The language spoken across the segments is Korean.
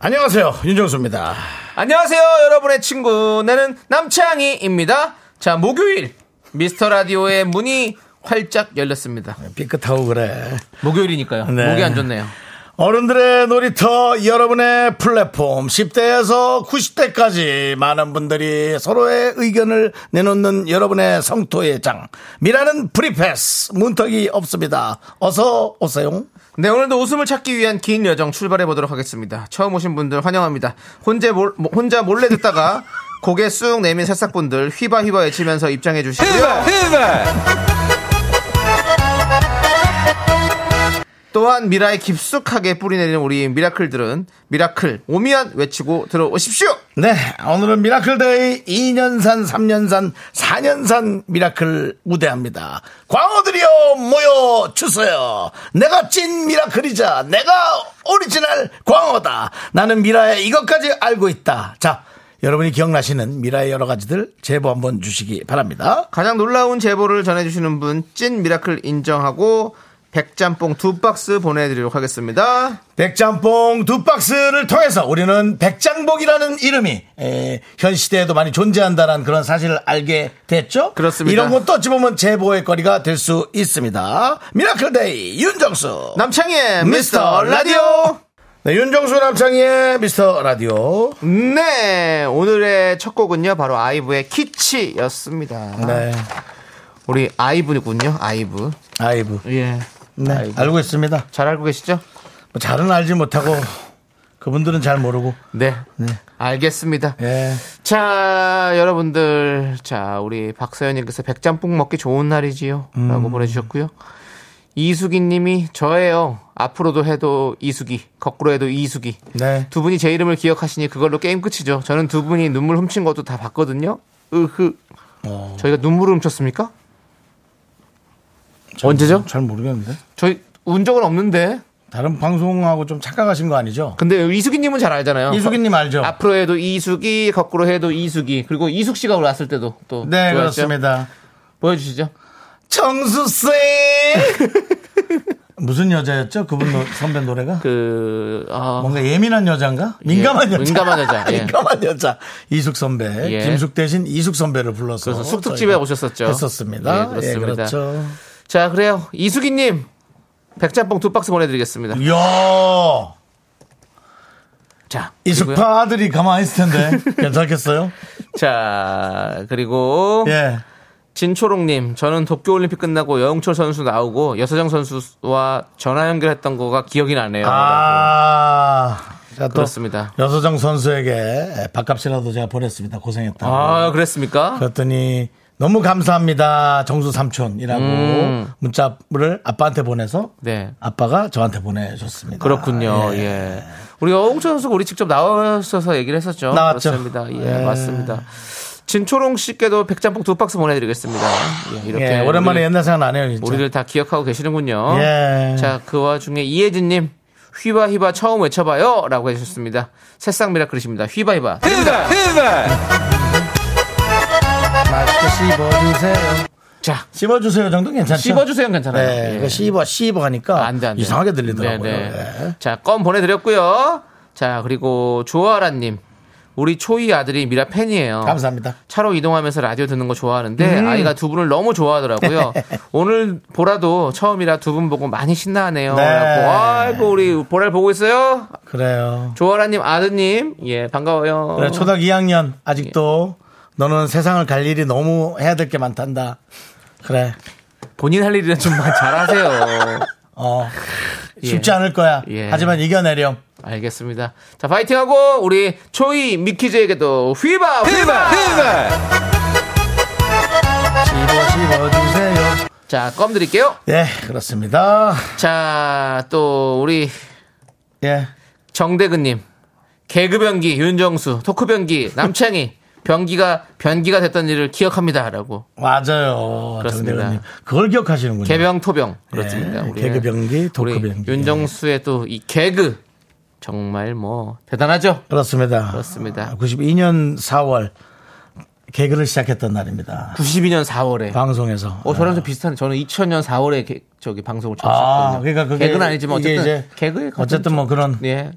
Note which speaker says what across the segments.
Speaker 1: 안녕하세요 윤정수입니다.
Speaker 2: 안녕하세요, 여러분의 친구. 나는 남창희입니다. 자, 목요일. 미스터 라디오의 문이 활짝 열렸습니다.
Speaker 1: 삐끗하고 그래.
Speaker 2: 목요일이니까요.
Speaker 1: 네.
Speaker 2: 목이 안 좋네요.
Speaker 1: 어른들의 놀이터 여러분의 플랫폼 10대에서 90대까지 많은 분들이 서로의 의견을 내놓는 여러분의 성토의 장 미라는 프리패스 문턱이 없습니다. 어서 오세요.
Speaker 2: 네, 오늘도 웃음을 찾기 위한 긴 여정 출발해 보도록 하겠습니다. 처음 오신 분들 환영합니다. 혼자, 몰, 뭐, 혼자 몰래 듣다가 고개 쑥 내민 새싹분들 휘바휘바 외치면서 입장해 주시고요. 또한 미라에 깊숙하게 뿌리내리는 우리 미라클들은 미라클 오미안 외치고 들어오십시오.
Speaker 1: 네, 오늘은 미라클데이 2년산, 3년산, 4년산 미라클 우대합니다. 광어들이여 모여 주세요. 내가 찐 미라클이자 내가 오리지널 광어다. 나는 미라의 이것까지 알고 있다. 자, 여러분이 기억나시는 미라의 여러 가지들 제보 한번 주시기 바랍니다.
Speaker 2: 가장 놀라운 제보를 전해주시는 분 찐 미라클 인정하고 백짬뽕 두 박스 보내드리도록 하겠습니다.
Speaker 1: 백짬뽕 두 박스를 통해서 우리는 백장복이라는 이름이 에, 현 시대에도 많이 존재한다는 그런 사실을 알게 됐죠.
Speaker 2: 그렇습니다.
Speaker 1: 이런 것도 어찌 보면 제보의 거리가 될 수 있습니다. 미라클데이 윤정수
Speaker 2: 남창희의 미스터 라디오.
Speaker 1: 네, 윤정수 남창희의 미스터 라디오.
Speaker 2: 네 오늘의 첫 곡은요 바로 아이브의 키치였습니다.
Speaker 1: 네,
Speaker 2: 우리 아이브군요 아이브.
Speaker 1: 아이브.
Speaker 2: 예.
Speaker 1: 네, 알고 있습니다.
Speaker 2: 잘 알고 계시죠?
Speaker 1: 뭐 잘은 알지 못하고 그분들은 잘 모르고.
Speaker 2: 네. 알겠습니다.
Speaker 1: 예.
Speaker 2: 자, 여러분들. 자, 우리 박서연님께서 백짬뽕 먹기 좋은 날이지요.
Speaker 1: 음.
Speaker 2: 라고 보내주셨고요. 이수기 님이 저예요. 앞으로도 해도 이수기, 거꾸로 해도 이수기.
Speaker 1: 네.
Speaker 2: 두 분이 제 이름을 기억하시니 그걸로 게임 끝이죠. 저는 두 분이 눈물 훔친 것도 다 봤거든요. 으흐.
Speaker 1: 어.
Speaker 2: 저희가 눈물을 훔쳤습니까? 언제죠?
Speaker 1: 잘 모르겠는데.
Speaker 2: 저희 운 적은 없는데.
Speaker 1: 다른 방송하고 좀 착각하신 거 아니죠?
Speaker 2: 근데 이수기 님은 잘 알잖아요.
Speaker 1: 이수기님 알죠?
Speaker 2: 앞으로 해도 이수기, 거꾸로 해도 이수기. 그리고 이숙 씨가 우리 왔을 때도 또
Speaker 1: 네,
Speaker 2: 좋아했죠?
Speaker 1: 그렇습니다.
Speaker 2: 보여주시죠.
Speaker 1: 정수 씨 무슨 여자였죠? 그분 노- 선배 노래가
Speaker 2: 그 아,
Speaker 1: 뭔가 예민한 여자인가? 민감한
Speaker 2: 예,
Speaker 1: 여자.
Speaker 2: 민감한 여자, 예.
Speaker 1: 민감한 여자. 이숙 선배.
Speaker 2: 예.
Speaker 1: 김숙 대신 이숙 선배를 불러서
Speaker 2: 그래서 쑥특집에
Speaker 1: 저희가
Speaker 2: 오셨었죠.
Speaker 1: 했었습니다.
Speaker 2: 예, 그렇습니다.
Speaker 1: 예, 그렇죠.
Speaker 2: 자 그래요 이수기님 백짬뽕 두 박스 보내드리겠습니다.
Speaker 1: 이야.
Speaker 2: 자
Speaker 1: 이숙
Speaker 2: 그리고요.
Speaker 1: 파들이 가만히 있을 텐데 괜찮겠어요?
Speaker 2: 자 그리고
Speaker 1: 예.
Speaker 2: 진초롱님 저는 도쿄올림픽 끝나고 여홍철 선수 나오고 여서정 선수와 전화 연결했던 거가 기억이 나네요.
Speaker 1: 아. 자, 또
Speaker 2: 그렇습니다.
Speaker 1: 여서정 선수에게 밥값이라도 제가 보냈습니다. 고생했다.
Speaker 2: 아 그랬습니까?
Speaker 1: 그랬더니 너무 감사합니다 정수 삼촌이라고
Speaker 2: 음.
Speaker 1: 문자를 아빠한테 보내서
Speaker 2: 네.
Speaker 1: 아빠가 저한테 보내줬습니다. 아,
Speaker 2: 그렇군요. 예. 우리가 홍철 선수가 우리 직접 나와서 얘기를 했었죠.
Speaker 1: 나왔죠.
Speaker 2: 그렇습니다. 예,
Speaker 1: 예.
Speaker 2: 맞습니다. 진초롱 씨께도 백짬뽕 두 박스 보내드리겠습니다. 예, 이렇게
Speaker 1: 예, 오랜만에
Speaker 2: 우리-
Speaker 1: 옛날 생각 나네요 진짜.
Speaker 2: 우리를 다 기억하고 계시는군요.
Speaker 1: 예.
Speaker 2: 자, 그 와중에 이혜진님, 휘바휘바 처음 외쳐봐요! 라고 해주셨습니다. 새싹 미라클이십니다. 휘바휘바.
Speaker 1: 맛있게 씹어주세요.
Speaker 2: 자,
Speaker 1: 씹어주세요 정도 괜찮죠?
Speaker 2: 씹어주세요. 괜찮아요.
Speaker 1: 네,
Speaker 2: 예. 아,
Speaker 1: 이거 씹어 씹어 하니까
Speaker 2: 안 돼, 안 돼.
Speaker 1: 이상하게 들리더라고요.
Speaker 2: 네, 네.
Speaker 1: 예.
Speaker 2: 자, 껌 보내드렸고요. 자, 그리고 조아라님, 우리 초이 아들이 미라 팬이에요.
Speaker 1: 감사합니다. 음.
Speaker 2: 차로 이동하면서 라디오 듣는 거 좋아하는데 아이가 두 분을 너무 좋아하더라고요.
Speaker 1: 네.
Speaker 2: 오늘 보라도 처음이라 두 분 보고 많이 신나하네요.
Speaker 1: 네.
Speaker 2: 라고. 아이고 우리 보라를 보고 있어요.
Speaker 1: 그래요.
Speaker 2: 조아라님 아드님 예 반가워요.
Speaker 1: 그래, 초등학교 2학년 아직도
Speaker 2: 예.
Speaker 1: 너는 세상을 갈 일이 너무 해야 될 게 많단다. 그래.
Speaker 2: 본인 할 일이라 좀 많이 잘하세요.
Speaker 1: 어
Speaker 2: 예.
Speaker 1: 쉽지 않을 거야.
Speaker 2: 예.
Speaker 1: 하지만 이겨내렴.
Speaker 2: 알겠습니다. 자 파이팅하고 우리 초이 미키즈에게도 휘바 휘바
Speaker 1: 씹어 씹어주세요.
Speaker 2: 자껌 드릴게요.
Speaker 1: 예, 그렇습니다.
Speaker 2: 자 또 우리
Speaker 1: 예.
Speaker 2: 정대근님 개그 변기 윤정수 토크 변기 남창희 변기가 변기가 됐던 일을 기억합니다라고
Speaker 1: 맞아요.
Speaker 2: 그렇습니다.
Speaker 1: 정대현님. 그걸 기억하시는군요.
Speaker 2: 개병 토병 그렇습니다.
Speaker 1: 예,
Speaker 2: 우리
Speaker 1: 개그 병기, 도크
Speaker 2: 우리
Speaker 1: 병기.
Speaker 2: 윤정수의 또 이 개그 정말 뭐 대단하죠.
Speaker 1: 그렇습니다.
Speaker 2: 그렇습니다.
Speaker 1: 92년 4월 개그를 시작했던 날입니다.
Speaker 2: 92년 4월에
Speaker 1: 방송에서.
Speaker 2: 어 저랑 좀 비슷하네. 저는 2000년 4월에 개, 저기 방송을
Speaker 1: 아,
Speaker 2: 접했거든요.
Speaker 1: 그러니까 그게
Speaker 2: 개그는 아니지만
Speaker 1: 이게
Speaker 2: 어쨌든
Speaker 1: 이제
Speaker 2: 개그에 가깝죠.
Speaker 1: 어쨌든 뭐 그런 예,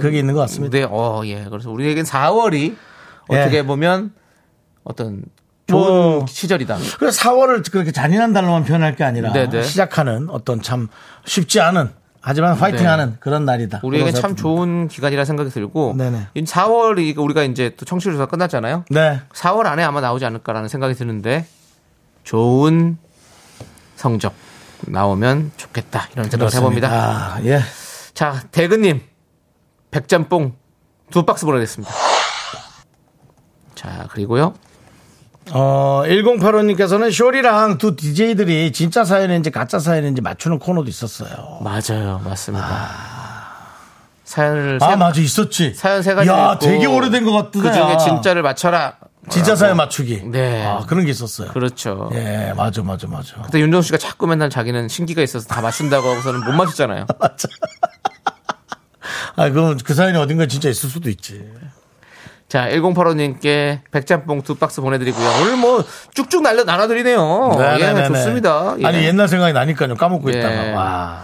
Speaker 1: 그게 있는 것 같습니다.
Speaker 2: 네, 어, 예. 그래서 우리에겐 4월이
Speaker 1: 예.
Speaker 2: 어떻게 보면 어떤 네. 좋은
Speaker 1: 뭐,
Speaker 2: 시절이다.
Speaker 1: 그래서 4월을 그렇게 잔인한 달로만 표현할 게 아니라
Speaker 2: 네네.
Speaker 1: 시작하는 어떤 참 쉽지 않은 하지만 화이팅하는 그런 날이다.
Speaker 2: 네. 우리에겐 참
Speaker 1: 그래서
Speaker 2: 좋은 기간이라 생각이 들고
Speaker 1: 네네.
Speaker 2: 4월이 우리가 이제 또 청취율 조사 끝났잖아요.
Speaker 1: 네.
Speaker 2: 4월 안에 아마 나오지 않을까라는 생각이 드는데 좋은 성적 나오면 좋겠다 이런 생각을 해봅니다.
Speaker 1: 그렇습니다. 아, 예.
Speaker 2: 자 대근님 백짬뽕 두 박스 보내겠습니다. 자 그리고요
Speaker 1: 어, 1085님께서는 쇼리랑 두 DJ들이 진짜 사연인지 가짜 사연인지 맞추는 코너도 있었어요.
Speaker 2: 맞아요 맞습니다. 사연을
Speaker 1: 아,
Speaker 2: 세-
Speaker 1: 맞아. 있었지.
Speaker 2: 사연 세 가지
Speaker 1: 야,
Speaker 2: 있고
Speaker 1: 되게 오래된 것 같은데. 아.
Speaker 2: 그 중에 진짜를 맞춰라.
Speaker 1: 진짜 사연 맞추기.
Speaker 2: 네.
Speaker 1: 아, 그런 게 있었어요.
Speaker 2: 그렇죠.
Speaker 1: 예, 맞아, 맞아, 맞아.
Speaker 2: 그때 윤정 씨가 자꾸 맨날 자기는 신기가 있어서 다 맞춘다고 하고서는 못 맞췄잖아요.
Speaker 1: 아, 그럼 그 사연이 어딘가 진짜 있을 수도 있지.
Speaker 2: 자, 1085님께 백짬뽕 두 박스 보내드리고요. 오늘 뭐 쭉쭉 날려 나눠드리네요.
Speaker 1: 네네네네.
Speaker 2: 예, 좋습니다. 예.
Speaker 1: 아니, 옛날 생각이 나니까요. 까먹고
Speaker 2: 예.
Speaker 1: 있다가. 와.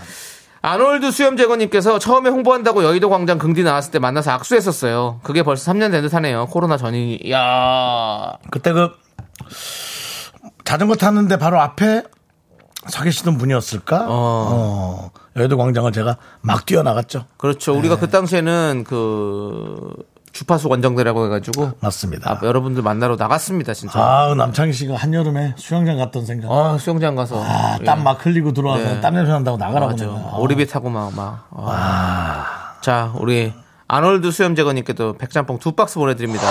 Speaker 2: 아놀드 수염제거님께서 처음에 홍보한다고 여의도 광장 긍디 나왔을 때 만나서 악수했었어요. 그게 벌써 3년 된 듯하네요. 코로나 전이. 야
Speaker 1: 그때 그 자전거 탔는데 바로 앞에 서 계시던 분이었을까? 어. 여의도 광장을 제가 막 뛰어나갔죠.
Speaker 2: 그렇죠. 우리가 그 당시에는 그 주파수 원정대라고 해가지고
Speaker 1: 맞습니다.
Speaker 2: 아, 여러분들 만나러 나갔습니다, 진짜.
Speaker 1: 아, 남창희 씨가 한여름에 수영장 갔던 생각.
Speaker 2: 아, 수영장 가서.
Speaker 1: 아, 땀 막 흘리고 들어와서
Speaker 2: 네.
Speaker 1: 땀 냄새 난다고 나가라고. 어. 아.
Speaker 2: 맞아.
Speaker 1: 그러는 거야.
Speaker 2: 오리비 타고 막, 막. 와. 자, 우리 아놀드 수염제거님께도 백짬뽕 두 박스 보내드립니다.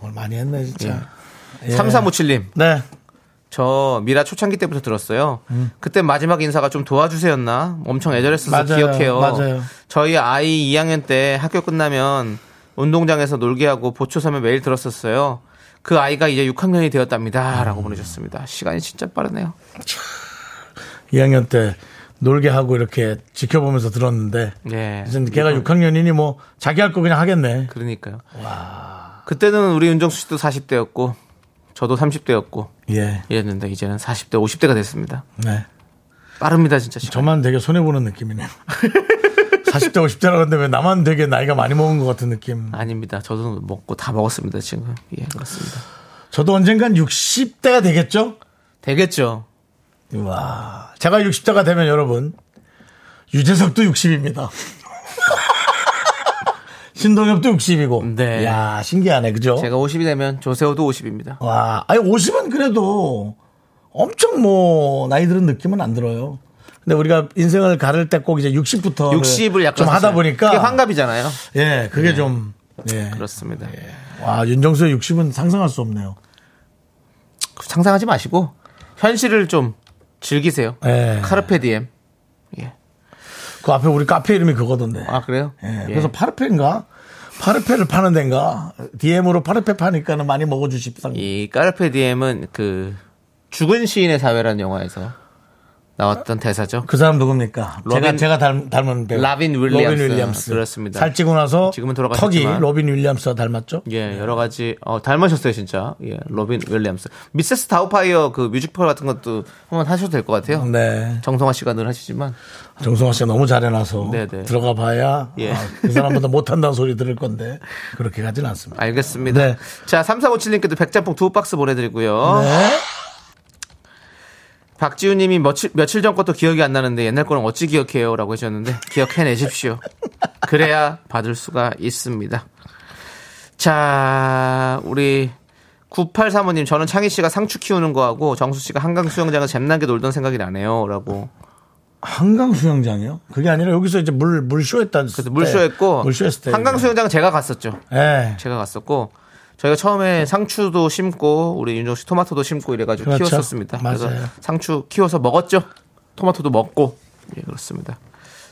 Speaker 1: 오늘 많이 했네, 진짜. 예.
Speaker 2: 3357님,
Speaker 1: 네.
Speaker 2: 저 미라 초창기 때부터 들었어요. 그때 마지막 인사가 좀 도와주세였나? 엄청 애절했어서
Speaker 1: 음. 맞아요.
Speaker 2: 기억해요.
Speaker 1: 맞아요.
Speaker 2: 저희 아이 2학년 때 학교 끝나면 운동장에서 놀게 하고 보초 서면 매일 들었었어요. 그 아이가 이제 6학년이 되었답니다. 라고 보내줬습니다. 시간이 진짜 빠르네요.
Speaker 1: 2학년 때 놀게 하고 이렇게 지켜보면서 들었는데.
Speaker 2: 예.
Speaker 1: 이제 걔가 6학년이니 뭐 자기 할 거 그냥 하겠네.
Speaker 2: 그러니까요. 그때는 우리 윤정수 씨도 40대였고, 저도 30대였고,
Speaker 1: 예.
Speaker 2: 이랬는데, 이제는 40대, 50대가 됐습니다.
Speaker 1: 네.
Speaker 2: 빠릅니다, 진짜. 시간.
Speaker 1: 저만 되게 손해보는 느낌이네요. 40대, 50대라 근데 왜 나만 되게 나이가 많이 먹은 것 같은 느낌.
Speaker 2: 아닙니다. 저도 먹고 다 먹었습니다, 지금. 예, 그렇습니다.
Speaker 1: 저도 언젠간 60대가 되겠죠?
Speaker 2: 되겠죠.
Speaker 1: 와. 제가 60대가 되면 여러분, 유재석도 60입니다. 신동엽도 60이고.
Speaker 2: 네.
Speaker 1: 야 신기하네, 그죠?
Speaker 2: 제가 50이 되면 조세호도 50입니다.
Speaker 1: 와. 아니, 50은 그래도 엄청 뭐, 나이 들은 느낌은 안 들어요. 근데 우리가 인생을 가를 때 꼭 이제 60부터.
Speaker 2: 60을 약간
Speaker 1: 네. 좀 하다
Speaker 2: 썼어요.
Speaker 1: 보니까.
Speaker 2: 그게 환갑이잖아요. 네.
Speaker 1: 예, 그게 좀. 예.
Speaker 2: 그렇습니다.
Speaker 1: 와, 윤정수의 60은 상상할 수 없네요.
Speaker 2: 상상하지 마시고 현실을 좀 즐기세요.
Speaker 1: 예.
Speaker 2: 카르페 디엠. 예.
Speaker 1: 그 앞에 우리 카페 이름이 그거던데.
Speaker 2: 아, 그래요?
Speaker 1: 예,
Speaker 2: 예.
Speaker 1: 그래서 파르페인가? 파르페를 파는 데인가? DM으로 파르페 파니까는 많이 먹어주십사.
Speaker 2: 이 카르페 디엠은 그 죽은 시인의 사회라는 영화에서 나왔던 대사죠.
Speaker 1: 그 사람 누굽니까? 제가
Speaker 2: 로빈-
Speaker 1: 제가 닮, 닮은 배우.
Speaker 2: 라빈 윌리엄스.
Speaker 1: 로빈 윌리엄스.
Speaker 2: 그렇습니다.
Speaker 1: 살찌고 나서 턱이
Speaker 2: 지금은 돌아가셨지만.
Speaker 1: 로빈 윌리엄스와 닮았죠?
Speaker 2: 예, 여러 가지 어 닮으셨어요, 진짜. 예. 로빈 윌리엄스. 미세스 다우파이어 그 뮤직비디오 같은 것도 한번 하셔도 될 것 같아요.
Speaker 1: 네.
Speaker 2: 정성화 씨가 늘 하시지만
Speaker 1: 정성화 씨가 너무 잘해놔서
Speaker 2: 네, 네.
Speaker 1: 들어가 봐야
Speaker 2: 예.
Speaker 1: 아, 그 사람보다 못한다는 소리 들을 건데 그렇게 가진 않습니다.
Speaker 2: 알겠습니다.
Speaker 1: 네.
Speaker 2: 자, 3357님께도 백짬뽕 두 박스 보내드리고요.
Speaker 1: 네.
Speaker 2: 박지훈 님이 며칠, 며칠 전 것도 기억이 안 나는데 옛날 거는 어찌 기억해요? 라고 해주셨는데 기억해내십시오. 그래야 받을 수가 있습니다. 자, 우리 9835님, 저는 창희 씨가 상추 키우는 거하고 정수 씨가 한강 수영장에서 잼나게 놀던 생각이 나네요. 라고.
Speaker 1: 한강 수영장이요? 그게 아니라 여기서 이제 물 물쇼 했던
Speaker 2: 그래서 물쇼 했고,
Speaker 1: 네. 물쇼 했을 때
Speaker 2: 한강 수영장 제가 갔었죠.
Speaker 1: 예.
Speaker 2: 제가 갔었고 저희가 처음에 상추도 심고 우리 윤종 씨 토마토도 심고 이래가지고
Speaker 1: 그렇죠.
Speaker 2: 키웠었습니다. 그래서
Speaker 1: 맞아요.
Speaker 2: 상추 키워서 먹었죠. 토마토도 먹고 예 그렇습니다.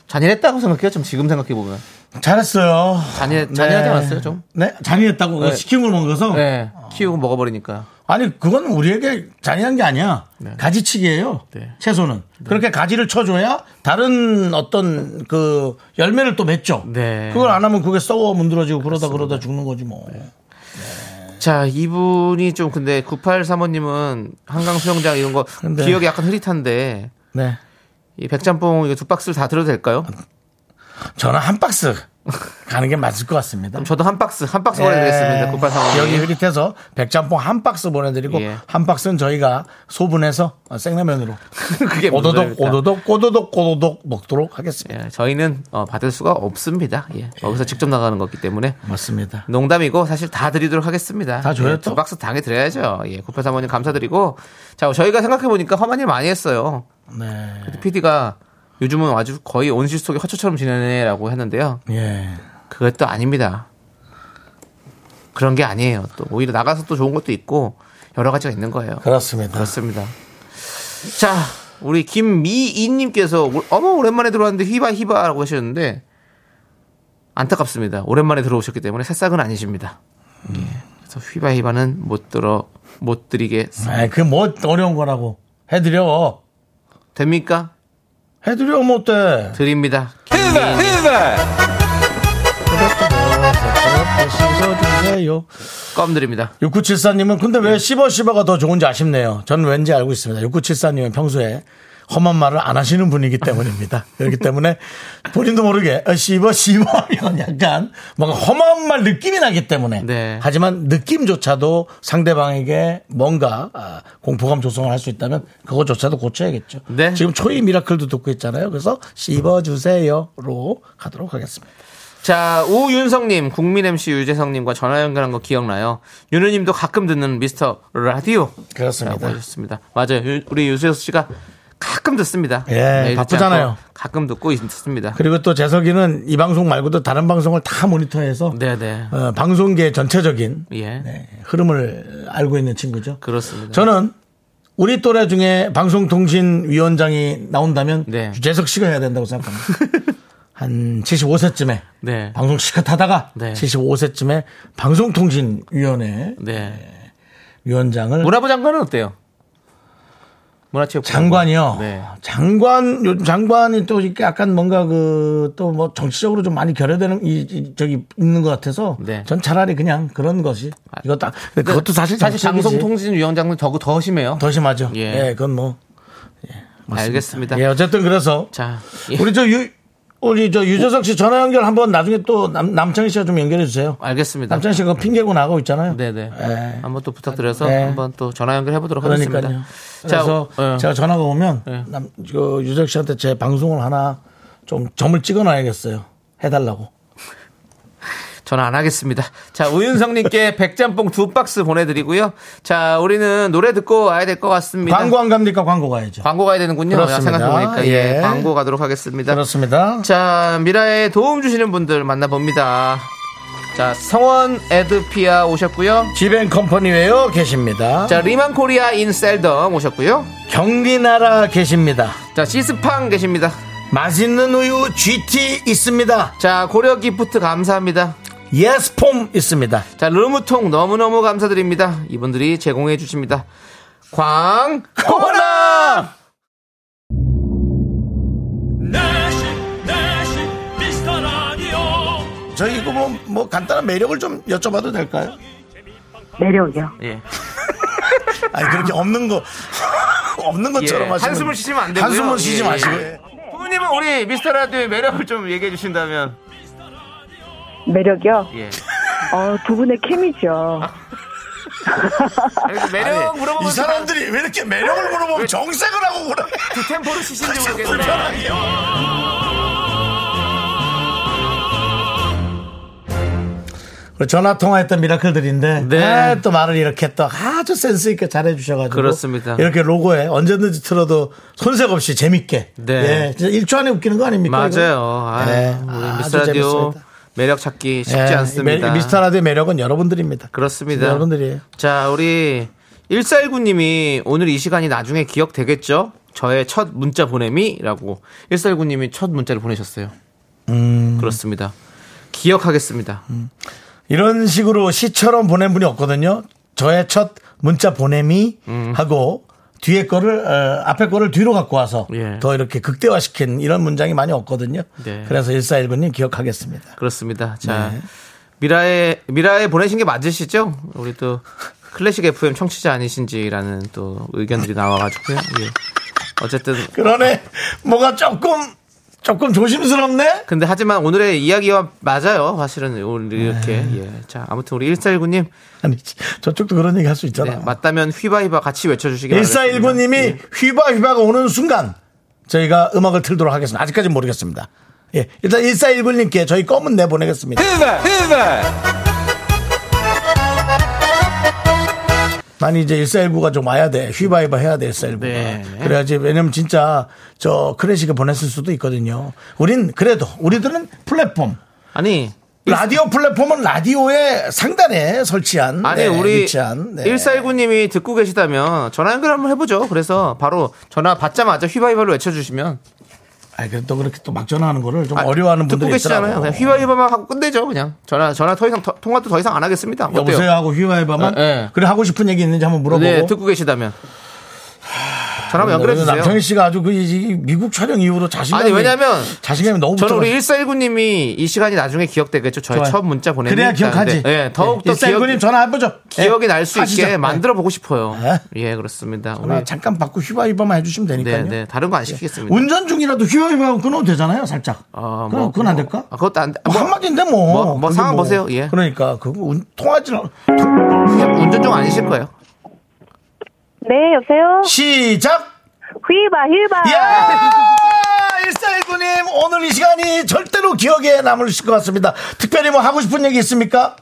Speaker 2: 잔인했다고 생각해요? 좀 지금 생각해 보면
Speaker 1: 잘했어요.
Speaker 2: 잔인 잔인하지 않았어요? 좀
Speaker 1: 네? 잔인했다고?
Speaker 2: 네.
Speaker 1: 시킨 걸 먹어서?
Speaker 2: 네. 키우고 먹어버리니까
Speaker 1: 아니, 그건 우리에게 잔인한 게 아니야. 가지치기예요
Speaker 2: 네.
Speaker 1: 채소는. 그렇게 가지를 쳐줘야 다른 어떤 그 열매를 또 맺죠.
Speaker 2: 네.
Speaker 1: 그걸 안 하면 그게 썩어 문드러지고 그러다 그러다 죽는 거지 뭐.
Speaker 2: 자 이분이 좀 근데 983호님은 한강 수영장 이런 거
Speaker 1: 근데-
Speaker 2: 기억이 약간 흐릿한데
Speaker 1: 네.
Speaker 2: 이 백짬뽕 이거 두 박스를 다 들어도 될까요?
Speaker 1: 아, 저는 한 박스 가는 게 맞을 것 같습니다. 네.
Speaker 2: 그럼 저도 한 박스 한 박스 보내드리겠습니다. 983호
Speaker 1: 예. 여기 흐릿해서 백짬뽕 한 박스 보내드리고
Speaker 2: 예.
Speaker 1: 한 박스는 저희가 소분해서 생라면으로
Speaker 2: 그게
Speaker 1: 오도독
Speaker 2: 문제입니다.
Speaker 1: 오도독 꼬도독 꼬도독 먹도록 하겠습니다.
Speaker 2: 예, 저희는 어, 받을 수가 없습니다. 예, 거기서 직접 나가는 거기 때문에
Speaker 1: 맞습니다.
Speaker 2: 농담이고 사실 다 드리도록 하겠습니다.
Speaker 1: 다 줘요,
Speaker 2: 예,
Speaker 1: 또?
Speaker 2: 두 박스 당해 드려야죠. 예, 구팔사모님 감사드리고 자 저희가 생각해 보니까 험한 일 많이 했어요.
Speaker 1: 네.
Speaker 2: PD가 요즘은 아주 거의 온실 속의 화초처럼 지내네라고 했는데요.
Speaker 1: 예.
Speaker 2: 그것또 아닙니다. 그런 게 아니에요. 또 오히려 나가서 또 좋은 것도 있고 여러 가지가 있는 거예요.
Speaker 1: 그렇습니다.
Speaker 2: 그렇습니다. 자, 우리 김미인님께서 올- 어머 오랜만에 들어왔는데 휘바 휘바라고 하셨는데 안타깝습니다. 오랜만에 들어오셨기 때문에 새싹은 아니십니다. 예, 그래서 휘바 휘바는 못 들어 못 드리게
Speaker 1: 아이, 그뭐 어려운 거라고 해드려.
Speaker 2: 됩니까?
Speaker 1: 해드려 뭐 어때?
Speaker 2: 드립니다.
Speaker 1: 네. 씻어주세요.
Speaker 2: 껌 드립니다.
Speaker 1: 6974님은 근데 왜 씹어 씹어가 더 좋은지 아쉽네요. 저는 왠지 알고 있습니다. 6974님은 평소에 험한 말을 안 하시는 분이기 때문입니다. 그렇기 때문에 본인도 모르게 어, 씹어 씹어 하면 약간 뭔가 험한 말 느낌이 나기 때문에
Speaker 2: 네.
Speaker 1: 하지만 느낌조차도 상대방에게 뭔가 아, 공포감 조성을 할 수 있다면 그거조차도 고쳐야겠죠.
Speaker 2: 네.
Speaker 1: 지금 초이 미라클도 듣고 있잖아요. 그래서 씹어주세요로 가도록 하겠습니다.
Speaker 2: 자, 오윤성님, 국민 MC 유재성님과 전화 연결한 거 기억나요? 윤우님도 가끔 듣는 미스터 라디오.
Speaker 1: 그렇습니다.
Speaker 2: 라고 하셨습니다. 맞아요. 유- 우리 유재석 씨가 가끔 듣습니다.
Speaker 1: 예,
Speaker 2: 매일 듣지
Speaker 1: 바쁘잖아요.
Speaker 2: 않고 가끔 듣고 있습니다.
Speaker 1: 그리고 또 재석이는 이 방송 말고도 다른 방송을 다 모니터해서
Speaker 2: 네네.
Speaker 1: 어, 방송계 전체적인
Speaker 2: 예.
Speaker 1: 네, 흐름을 알고 있는 친구죠.
Speaker 2: 그렇습니다.
Speaker 1: 저는 우리 또래 중에 방송통신위원장이 나온다면
Speaker 2: 네.
Speaker 1: 유재석 씨가 해야 된다고 생각합니다. 한 75세쯤에
Speaker 2: 네.
Speaker 1: 방송 시컷 하다가
Speaker 2: 네.
Speaker 1: 75세쯤에 방송통신위원회
Speaker 2: 네.
Speaker 1: 위원장을
Speaker 2: 문화부 장관은 어때요? 문화체육부
Speaker 1: 장관이요.
Speaker 2: 네.
Speaker 1: 장관 요즘 장관이 또 이렇게 약간 뭔가 그 또 뭐 정치적으로 좀 많이 결여되는 이, 이- 저기 있는 것 같아서
Speaker 2: 네.
Speaker 1: 전 차라리 그냥 그런 것이 이것도 아- 근데 그것도 사실
Speaker 2: 사실
Speaker 1: 정치적이지.
Speaker 2: 방송통신위원장은 더, 더 심해요.
Speaker 1: 더 심하죠. 예,
Speaker 2: 예.
Speaker 1: 그건 뭐
Speaker 2: 알겠습니다.
Speaker 1: 예, 어쨌든 그래서
Speaker 2: 자, 예.
Speaker 1: 우리 저 유 우리 저 유재석 씨 전화 연결 한번 나중에 또 남, 남창희 씨가 좀 연결해 주세요.
Speaker 2: 알겠습니다.
Speaker 1: 남창희 씨가 핑계고 나가고 있잖아요.
Speaker 2: 아, 네. 네네.
Speaker 1: 예.
Speaker 2: 한번 또 부탁드려서
Speaker 1: 네.
Speaker 2: 한번 또 전화 연결해 보도록
Speaker 1: 그러니까요.
Speaker 2: 하겠습니다.
Speaker 1: 그래서
Speaker 2: 어,
Speaker 1: 제가 전화가 오면
Speaker 2: 예.
Speaker 1: 남, 그 유적 씨한테 제 방송을 하나 좀 점을 찍어놔야겠어요. 해달라고.
Speaker 2: 전화 안 하겠습니다. 자, 우윤성님께 백짬뽕 두 박스 보내드리고요. 자, 우리는 노래 듣고 와야 될 것 같습니다.
Speaker 1: 광고 안 갑니까? 광고 가야죠.
Speaker 2: 광고 가야 되는군요.
Speaker 1: 그렇습니다.
Speaker 2: 생각해보니까. 예.
Speaker 1: 예.
Speaker 2: 광고 가도록 하겠습니다.
Speaker 1: 그렇습니다.
Speaker 2: 자, 미라에 도움 주시는 분들 만나봅니다. 자, 성원 에드피아 오셨고요.
Speaker 1: 지벤 컴퍼니웨어 계십니다.
Speaker 2: 자, 리만 코리아 인셀덤 오셨고요.
Speaker 1: 경리나라 계십니다.
Speaker 2: 자, 시스팡 계십니다.
Speaker 1: 맛있는 우유 GT 있습니다.
Speaker 2: 자, 고려 기프트 감사합니다.
Speaker 1: 예스폼 있습니다.
Speaker 2: 자, 르무통 너무너무 감사드립니다. 이분들이 제공해 주십니다. 광고라!
Speaker 3: 내시 내시 미스터 라디오
Speaker 1: 저희 이거 뭐, 뭐 간단한 매력을 좀 여쭤봐도 될까요?
Speaker 4: 매력이요.
Speaker 2: 예.
Speaker 1: 아니 그렇게 없는 거 없는 것처럼
Speaker 2: 예,
Speaker 1: 하시면
Speaker 2: 한숨을 쉬시면 안 되고요.
Speaker 1: 한숨을 쉬지
Speaker 2: 예, 예.
Speaker 1: 마시고
Speaker 2: 부모님은 우리 미스터 라디오의 매력을 좀 얘기해 주신다면.
Speaker 4: 매력이요?
Speaker 2: 예.
Speaker 4: 어, 두 분의 케미죠.
Speaker 1: 아.
Speaker 2: 아니, 그 매력 물어보면
Speaker 1: 이 사람들이 왜 이렇게 매력을 물어보면 정색을 하고 그래?
Speaker 2: 두 템포로 치신지 모르겠네.
Speaker 1: 불편하게. 우리 전화 통화했던 미라클들인데
Speaker 2: 네.
Speaker 1: 아, 또 말을 이렇게 또 아주 센스 있게 잘해 주셔가지고
Speaker 2: 그렇습니다.
Speaker 1: 이렇게 로고에 언제든지 틀어도 손색 없이 재밌게
Speaker 2: 네.
Speaker 1: 예, 진짜 1초 안에 웃기는 거 아닙니까?
Speaker 2: 맞아요.
Speaker 1: 이거?
Speaker 2: 아,
Speaker 1: 네,
Speaker 2: 우리
Speaker 1: 아주
Speaker 2: 미스터 라디오
Speaker 1: 재밌습니다.
Speaker 2: 매력 찾기 쉽지
Speaker 1: 예,
Speaker 2: 않습니다.
Speaker 1: 매- 미스터 라디오의 매력은 여러분들입니다.
Speaker 2: 그렇습니다.
Speaker 1: 여러분들이에요.
Speaker 2: 자, 우리 1419님이 오늘 이 시간이 나중에 기억되겠죠? 저의 첫 문자 보냄이라고 1419님이 첫 문자를 보내셨어요.
Speaker 1: 음.
Speaker 2: 그렇습니다. 기억하겠습니다.
Speaker 1: 이런 식으로 시처럼 보낸 분이 없거든요. 저의 첫 문자 보냄이
Speaker 2: 음.
Speaker 1: 하고 뒤에 거를 어, 앞에 거를 뒤로 갖고 와서
Speaker 2: 예.
Speaker 1: 더 이렇게 극대화시킨 이런 문장이 많이 없거든요.
Speaker 2: 네.
Speaker 1: 그래서 1419님 기억하겠습니다.
Speaker 2: 그렇습니다. 자,
Speaker 1: 네.
Speaker 2: 미라에, 미라에 보내신 게 맞으시죠? 우리 또 클래식 FM 청취자 아니신지라는 또 의견들이 나와가지고요. 예. 어쨌든.
Speaker 1: 그러네. 뭐가 조금 조금 조심스럽네.
Speaker 2: 근데 하지만 오늘의 이야기와 맞아요. 사실은 오늘 이렇게.
Speaker 1: 네.
Speaker 2: 예. 자, 아무튼 우리 1419님.
Speaker 1: 아니 저쪽도 그런 얘기 할 수 있잖아.
Speaker 2: 네, 맞다면 휘바휘바 같이 외쳐주시기 바랍니다. 예.
Speaker 1: 1419님이 휘바휘바가 오는 순간 저희가 음악을 틀도록 하겠습니다. 아직까지 는 모르겠습니다. 예, 일단 1419님께 저희 검은 내 보내겠습니다. 아니 이제 1419가 좀 와야 돼. 휘바휘바 해야 돼 1419가.
Speaker 2: 네.
Speaker 1: 그래야지 왜냐면 진짜 저 클래식에 보냈을 수도 있거든요. 우린 그래도 우리들은 플랫폼
Speaker 2: 아니.
Speaker 1: 라디오 플랫폼은 라디오의 상단에 설치한
Speaker 2: 아니
Speaker 1: 네,
Speaker 2: 우리
Speaker 1: 위치한 네.
Speaker 2: 1419님이 듣고 계시다면 전화 연결 한번 해보죠. 그래서 바로 전화 받자마자 휘바휘바로 외쳐주시면
Speaker 1: 아니 그래도 또 그렇게 또 막 전화하는 거를 좀
Speaker 2: 아,
Speaker 1: 어려워하는
Speaker 2: 듣고
Speaker 1: 분들이
Speaker 2: 계시잖아요.
Speaker 1: 있더라고요. 어.
Speaker 2: 그냥 휘바휘바만 하고 끝내죠. 그냥 전화 전화 더 이상 더- 통화도 더 이상 안 하겠습니다. 어때요?
Speaker 1: 여보세요 하고 휘바이바만
Speaker 2: 예, 예.
Speaker 1: 그래 하고 싶은 얘기 있는지 한번 물어보고 아,
Speaker 2: 네, 듣고 계시다면 전화 한번 연결해
Speaker 1: 오늘
Speaker 2: 주세요.
Speaker 1: 남창희 씨가 아주 그 이- 이 미국 촬영 이후로 자신감이
Speaker 2: 아니, 왜냐면
Speaker 1: 자신감이 너무
Speaker 2: 저는 우리
Speaker 1: 붙어가지고.
Speaker 2: 1419님이 이 시간이 나중에 기억되겠죠. 저의
Speaker 1: 좋아요.
Speaker 2: 첫 문자 보내는
Speaker 1: 그래야
Speaker 2: 문자인데.
Speaker 1: 기억하지.
Speaker 2: 예, 더욱더 기억,
Speaker 1: 일사일구님 전화 해보죠.
Speaker 2: 기억이
Speaker 1: 예,
Speaker 2: 날 수
Speaker 1: 하시죠.
Speaker 2: 있게 만들어 보고 싶어요.
Speaker 1: 네.
Speaker 2: 예,
Speaker 1: 예. 아,
Speaker 2: 그렇습니다. 우리
Speaker 1: 잠깐 받고 휘바이바만 해주시면
Speaker 2: 네,
Speaker 1: 되니까요. 예.
Speaker 2: 네, 다른 거 안 시키겠습니다.
Speaker 1: 운전 중이라도 휘바이바 끊어도 되잖아요, 살짝.
Speaker 2: 아,
Speaker 1: 그럼
Speaker 2: 뭐,
Speaker 1: 그건 안
Speaker 2: 뭐,
Speaker 1: 될까?
Speaker 2: 아, 그것도 안 돼.
Speaker 1: 뭐
Speaker 2: 뭐,
Speaker 1: 한마디인데 뭐.
Speaker 2: 뭐, 뭐
Speaker 1: 그게
Speaker 2: 상황 보세요, 예.
Speaker 1: 그러니까 그 운- 통하지 않-
Speaker 2: 운전 중 아니실 거예요.
Speaker 4: 네, 여보세요?
Speaker 1: 시작.
Speaker 4: 휘바, 휘바.
Speaker 1: 야! 1419님, 예! 오늘 이 시간이 절대로 기억에 남으실 것 같습니다. 특별히 뭐 하고 싶은 얘기 있습니까?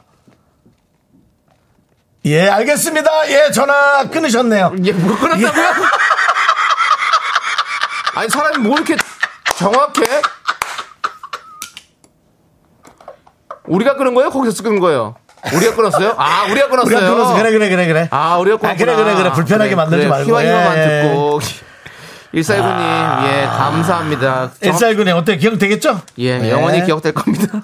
Speaker 1: 예, 알겠습니다. 예, 전화 끊으셨네요.
Speaker 2: 예, 뭐 끊었다고요? 아니 사람이 뭐 이렇게 정확해? 우리가 끊은 거예요? 거기서 끊은 거예요? 우리가 끊었어요? 아, 우리가 끊었어요.
Speaker 1: 우리가 끊어서 그래, 그래, 그래, 그래.
Speaker 2: 아, 우리가 끊었구나.
Speaker 1: 아, 그래, 그래, 그래. 불편하게 만들지 말고.
Speaker 2: 희화희화만
Speaker 1: 예. 아.
Speaker 2: 듣고. 1419님, 예, 감사합니다. 정-
Speaker 1: 1419님, 어때요? 기억되겠죠?
Speaker 2: 예, 영원히 기억될 겁니다.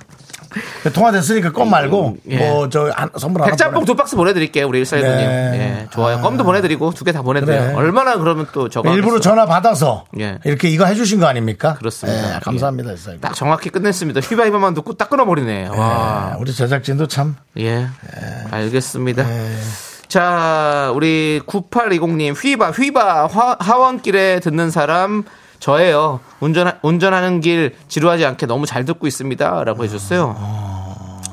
Speaker 1: 통화됐으니까 껌 말고,
Speaker 2: 예.
Speaker 1: 뭐, 저, 안- 선물 하나.
Speaker 2: 백짬뽕 두 박스 보내드릴게요, 우리 1419님.
Speaker 1: 네.
Speaker 2: 예, 좋아요. 껌도 보내드리고, 두 개 다 보내드려요.
Speaker 1: 그래.
Speaker 2: 얼마나 그러면 또 저거.
Speaker 1: 일부러
Speaker 2: 하겠어요.
Speaker 1: 전화 받아서
Speaker 2: 예.
Speaker 1: 이렇게 이거 해주신 거 아닙니까?
Speaker 2: 그렇습니다.
Speaker 1: 예, 감사합니다. 1419.
Speaker 2: 딱 정확히 끝냈습니다. 휘바이바만 듣고 딱 끊어버리네. 와.
Speaker 1: 아, 우리 제작진도 참
Speaker 2: 예. 알겠습니다.
Speaker 1: 네.
Speaker 2: 자, 우리 9820님, 휘바, 휘바, 화- 하원길에 듣는 사람, 저예요. 운전, 운전하는 길 지루하지 않게 너무 잘 듣고 있습니다. 라고 해주셨어요.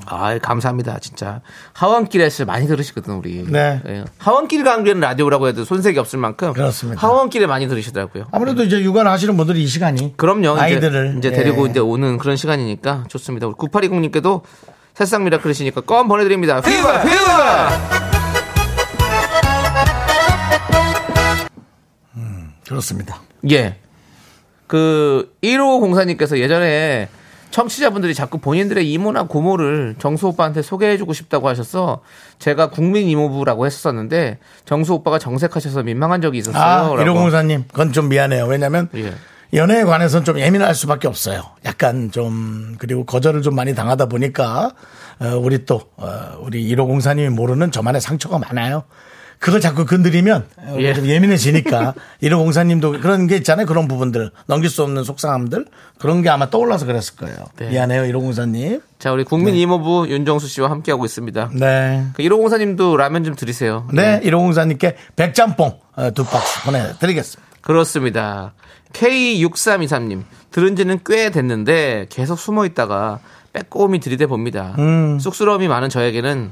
Speaker 2: 아 감사합니다, 진짜. 하원길에 진짜 많이 들으시거든, 우리.
Speaker 1: 네.
Speaker 2: 예. 하원길 관계는 라디오라고 해도 손색이 없을 만큼.
Speaker 1: 그렇습니다.
Speaker 2: 하원길에 많이 들으시더라고요.
Speaker 1: 아무래도 이제 육아를 하시는 분들이 이 시간이
Speaker 2: 그럼요.
Speaker 1: 아이들을
Speaker 2: 이제,
Speaker 1: 예.
Speaker 2: 이제 데리고 이제 오는 그런 시간이니까 좋습니다. 우리 9820님께도 새싹 미라클이시니까 껌 보내드립니다. 휘바 휘바.
Speaker 1: 그렇습니다.
Speaker 2: 예. 그 1504님께서 예전에 청취자분들이 자꾸 본인들의 이모나 고모를 정수 오빠한테 소개해주고 싶다고 하셔서 제가 국민 이모부라고 했었는데 정수 오빠가 정색하셔서 민망한 적이 있었어요.
Speaker 1: 아,
Speaker 2: 라고.
Speaker 1: 1504님, 그건 좀 미안해요. 왜냐면,
Speaker 2: 예.
Speaker 1: 연애에 관해서는 좀 예민할 수밖에 없어요. 약간 좀, 그리고 거절을 좀 많이 당하다 보니까, 어, 우리 또, 어, 우리 1504님이 모르는 저만의 상처가 많아요. 그걸 자꾸 건드리면 어,
Speaker 2: 예.
Speaker 1: 좀 예민해지니까 1504님도 그런 게 있잖아요. 그런 부분들. 넘길 수 없는 속상함들. 그런 게 아마 떠올라서 그랬을 거예요.
Speaker 2: 네.
Speaker 1: 미안해요, 1504님.
Speaker 2: 자 우리 국민 이모부 윤정수 씨와 함께하고 있습니다.
Speaker 1: 네.
Speaker 2: 그 1504님도 라면 좀 드리세요.
Speaker 1: 네, 1504님께 백짬뽕 어, 두 박스 보내드리겠습니다.
Speaker 2: 그렇습니다. K6323님, 들은 지는 꽤 됐는데 계속 숨어 있다가 빼꼼히 들이대 봅니다.
Speaker 1: 음.
Speaker 2: 쑥스러움이 많은 저에게는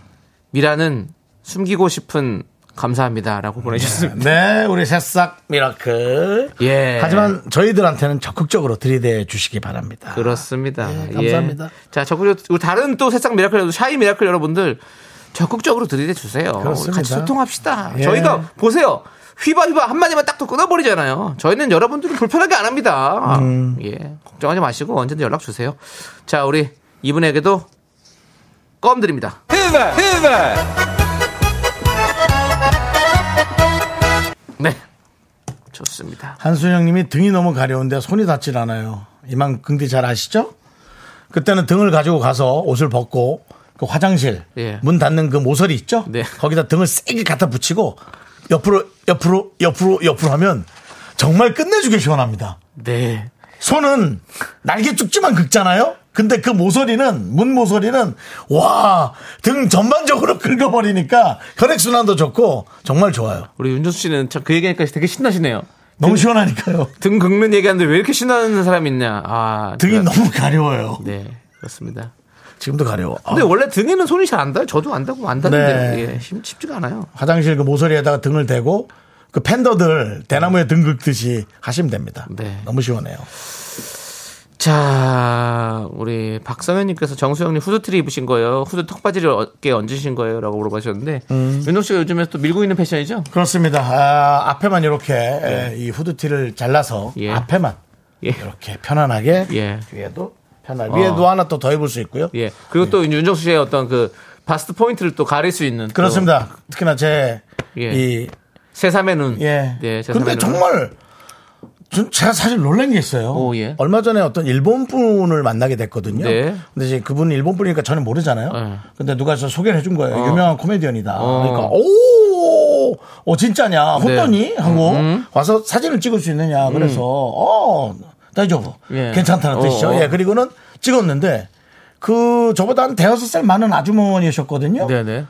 Speaker 2: 미라는 숨기고 싶은 감사합니다. 라고
Speaker 1: 음.
Speaker 2: 보내주셨습니다.
Speaker 1: 네, 우리 새싹 미라클.
Speaker 2: 예.
Speaker 1: 하지만 저희들한테는 적극적으로 들이대 주시기 바랍니다.
Speaker 2: 그렇습니다.
Speaker 1: 아, 예, 감사합니다.
Speaker 2: 예. 자, 적극적으로, 우리 다른 또 세상 미라클, 샤이 미라클 여러분들 적극적으로 들이대 주세요.
Speaker 1: 그렇습니다.
Speaker 2: 같이 소통합시다.
Speaker 1: 예.
Speaker 2: 저희가 보세요. 휘바휘바 한마디만 딱또 끊어버리잖아요. 저희는 여러분들을 불편하게 안 합니다.
Speaker 1: 음.
Speaker 2: 예. 걱정하지 마시고 언제든 연락 주세요. 자, 우리 이분에게도 껌 드립니다. 네. 좋습니다.
Speaker 1: 한순영님이 등이 너무 가려운데 손이 닿질 않아요. 이만 긍디 잘 아시죠? 그때는 등을 가지고 가서 옷을 벗고 그 화장실
Speaker 2: 예.
Speaker 1: 문 닫는 그 모서리 있죠?
Speaker 2: 네.
Speaker 1: 거기다 등을 세게 갖다 붙이고 옆으로 옆으로 옆으로 옆으로 하면 정말 끝내주게 시원합니다.
Speaker 2: 네.
Speaker 1: 손은 날개 쭉지만 긁잖아요. 근데 그 모서리는 문 모서리는 와 등 전반적으로 긁어버리니까 혈액 순환도 좋고 정말 좋아요.
Speaker 2: 우리 윤정수 씨는 참 그 얘기하니까 되게 신나시네요.
Speaker 1: 너무 시원하니까요.
Speaker 2: 등 긁는 얘기하는데 왜 이렇게 신나는 사람이 있냐. 아.
Speaker 1: 등이
Speaker 2: 제가-
Speaker 1: 너무 가려워요.
Speaker 2: 네. 그렇습니다.
Speaker 1: 네. 지금도 가려워. 아,
Speaker 2: 근데 원래 등에는 손이 잘 안 닿아요. 저도 안 닿고 안 닿는데.
Speaker 1: 네.
Speaker 2: 예, 힘, 쉽지가 않아요.
Speaker 1: 화장실 그 모서리에다가 등을 대고 그 팬더들 대나무에 등 긁듯이 하시면 됩니다.
Speaker 2: 네.
Speaker 1: 너무 시원해요.
Speaker 2: 자, 우리 박성현님께서 정수영님 후드티를 입으신 거예요. 후드 턱받이를 어깨에 얹으신 거예요. 라고 물어보셨는데.
Speaker 1: 음.
Speaker 2: 윤동 씨가 요즘에 또 밀고 있는 패션이죠?
Speaker 1: 그렇습니다. 아, 앞에만 이렇게 에, 이 후드티를 잘라서
Speaker 2: 예.
Speaker 1: 앞에만
Speaker 2: 예.
Speaker 1: 이렇게 편안하게
Speaker 2: 예.
Speaker 1: 뒤에도 편안 위에도 하나 또 더 입을 수 있고요.
Speaker 2: 예. 그리고 또 윤정수 씨의 어떤 그 바스트 포인트를 또 가릴 수 있는. 또
Speaker 1: 네. 그렇습니다. 특히나 제
Speaker 2: 예.
Speaker 1: 이,
Speaker 2: 새삼의 눈.
Speaker 1: 예.
Speaker 2: 예, 새삼의
Speaker 1: 근데
Speaker 2: 눈.
Speaker 1: 정말 전 제가 사실 놀란 게 있어요.
Speaker 2: 오, 예.
Speaker 1: 얼마 전에 어떤 일본 분을 만나게 됐거든요.
Speaker 2: 네.
Speaker 1: 근데 이제 그분은 일본 분이니까 저는 모르잖아요.
Speaker 2: 예.
Speaker 1: 근데 누가 저 소개를 해준 거예요. 유명한 코미디언이다.
Speaker 2: 어.
Speaker 1: 그러니까 오, 오 진짜냐?
Speaker 2: 네. 음.
Speaker 1: 혼돈이 하고 와서 사진을 찍을 수 있느냐? 그래서 어, 대조부
Speaker 2: 예.
Speaker 1: 괜찮다는 뜻이죠.
Speaker 2: 어, 어.
Speaker 1: 예. 그리고는 찍었는데 그 저보다 한 대여섯 살 많은 아주머니셨거든요.
Speaker 2: 네네.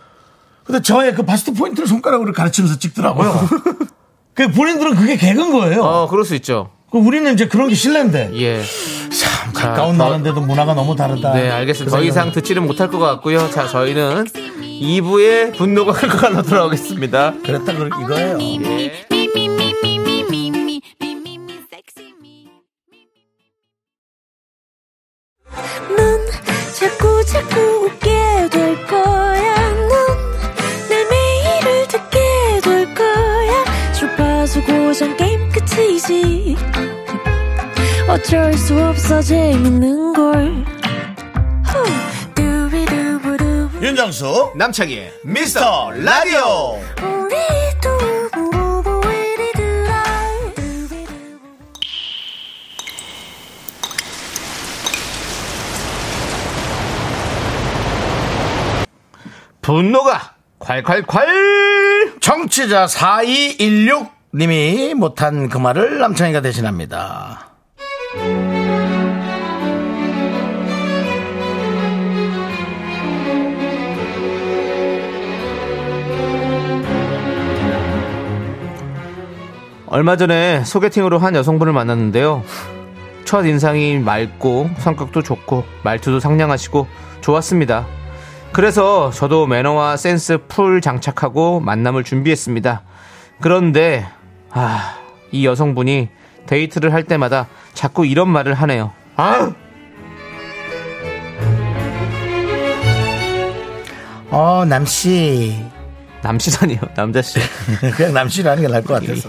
Speaker 1: 근데 저의 그 바스트 포인트를 손가락으로 가르치면서 찍더라고요. 그 본인들은 그게 개근 거예요.
Speaker 2: 어, 그럴 수 있죠.
Speaker 1: 그 우리는 이제 그런 게 실례인데.
Speaker 2: 예.
Speaker 1: 참 가까운
Speaker 2: 자, 더-
Speaker 1: 나라인데도 문화가 너무 다르다.
Speaker 2: 네, 알겠습니다. 더
Speaker 1: 그
Speaker 2: 이상 듣지는 못할 것 같고요. 자, 저희는 2부의 분노가 흘러갈로 돌아오겠습니다.
Speaker 1: 생각- 그랬다 그 이거예요.
Speaker 2: 네.
Speaker 5: 넌 자꾸 자꾸 웃게 될 거야. 넌내 매일을 듣게 될 거야. 주파수 고정 게임 끝이지. 어쩔 수 없어 재밌는 걸. 후. 두비두부두부.
Speaker 1: 윤정수
Speaker 2: 남창희의
Speaker 1: 미스터 라디오.
Speaker 5: 우리 두부부부 우리 두라. 두비두부.
Speaker 2: 분노가 콸콸콸!
Speaker 1: 정치자 4216님이 못한 그 말을 남창희가 대신합니다.
Speaker 2: 얼마 전에 소개팅으로 한 여성분을 만났는데요. 첫 인상이 맑고 성격도 좋고 말투도 상냥하시고 좋았습니다. 그래서 저도 매너와 센스 풀 장착하고 만남을 준비했습니다. 그런데 아, 이 여성분이 데이트를 할 때마다 자꾸 이런 말을 하네요. 아,
Speaker 1: 어, 남씨.
Speaker 2: 남씨라니요, 남자씨.
Speaker 1: 그냥 남씨라는 게 나을 것 같아서.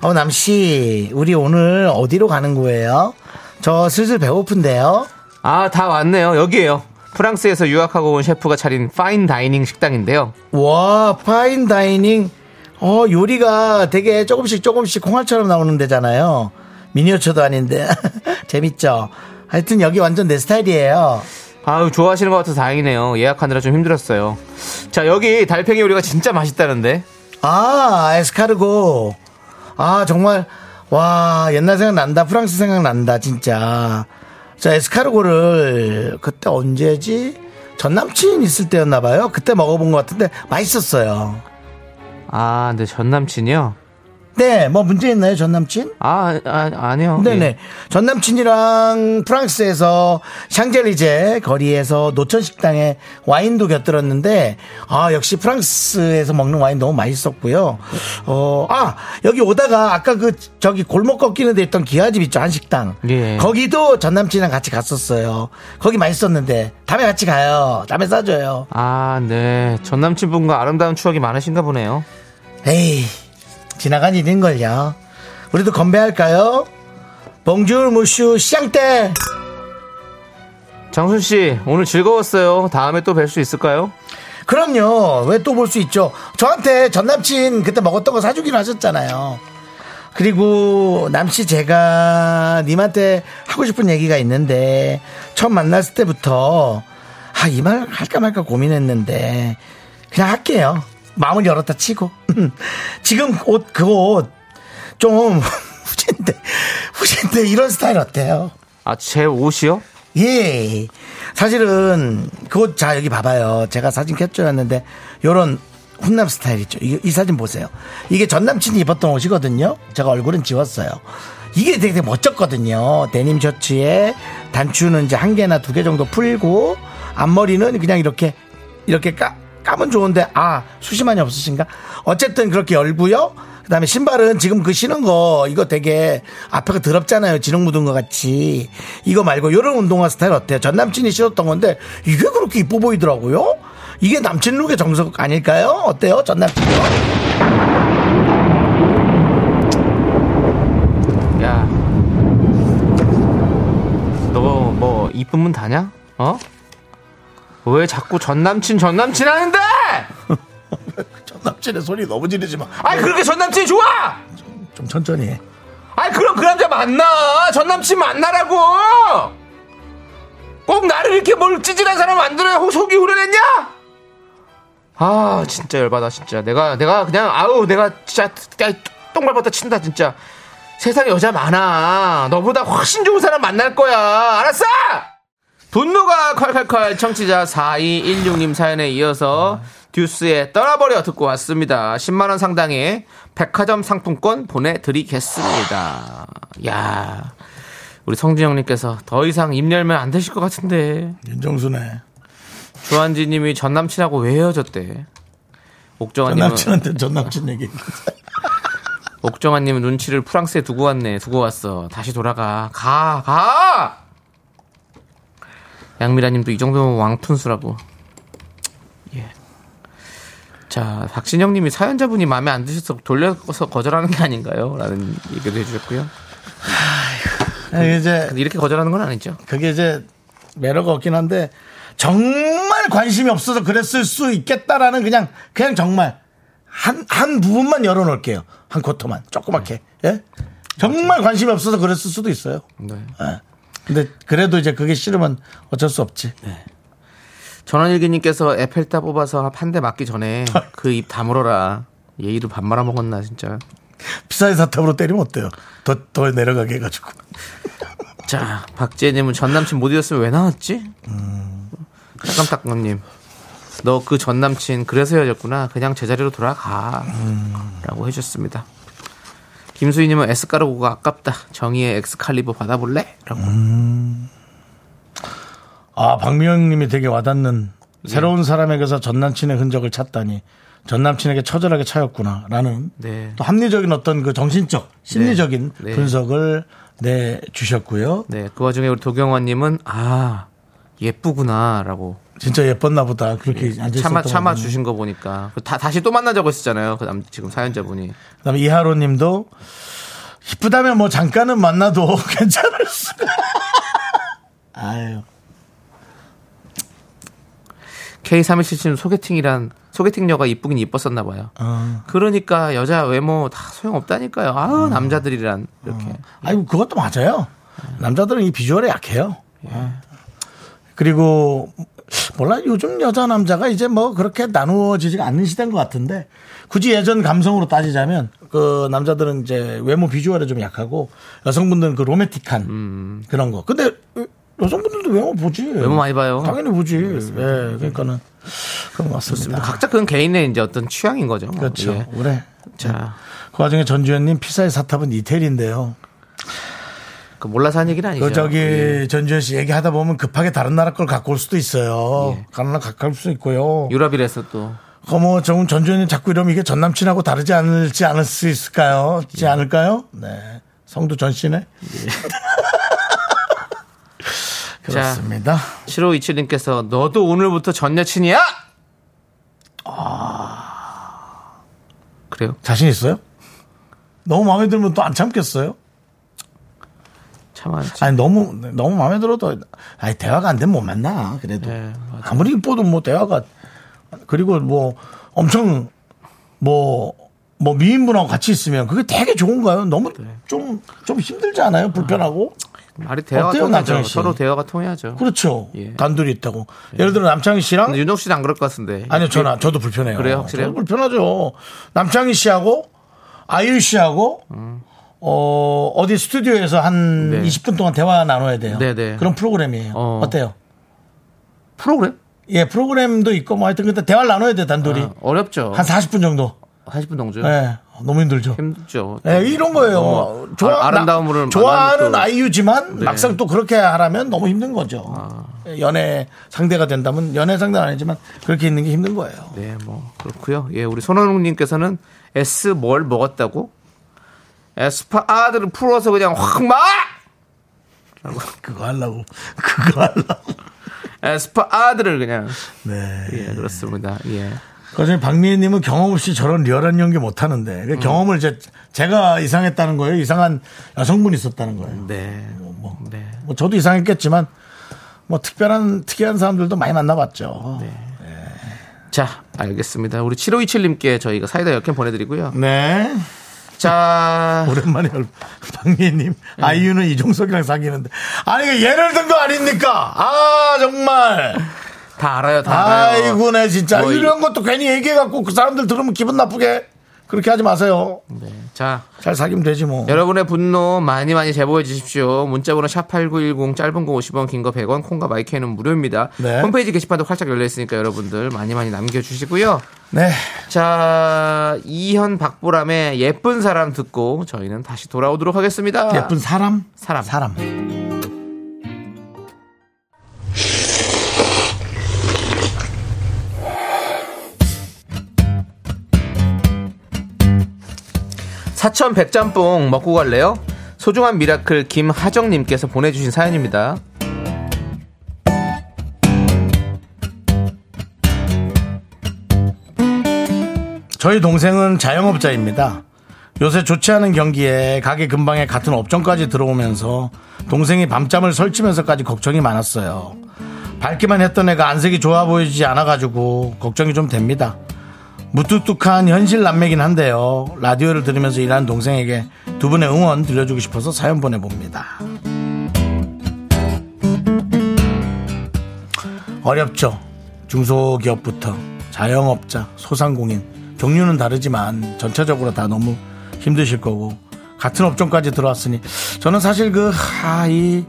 Speaker 1: 어, 남씨. 우리 오늘 어디로 가는 거예요? 저 슬슬 배고픈데요.
Speaker 2: 아, 다 왔네요. 여기에요. 프랑스에서 유학하고 온 셰프가 차린 파인 다이닝 식당인데요.
Speaker 1: 와 파인 다이닝 어 요리가 되게 조금씩 조금씩 콩알처럼 나오는 데잖아요 미니어처도 아닌데 재밌죠 하여튼 여기 완전 내 스타일이에요
Speaker 2: 아유 좋아하시는 것 같아서 다행이네요 예약하느라 좀 힘들었어요 자 여기 달팽이 요리가 진짜 맛있다는데
Speaker 1: 아 에스카르고 아 정말 와 옛날 생각난다 프랑스 생각난다 진짜 자 에스카르고를 그때 언제지 전 남친 있을 때였나 봐요 그때 먹어본 것 같은데 맛있었어요
Speaker 2: 아 근데 전 남친이요?
Speaker 1: 네 뭐 문제 있나요 전 남친
Speaker 2: 아, 아 아니요
Speaker 1: 네네.
Speaker 2: 예.
Speaker 1: 전 남친이랑 프랑스에서 샹젤리제 거리에서 노천 식당에 와인도 곁들었는데 아 역시 프랑스에서 먹는 와인 너무 맛있었고요. 어 아 여기 오다가 아까 그 저기 골목 꺾이는 데 있던 기아집 있죠 한식당.
Speaker 2: 예.
Speaker 1: 거기도 전 남친이랑 같이 갔었어요. 거기 맛있었는데 다음에 같이 가요. 다음에 싸줘요.
Speaker 2: 아, 아네전 남친분과 아름다운 추억이 많으신가 보네요
Speaker 1: 에이 지나간 일인걸요. 우리도 건배할까요? 봉줄 무슈 시장때.
Speaker 2: 장순씨 오늘 즐거웠어요 다음에 또 뵐 수 있을까요?
Speaker 1: 그럼요. 왜 또 볼 수 있죠? 저한테 전 남친 그때 먹었던 거 사주기로 하셨잖아요. 그리고 남씨 제가 님한테 하고 싶은 얘기가 있는데 처음 만났을 때부터 아 이 말 할까 말까 고민했는데 그냥 할게요. 마음을 열었다 치고 지금 옷 그옷좀 후진데 후진데 이런 스타일 어때요?
Speaker 2: 아, 제 옷이요?
Speaker 1: 예. 사실은 그옷 자 여기 봐봐요. 제가 사진 캡처했는데 요런 훈남 스타일 있죠. 이, 이 사진 보세요. 이게 전 남친이 입었던 옷이거든요. 제가 얼굴은 지웠어요. 이게 되게, 되게 멋졌거든요. 데님 셔츠에 단추는 이제 한 개나 두 개 정도 풀고 앞머리는 그냥 이렇게 이렇게 까, 까면 좋은데 아 수시만이 없으신가? 어쨌든 그렇게 열고요. 그다음에 신발은 지금 그 신은 거 이거 되게 앞에가 더럽잖아요. 진흙 묻은 것 같이 이거 말고 이런 운동화 스타일 어때요? 전 남친이 신었던 건데 이게 그렇게 이뻐 보이더라고요. 이게 남친 룩의 정석 아닐까요? 어때요, 전 남친?
Speaker 2: 야. 너 뭐 이쁘면 다냐? 어? 왜 자꾸 전 남친 전 남친 하는데?
Speaker 1: 전 남친의 소리 너무 지르지 마.
Speaker 2: 아니 그렇게 전 남친 좋아?
Speaker 1: 좀 천천히. 해.
Speaker 2: 아니 그럼 그 남자 만나 전 남친 만나라고. 꼭 나를 이렇게 뭘 찌질한 사람 만들어야 혹 속이 우려냈냐? 아 진짜 열받아 진짜 내가 내가 그냥 아우 내가 진짜 그냥 똥 밟았다 친다 진짜 세상에 여자 많아 너보다 훨씬 좋은 사람 만날 거야 알았어 분노가 콸콸콸 청취자 4216님 사연에 이어서 듀스의 떠나버려 듣고 왔습니다 10만원 상당의 백화점 상품권 보내드리겠습니다 야 우리 성진영님께서 더 이상 입 열면 안 되실 것 같은데
Speaker 1: 윤정수네.
Speaker 2: 조한지님이 전 남친하고 왜 헤어졌대?
Speaker 1: 전
Speaker 2: 옥정아님은
Speaker 1: 남친한테 전 남친 얘기.
Speaker 2: 옥정아님은 눈치를 프랑스에 두고 왔네. 두고 왔어. 다시 돌아가. 가 가. 양미라님도 이 정도면 왕푼수라고. 예. 자 박신영님이 사연자분이 마음에 안 드셔서 돌려서 거절하는 게 아닌가요? 라는 얘기도 해주셨고요.
Speaker 1: 아니, 이제
Speaker 2: 근데 이렇게 거절하는 건 아니죠.
Speaker 1: 그게 이제 매력 없긴 한데 정말 관심이 없어서 그랬을 수 있겠다라는 그냥 그냥 정말 한 한 부분만 열어놓을게요 한 쿼터만 조그맣게 예 정말 관심이 없어서 그랬을 수도 있어요
Speaker 2: 네.
Speaker 1: 예. 근데 그래도 이제 그게 싫으면 어쩔 수 없지 네.
Speaker 2: 전원일기님께서 에펠탑 뽑아서 한 대 맞기 전에 그 입 다물어라. 예의로 밥 말아 먹었나 진짜.
Speaker 1: 피사의 사탑으로 때리면 어때요 더 더 내려가게 해가지고
Speaker 2: 자, 박지혜님은 전 남친 못 이었으면 왜 나왔지? 따끔따끔님, 너 그 전 남친 그래서 헤어졌구나. 그냥 제자리로 돌아가라고 해줬습니다. 김수희님은 에스카르고가 아깝다. 정의의 엑스칼리버 받아볼래?라고.
Speaker 1: 아 박미영님이 되게 와닿는
Speaker 2: 예.
Speaker 1: 새로운 사람에게서 전 남친의 흔적을 찾다니 전 남친에게 처절하게 차였구나라는
Speaker 2: 네.
Speaker 1: 또 합리적인 어떤 그 정신적 심리적인
Speaker 2: 네. 네.
Speaker 1: 분석을 내 주셨고요.
Speaker 2: 네, 그 와중에 우리 도경화님은 아 예쁘구나라고
Speaker 1: 진짜 예뻤나 보다 그렇게 앉아
Speaker 2: 네. 참아
Speaker 1: 있었던
Speaker 2: 참아
Speaker 1: 거는.
Speaker 2: 주신 거 보니까 그 다 다시 또 만나자고 했었잖아요. 그다음 지금 사연자분이
Speaker 1: 그다음에 이하로님도 이쁘다면 뭐 잠깐은 만나도 괜찮을 수. 아유
Speaker 2: K3177님 소개팅이란 소개팅녀가 이쁘긴 이뻤었나 봐요.
Speaker 1: 어.
Speaker 2: 그러니까 여자 외모 다 소용없다니까요. 아우
Speaker 1: 음.
Speaker 2: 남자들이란 이렇게.
Speaker 1: 아이고 그것도 맞아요. 남자들은 이 비주얼에 약해요. 아. 그리고 몰라 요즘 여자 남자가 이제 뭐 그렇게 나누어지지가 않는 시대인 것 같은데 굳이 예전 감성으로 따지자면 그 남자들은 이제 외모 비주얼에 좀 약하고 여성분들은 그 로맨틱한 그런 거. 근데 여성분들도 외모 보지.
Speaker 2: 음. 외모 많이 봐요. 음,
Speaker 1: 당연히 보지. 예, 그러니까는 그런 것 같습니다.
Speaker 2: 각자 그건 개인의 이제 어떤 취향인 거죠. 뭐.
Speaker 1: 그렇죠.
Speaker 2: 예.
Speaker 1: 그래.
Speaker 2: 자,
Speaker 1: 그 와중에 전주현님 피사의 사탑은 이태리인데요.
Speaker 2: 그 몰라서 한 얘기는 아니죠.
Speaker 1: 그 저기
Speaker 2: 예.
Speaker 1: 전주현 씨 얘기하다 보면 급하게 다른 나라 걸 갖고 올 수도 있어요.
Speaker 2: 예.
Speaker 1: 다른 나라 갖고 올 수 있고요.
Speaker 2: 유럽이라서 또
Speaker 1: 그뭐 정은 전주현님 자꾸 이러면 이게 전 남친하고 다르지 않을지 않을 수 있을까요?
Speaker 2: 예.
Speaker 1: 있지 않을까요? 네. 성도 전 씨네. 그렇습니다.
Speaker 2: 7527님께서 너도 오늘부터 전 여친이야. 아. 그래요.
Speaker 1: 자. 신 있어요? 너무 마음에 들면 또 안 참겠어요?
Speaker 2: 참아
Speaker 1: 아니 너무 너무 마음에 들어도 아니 대화가 안 되면 못 만나. 그래도
Speaker 2: 네, 맞아요.
Speaker 1: 아무리 이뻐도 뭐 대화가 그리고 뭐 엄청 뭐 뭐 미인분하고 같이 있으면 그게 되게 좋은가요? 너무
Speaker 2: 네.
Speaker 1: 좀 좀 힘들지 않아요? 불편하고?
Speaker 2: 말이 대화가
Speaker 1: 어때요, 남창희
Speaker 2: 통하죠.
Speaker 1: 씨?
Speaker 2: 서로 대화가 통해야죠.
Speaker 1: 그렇죠.
Speaker 2: 예.
Speaker 1: 단둘이 있다고. 예. 를 들어 남창희 씨랑
Speaker 2: 근데 윤정 씨는 안 그럴 것 같은데.
Speaker 1: 아니요, 저는 저도 불편해요.
Speaker 2: 그래요? 확실해요?
Speaker 1: 저도 불편하죠. 남창희 씨하고 아이유 씨하고 어, 어디 스튜디오에서 한
Speaker 2: 음. 네.
Speaker 1: 20분 동안 대화 나눠야 돼요.
Speaker 2: 네네.
Speaker 1: 그런 프로그램이에요.
Speaker 2: 어.
Speaker 1: 어. 때요
Speaker 2: 프로그램?
Speaker 1: 예, 프로그램도 있고 뭐 하여튼 근데 대화를 나눠야 돼요, 단둘이.
Speaker 2: 아, 어렵죠.
Speaker 1: 한 40분 정도.
Speaker 2: 40분 동주.
Speaker 1: 예. 너무 힘들죠.
Speaker 2: 힘들죠.
Speaker 1: 예, 이런 거예요.
Speaker 2: 너무
Speaker 1: 좋아,
Speaker 2: 아- 아름다움을
Speaker 1: 나- 좋아하는
Speaker 2: 만나면 또- 네.
Speaker 1: 아이유지만 막상 또 그렇게 하라면 너무 힘든 거죠.
Speaker 2: 아.
Speaker 1: 예, 연애 상대가 된다면 연애 상대는 아니지만 그렇게 있는 게 힘든 거예요.
Speaker 2: 네, 뭐 그렇고요. 예, 우리 손원웅님께서는 S 뭘 먹었다고? 에스파 아들을 풀어서 그냥 확 막!
Speaker 1: 그거 하려고. 그거 하려고.
Speaker 2: 에스파 아들을 그냥
Speaker 1: 네.
Speaker 2: 예 그렇습니다. 예,
Speaker 1: 그중에 박미애님은 경험 없이 저런 리얼한 연기 못 하는데
Speaker 2: 음.
Speaker 1: 그 경험을 이제 제가 이상했다는 거예요. 이상한 여성분이 있었다는 거예요.
Speaker 2: 네,
Speaker 1: 뭐,
Speaker 2: 네.
Speaker 1: 뭐 저도 이상했겠지만 뭐 특별한 특이한 사람들도 많이 만나봤죠. 네.
Speaker 2: 자, 알겠습니다. 우리 7527님께 저희가 사이다 열 캔 보내드리고요. 자,
Speaker 1: 네. 오랜만에 열- 박미애님
Speaker 2: 네.
Speaker 1: 아이유는 이종석이랑 사귀는데 아니 그 예를 든 거 아닙니까? 아 정말
Speaker 2: 다 알아요, 다 알아요.
Speaker 1: 아이고 내 진짜
Speaker 2: 뭐 이-
Speaker 1: 이런 것도 괜히 얘기해갖고 그 사람들 들으면 기분 나쁘게 그렇게 하지 마세요.
Speaker 2: 네, 자,
Speaker 1: 잘 사귀면 되지 뭐.
Speaker 2: 어. 여러분의 분노 많이 많이 제보해 주십시오. 문자번호 샵8910 짧은 거 50원 긴 거 100원 콩과 마이크는 무료입니다.
Speaker 1: 네.
Speaker 2: 홈페이지 게시판도 활짝 열려 있으니까 여러분들 많이 많이 남겨주시고요.
Speaker 1: 네.
Speaker 2: 자 이현 박보람의 예쁜 사람 듣고 저희는 다시 돌아오도록 하겠습니다.
Speaker 1: 예쁜 사람?
Speaker 2: 사람.
Speaker 1: 사람.
Speaker 2: 사천 백짬뽕 먹고 갈래요? 소중한 미라클 김하정님께서 보내주신 사연입니다.
Speaker 1: 저희 동생은 자영업자입니다. 요새 좋지 않은 경기에 가게 근방에 같은 업종까지 들어오면서 동생이 밤잠을 설치면서까지 걱정이 많았어요. 밝기만 했던 애가 안색이 좋아 보이지 않아가지고 걱정이 좀 됩니다. 무뚝뚝한 현실 남매긴 한데요. 라디오를 들으면서 일하는 동생에게 두 분의 응원 들려주고 싶어서 사연 보내봅니다. 어렵죠. 중소기업부터 자영업자, 소상공인 종류는 다르지만 전체적으로 다 너무 힘드실 거고 같은 업종까지 들어왔으니 저는 사실 그, 아, 그하이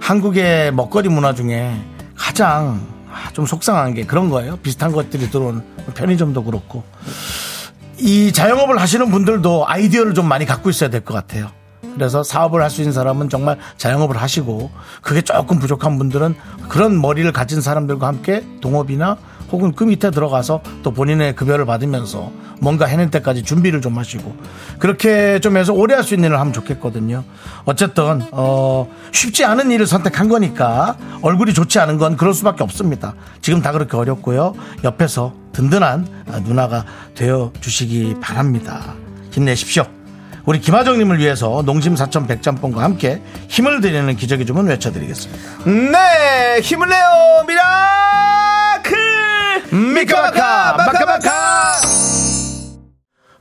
Speaker 1: 한국의 먹거리 문화 중에 가장 아, 좀 속상한 게 그런 거예요. 비슷한 것들이 들어오는 편의점도 그렇고 이 자영업을 하시는 분들도 아이디어를 좀 많이 갖고 있어야 될 것 같아요. 그래서 사업을 할 수 있는 사람은 정말 자영업을 하시고 그게 조금 부족한 분들은 그런 머리를 가진 사람들과 함께 동업이나 혹은 그 밑에 들어가서 또 본인의 급여를 받으면서 뭔가 해낼 때까지 준비를 좀 하시고 그렇게 좀 해서 오래 할 수 있는 일을 하면 좋겠거든요. 어쨌든 어 쉽지 않은 일을 선택한 거니까 얼굴이 좋지 않은 건 그럴 수밖에 없습니다. 지금 다 그렇게 어렵고요. 옆에서 든든한 아, 누나가 되어 주시기 바랍니다. 힘내십시오. 우리 김하정님을 위해서 농심 4,100짬뽕과 함께 힘을 드리는 기적의 주문 외쳐드리겠습니다.
Speaker 2: 네, 힘을 내요 미라클.
Speaker 1: 미카마카! 마카마카!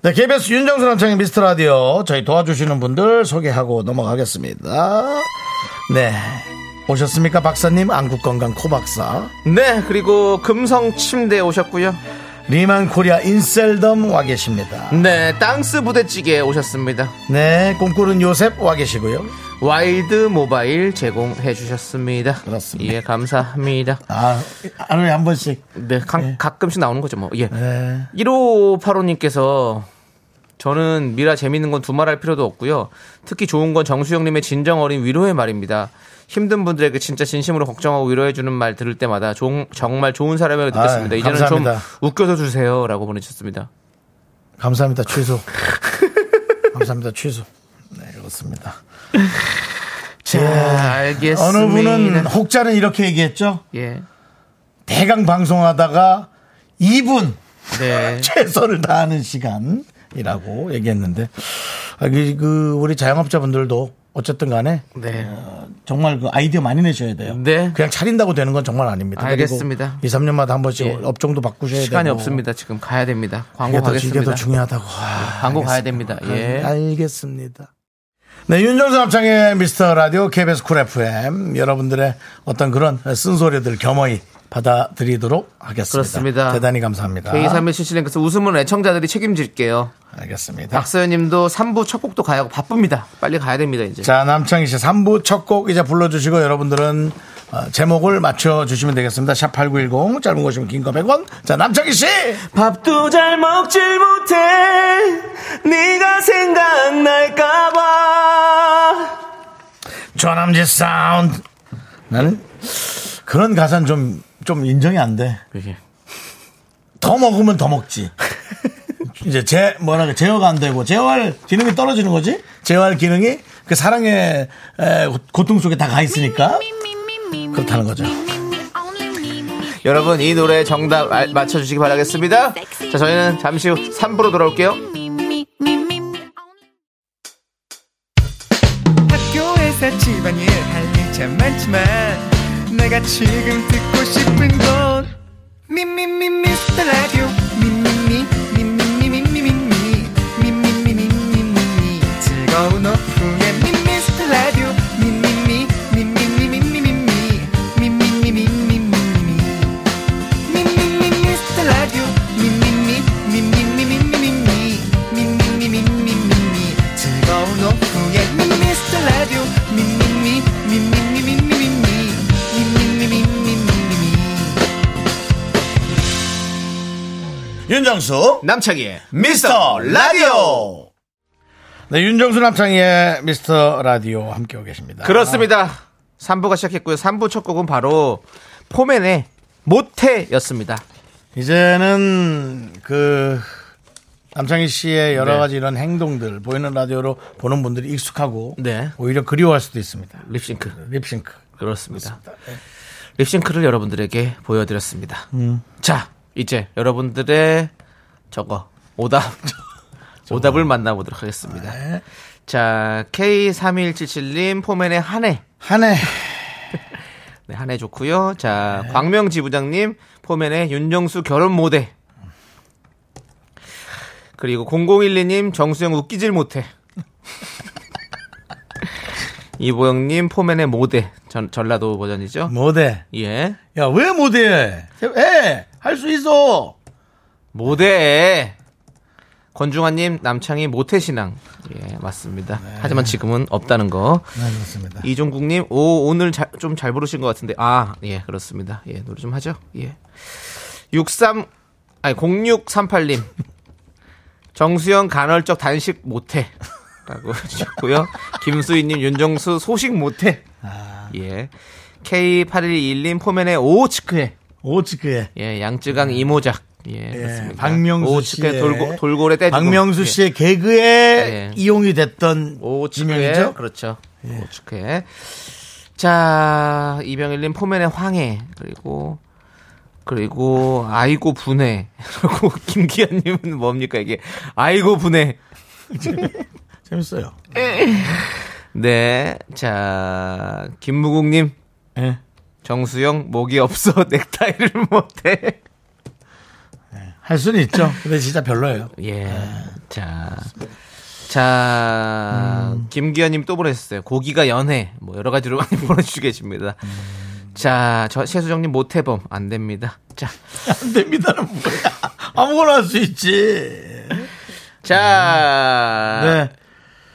Speaker 1: 네, KBS 윤정수 남창의 미스터 라디오 저희 도와주시는 분들 소개하고 넘어가겠습니다. 네. 오셨습니까? 박사님, 안국건강 코박사.
Speaker 2: 네, 그리고 금성 침대 오셨고요.
Speaker 1: 리만 코리아 인셀덤 와 계십니다.
Speaker 2: 네, 땅스 부대찌개 오셨습니다.
Speaker 1: 네, 꿈꾸는 요셉 와 계시고요.
Speaker 2: 와일드 모바일 제공해 주셨습니다.
Speaker 1: 그렇습니다.
Speaker 2: 예, 감사합니다.
Speaker 1: 아, 하루에 한 번씩.
Speaker 2: 네, 가, 끔씩 나오는 거죠, 뭐. 예.
Speaker 1: 네.
Speaker 2: 1585님께서 저는 미라 재밌는 건 두말할 필요도 없고요. 특히 좋은 건 정수영님의 진정 어린 위로의 말입니다. 힘든 분들에게 진짜 진심으로 걱정하고 위로해주는 말 들을 때마다 종- 정말 좋은 사람이라고
Speaker 1: 아유,
Speaker 2: 느꼈습니다. 이제는
Speaker 1: 감사합니다.
Speaker 2: 좀 웃겨서 주세요. 라고 보내주셨습니다.
Speaker 1: 감사합니다. 취소. 감사합니다. 취소. 네, 그렇습니다.
Speaker 2: 자, 네, 알겠습니다.
Speaker 1: 어느 분은 혹자는 이렇게 얘기했죠.
Speaker 2: 예.
Speaker 1: 대강 방송하다가 2분
Speaker 2: 네.
Speaker 1: 최선을 다하는 시간이라고 얘기했는데 아, 그, 그 우리 자영업자분들도 어쨌든 간에
Speaker 2: 네.
Speaker 1: 정말 그 아이디어 많이 내셔야 돼요.
Speaker 2: 네.
Speaker 1: 그냥 차린다고 되는 건 정말 아닙니다.
Speaker 2: 알겠습니다.
Speaker 1: 그리고 2, 3년마다 한 번씩
Speaker 2: 예.
Speaker 1: 업종도 바꾸셔야
Speaker 2: 시간이
Speaker 1: 되고.
Speaker 2: 없습니다. 지금 가야 됩니다. 광고
Speaker 1: 이게 더, 이게 더
Speaker 2: 가겠습니다. 예,
Speaker 1: 중요하다고. 아,
Speaker 2: 광고 가야 됩니다. 예.
Speaker 1: 알겠습니다. 네, 윤정수 합창의 미스터 라디오 KBS 쿨 FM 여러분들의 어떤 그런 쓴소리들 겸허히 받아들이도록 하겠습니다.
Speaker 2: 그렇습니다.
Speaker 1: 대단히 감사합니다.
Speaker 2: K3177님께서 웃음은 애청자들이 책임질게요. 네.
Speaker 1: 알겠습니다.
Speaker 2: 박서연님도 3부 첫 곡도 가야 하고 바쁩니다. 빨리 가야 됩니다 이제.
Speaker 1: 자, 남창희 씨 3부 첫 곡 이제 불러주시고 여러분들은 어, 제목을 맞춰주시면 되겠습니다. 샵8910 짧은 곳이면 긴거 100원. 자, 남창희 씨!
Speaker 2: 밥도 잘 먹질 못해 네가 생각날까봐
Speaker 1: 조남지 사운드. 나는 그런 가사는 좀, 좀 인정이 안 돼. 더 먹으면 더 먹지. 이제 제 뭐라 그 제어가 안 되고 제어할 기능이 떨어지는 거지. 제어할 기능이 그 사랑의 에, 고- 고통 속에 다 가 있으니까 그렇다는 거죠.
Speaker 2: 여러분 이 노래 정답 알- 맞춰주시기 바라겠습니다 자 저희는 잠시 후 3부로 돌아올게요
Speaker 6: 학교에서 집안일 할 일 참 많지만 내가 지금 듣고 싶은 건 미미미 미스터 라디오 미미미 미미미 미미미 미미미 미미미 즐거운 오후에 미스터 라디오 미미미 미미미 미미미 미미미 미미미 미미미 미스터 라디오 미미미 미미미 미미미 미미미 미미미 즐거운 오후에 미스터 라디오 미미미 미미미 미미미 미미미 미미미
Speaker 1: 윤정수
Speaker 2: 남창희의
Speaker 1: 미스터 라디오. 네, 윤정수 남창희의 미스터 라디오 함께하고 계십니다.
Speaker 2: 아. 그렇습니다 3부가 시작했고요 3부 첫 곡은 바로 포맨의 모태였습니다
Speaker 1: 이제는 그 남창희 씨의
Speaker 2: 네.
Speaker 1: 여러 가지 이런 행동들 보이는 라디오로 보는 분들이 익숙하고
Speaker 2: 네.
Speaker 1: 오히려 그리워할 수도 있습니다.
Speaker 2: 립싱크
Speaker 1: 립싱크.
Speaker 2: 그렇습니다. 립싱크를 여러분들에게 보여드렸습니다. 자, 이제 여러분들의 저거 오답 오답을 만나보도록 하겠습니다. 자, K3177님 포맨의 한해
Speaker 1: 한해
Speaker 2: 네, 한해 좋고요. 자, 광명지 부장님 포맨의 윤정수 결혼 모대 그리고 0012님 정수영 웃기질 못해 이보영님 포맨의 모대 전, 전라도 버전이죠.
Speaker 1: 모대.
Speaker 2: 예.
Speaker 1: 야 왜 못해? 해! 할 수 있어.
Speaker 2: 모대. 권중환님 남창이 모태신앙. 예, 맞습니다. 하지만 지금은 없다는 거.
Speaker 1: 네 그렇습니다.
Speaker 2: 이종국님, 오, 오늘 좀 잘 부르신 것 같은데. 아, 예, 그렇습니다. 예, 노래 좀 하죠. 예. 63, 아니, 0638님. 정수영 간헐적 단식 못해. 라고 해주셨고요. 김수희님, 윤정수 소식 못해.
Speaker 1: 아.
Speaker 2: 예. K8121님, 포맨의 오호치크해.
Speaker 1: 오츠크의
Speaker 2: 예, 양쯔강 이모작. 예,
Speaker 1: 예,
Speaker 2: 그렇습니다.
Speaker 1: 박명수
Speaker 2: 오츠케
Speaker 1: 씨의
Speaker 2: 돌고, 돌고래 떼주고.
Speaker 1: 박명수 씨의 개그에
Speaker 2: 예.
Speaker 1: 이용이 됐던
Speaker 2: 오츠케
Speaker 1: 지명이죠? 예.
Speaker 2: 그렇죠. 오츠케. 자, 이병일님 포면의 황해 그리고 그리고 아이고 분해. 그리고 김기현님은 뭡니까 이게 아이고 분해.
Speaker 1: 재밌어요.
Speaker 2: 네, 자 김무국님
Speaker 1: 예.
Speaker 2: 정수영 목이 없어 넥타이를 못해.
Speaker 1: 할 수는 있죠. 근데 진짜 별로예요.
Speaker 2: 예. 자. 자, 김기현님 또 보내셨어요. 고기가 연해. 뭐 여러 가지로 많이 보내주시고 계십니다. 자, 저 최수정님 모태범 안 됩니다. 자,
Speaker 1: 안 됩니다는 뭐야? 아무거나 할 수 있지.
Speaker 2: 자,
Speaker 1: 네.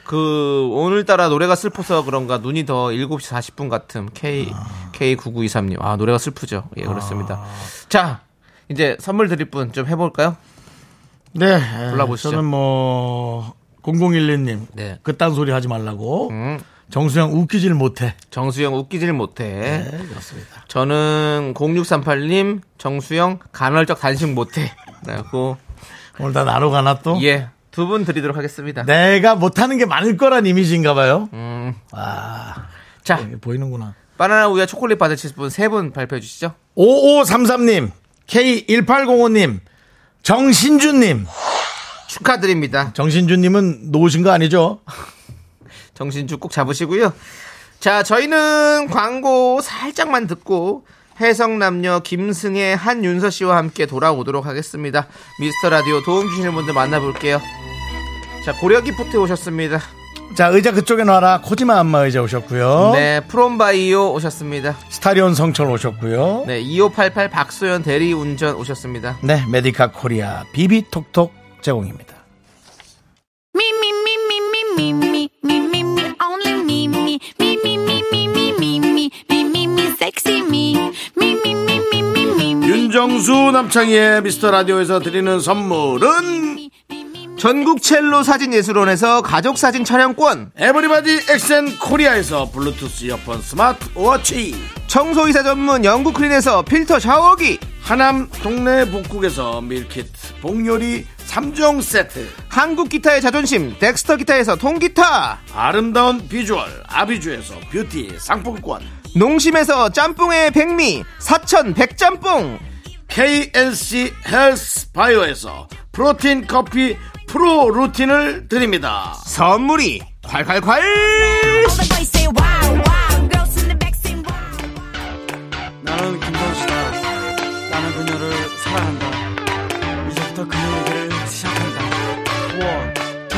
Speaker 2: 그 오늘따라 노래가 슬퍼서 그런가 눈이 더 7시 40분 같음 K K 9923님. 아 노래가 슬프죠. 예 그렇습니다. 자, 이제 선물 드릴 분 좀 해볼까요?
Speaker 1: 네.
Speaker 2: 골라보시죠.
Speaker 1: 저는 뭐 0011님
Speaker 2: 네.
Speaker 1: 그딴 소리 하지 말라고.
Speaker 2: 음.
Speaker 1: 정수영 웃기질 못해.
Speaker 2: 정수영 웃기질 못해.
Speaker 1: 그렇습니다.
Speaker 2: 저는 0638님 정수영 간헐적 단식 못해라고
Speaker 1: 오늘 다 나로 가나 또?
Speaker 2: 예 두 분 드리도록 하겠습니다.
Speaker 1: 네. 내가 못하는 게 많을 거란 이미지인가 봐요. 아,
Speaker 2: 자
Speaker 1: 이게 보이는구나.
Speaker 2: 바나나 우유와 초콜릿 받으실 분 세 분 발표해 주시죠.
Speaker 1: 5533님, K1805님, 정신준님.
Speaker 2: 축하드립니다.
Speaker 1: 정신준님은 놓으신 거 아니죠?
Speaker 2: 정신 쭉 꼭 잡으시고요. 자, 저희는 광고 살짝만 듣고 해성남녀 김승혜 한윤서 씨와 함께 돌아오도록 하겠습니다. 미스터 라디오 도움 주시는 분들 만나볼게요. 자, 고려기프트 오셨습니다.
Speaker 1: 자, 의자 그쪽에 놔라. 코지마 안마 의자 오셨고요.
Speaker 2: 네, 프롬바이오 오셨습니다.
Speaker 1: 스타리온 성철 오셨고요. 네.
Speaker 2: 네, 2588 박소연 대리운전 오셨습니다.
Speaker 1: 메디카 코리아 비비톡톡 제공입니다.
Speaker 5: Me, me, me, me, me, me, me, me, me, me, only me, me, me, me, me, me, me, me, me, me, me, me, sexy me, me, me, me, me, me, me, me,
Speaker 1: 윤정수 남창희의 미스터 라디오에서 드리는 선물은
Speaker 2: 전국 첼로 사진예술원에서 가족사진 촬영권
Speaker 1: 에브리바디 엑센 코리아에서 블루투스 이어폰 스마트 워치
Speaker 2: 청소이사 전문 영국클린에서 필터 샤워기
Speaker 1: 하남 동네 북국에서 밀키트 복요리 3종 세트
Speaker 2: 한국 기타의 자존심 덱스터 기타에서 통기타
Speaker 1: 아름다운 비주얼 아비주에서 뷰티 상품권
Speaker 2: 농심에서 짬뽕의 백미 사천 백짬뽕
Speaker 1: KNC 헬스 바이오에서 프로틴 커피 프로 루틴을 드립니다.
Speaker 2: 선물이 콸콸콸
Speaker 5: all the boys say wow, wow, girls in the back say wow.
Speaker 7: 나는 김선수다. 나는 그녀를 사랑한다. 이제부터 그녀에게를 시작한다. 원, 투,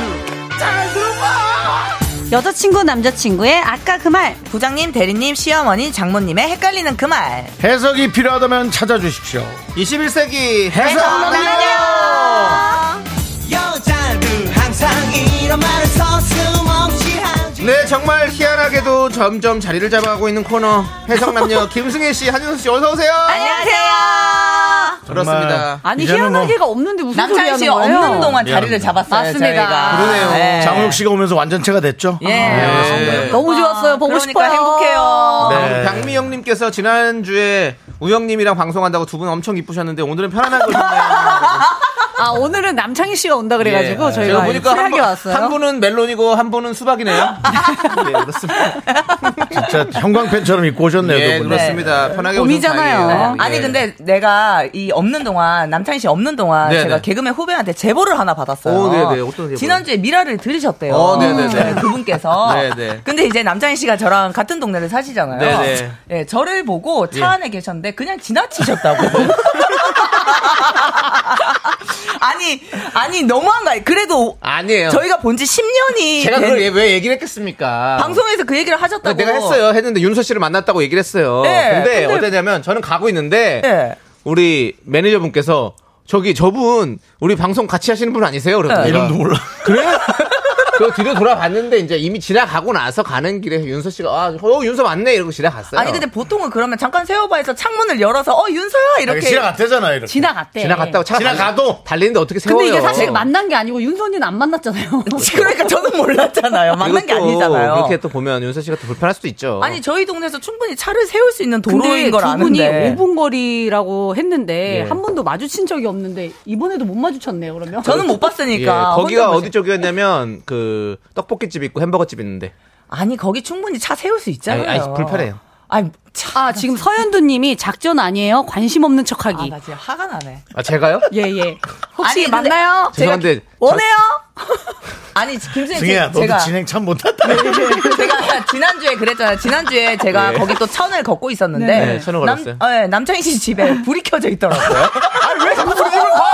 Speaker 7: 잘 들어봐!
Speaker 8: 여자친구 남자친구의 아까 그 말
Speaker 9: 부장님, 대리님, 시어머니, 장모님의 헷갈리는 그 말.
Speaker 1: 해석이 필요하다면 찾아주십시오.
Speaker 2: 21세기
Speaker 6: 여자들 항상 이런 말을 서슴없이 하지
Speaker 2: 네 정말 희한하게도 점점 자리를 잡아가고 있는 코너 해성남녀 김승혜씨 한윤수씨 어서오세요
Speaker 9: 안녕하세요.
Speaker 2: 그렇습니다
Speaker 8: 아니
Speaker 1: 이제는 뭐-
Speaker 8: 희한하게가 없는데 무슨 소리
Speaker 9: 남창희
Speaker 8: 하는
Speaker 9: 씨
Speaker 8: 거예요?
Speaker 9: 없는 동안 자리를 잡았어요.
Speaker 8: 맞습니다.
Speaker 9: 저희가.
Speaker 2: 그러네요.
Speaker 9: 네.
Speaker 1: 장욱 씨가 오면서 완전체가 됐죠? 아,
Speaker 9: 예.
Speaker 2: 네.
Speaker 8: 너무 좋았어요. 보고
Speaker 9: 그러니까
Speaker 8: 싶어요.
Speaker 9: 행복해요.
Speaker 1: 네.
Speaker 2: 아, 박미영님께서 지난주에 우영님이랑 방송한다고 두 분 엄청 이쁘셨는데 오늘은 편안한 걸 좋네요.
Speaker 8: 아 오늘은 남창희 씨가 온다 그래가지고
Speaker 2: 예.
Speaker 8: 저희가
Speaker 2: 한,
Speaker 8: 편하게
Speaker 2: 분,
Speaker 8: 왔어요.
Speaker 2: 한 분은 멜론이고 한 분은 수박이네요. 예, 그렇습니다.
Speaker 1: 진짜 형광펜처럼 입고 오셨네요.
Speaker 2: 예,
Speaker 1: 두 아, 분.
Speaker 2: 그렇습니다. 편하게 오신
Speaker 8: 봄이잖아요. 네.
Speaker 2: 사이에요. 예.
Speaker 9: 아니 근데 내가 이 없는 동안 남창희 씨 없는 동안
Speaker 2: 네네.
Speaker 9: 제가 개그맨 후배한테 제보를 하나 받았어요.
Speaker 2: 오, 네네. 어떤 제보요?
Speaker 9: 지난주에 미라를 들으셨대요.
Speaker 2: 어, 네네네.
Speaker 9: 네, 그분께서.
Speaker 2: 네네.
Speaker 9: 근데 이제 남창희 씨가 저랑 같은 동네를 사시잖아요.
Speaker 2: 네네.
Speaker 9: 예, 저를 보고 차
Speaker 2: 예.
Speaker 9: 안에 계셨는데 그냥 지나치셨다고. 아니 아니 너무한 거 아니. 그래도
Speaker 2: 아니에요.
Speaker 9: 저희가 본 지 10년이
Speaker 2: 제가 그걸 예- 왜 얘기를 했겠습니까?
Speaker 9: 방송에서 그 얘기를 하셨다고.
Speaker 2: 내가 했어요. 했는데 윤서 씨를 만났다고 얘기를 했어요.
Speaker 9: 네,
Speaker 2: 근데,
Speaker 9: 근데-
Speaker 2: 어땠냐면 저는 가고 있는데
Speaker 9: 예.
Speaker 2: 우리 매니저분께서 저기 저분 우리 방송 같이 하시는 분 아니세요? 그래서
Speaker 9: 네.
Speaker 2: 내가
Speaker 1: 이름도 몰라.
Speaker 2: 그래? 그 뒤로 돌아봤는데 이제 이미 지나가고 나서 가는 길에 윤서 씨가 아, 어 윤서 맞네 이러고 지나갔어요.
Speaker 9: 아니 근데 보통은 그러면 잠깐 세워봐에서 창문을 열어서 어
Speaker 2: 아,
Speaker 9: 윤서야 이렇게
Speaker 1: 지나갔대잖아요, 이렇게.
Speaker 8: 지나갔대.
Speaker 2: 지나갔다고 차
Speaker 1: 지나가도?
Speaker 2: 달리- 달리는데 어떻게 세워요?
Speaker 8: 근데 이게 사실 만난 게 아니고 윤선이는 안 만났잖아요.
Speaker 9: 그러니까 저는 몰랐잖아요. 만난 게
Speaker 2: 이것도
Speaker 9: 아니잖아요.
Speaker 2: 그렇게 또 보면 윤서 씨가 또 불편할 수도 있죠.
Speaker 9: 아니 저희 동네에서 충분히 차를 세울 수 있는
Speaker 8: 근데
Speaker 9: 도로인 걸
Speaker 8: 두 분이
Speaker 9: 아는데.
Speaker 8: 5분 거리라고 했는데
Speaker 2: 예.
Speaker 8: 한 번도 마주친 적이 없는데 이번에도 못 마주쳤네요. 그러면
Speaker 9: 저는 못
Speaker 2: 예,
Speaker 9: 봤으니까.
Speaker 2: 거기가
Speaker 9: 혼자
Speaker 2: 어디
Speaker 9: 보시-
Speaker 2: 쪽이었냐면 그 떡볶이 집 있고 햄버거 집 있는데
Speaker 9: 아니 거기 충분히 차 세울 수 있잖아요.
Speaker 2: 아니, 아니, 불편해요.
Speaker 9: 아니 차.
Speaker 8: 아 지금 서현두님이 작전 아니에요? 관심 없는 척하기.
Speaker 9: 아, 나 지금 화가 나네.
Speaker 2: 아 제가요?
Speaker 8: 예, 예. 혹시
Speaker 9: 아니, 근데-
Speaker 8: 만나요?
Speaker 2: 죄송한데
Speaker 9: 원해요? 아니 김승희
Speaker 1: 승혜야,
Speaker 9: 제-
Speaker 1: 너도
Speaker 9: 제가
Speaker 1: 진행 참 못한다.
Speaker 9: 제가 지난주에 그랬잖아요. 지난주에 제가
Speaker 2: 네.
Speaker 9: 거기 또 천을 걷고 있었는데
Speaker 8: 네,
Speaker 2: 네, 천을
Speaker 9: 남-
Speaker 2: 걸었어요.
Speaker 9: 어, 예, 남창희 씨 집에 불이 켜져 있더라고요.
Speaker 2: 아왜 자꾸 우리 집을 가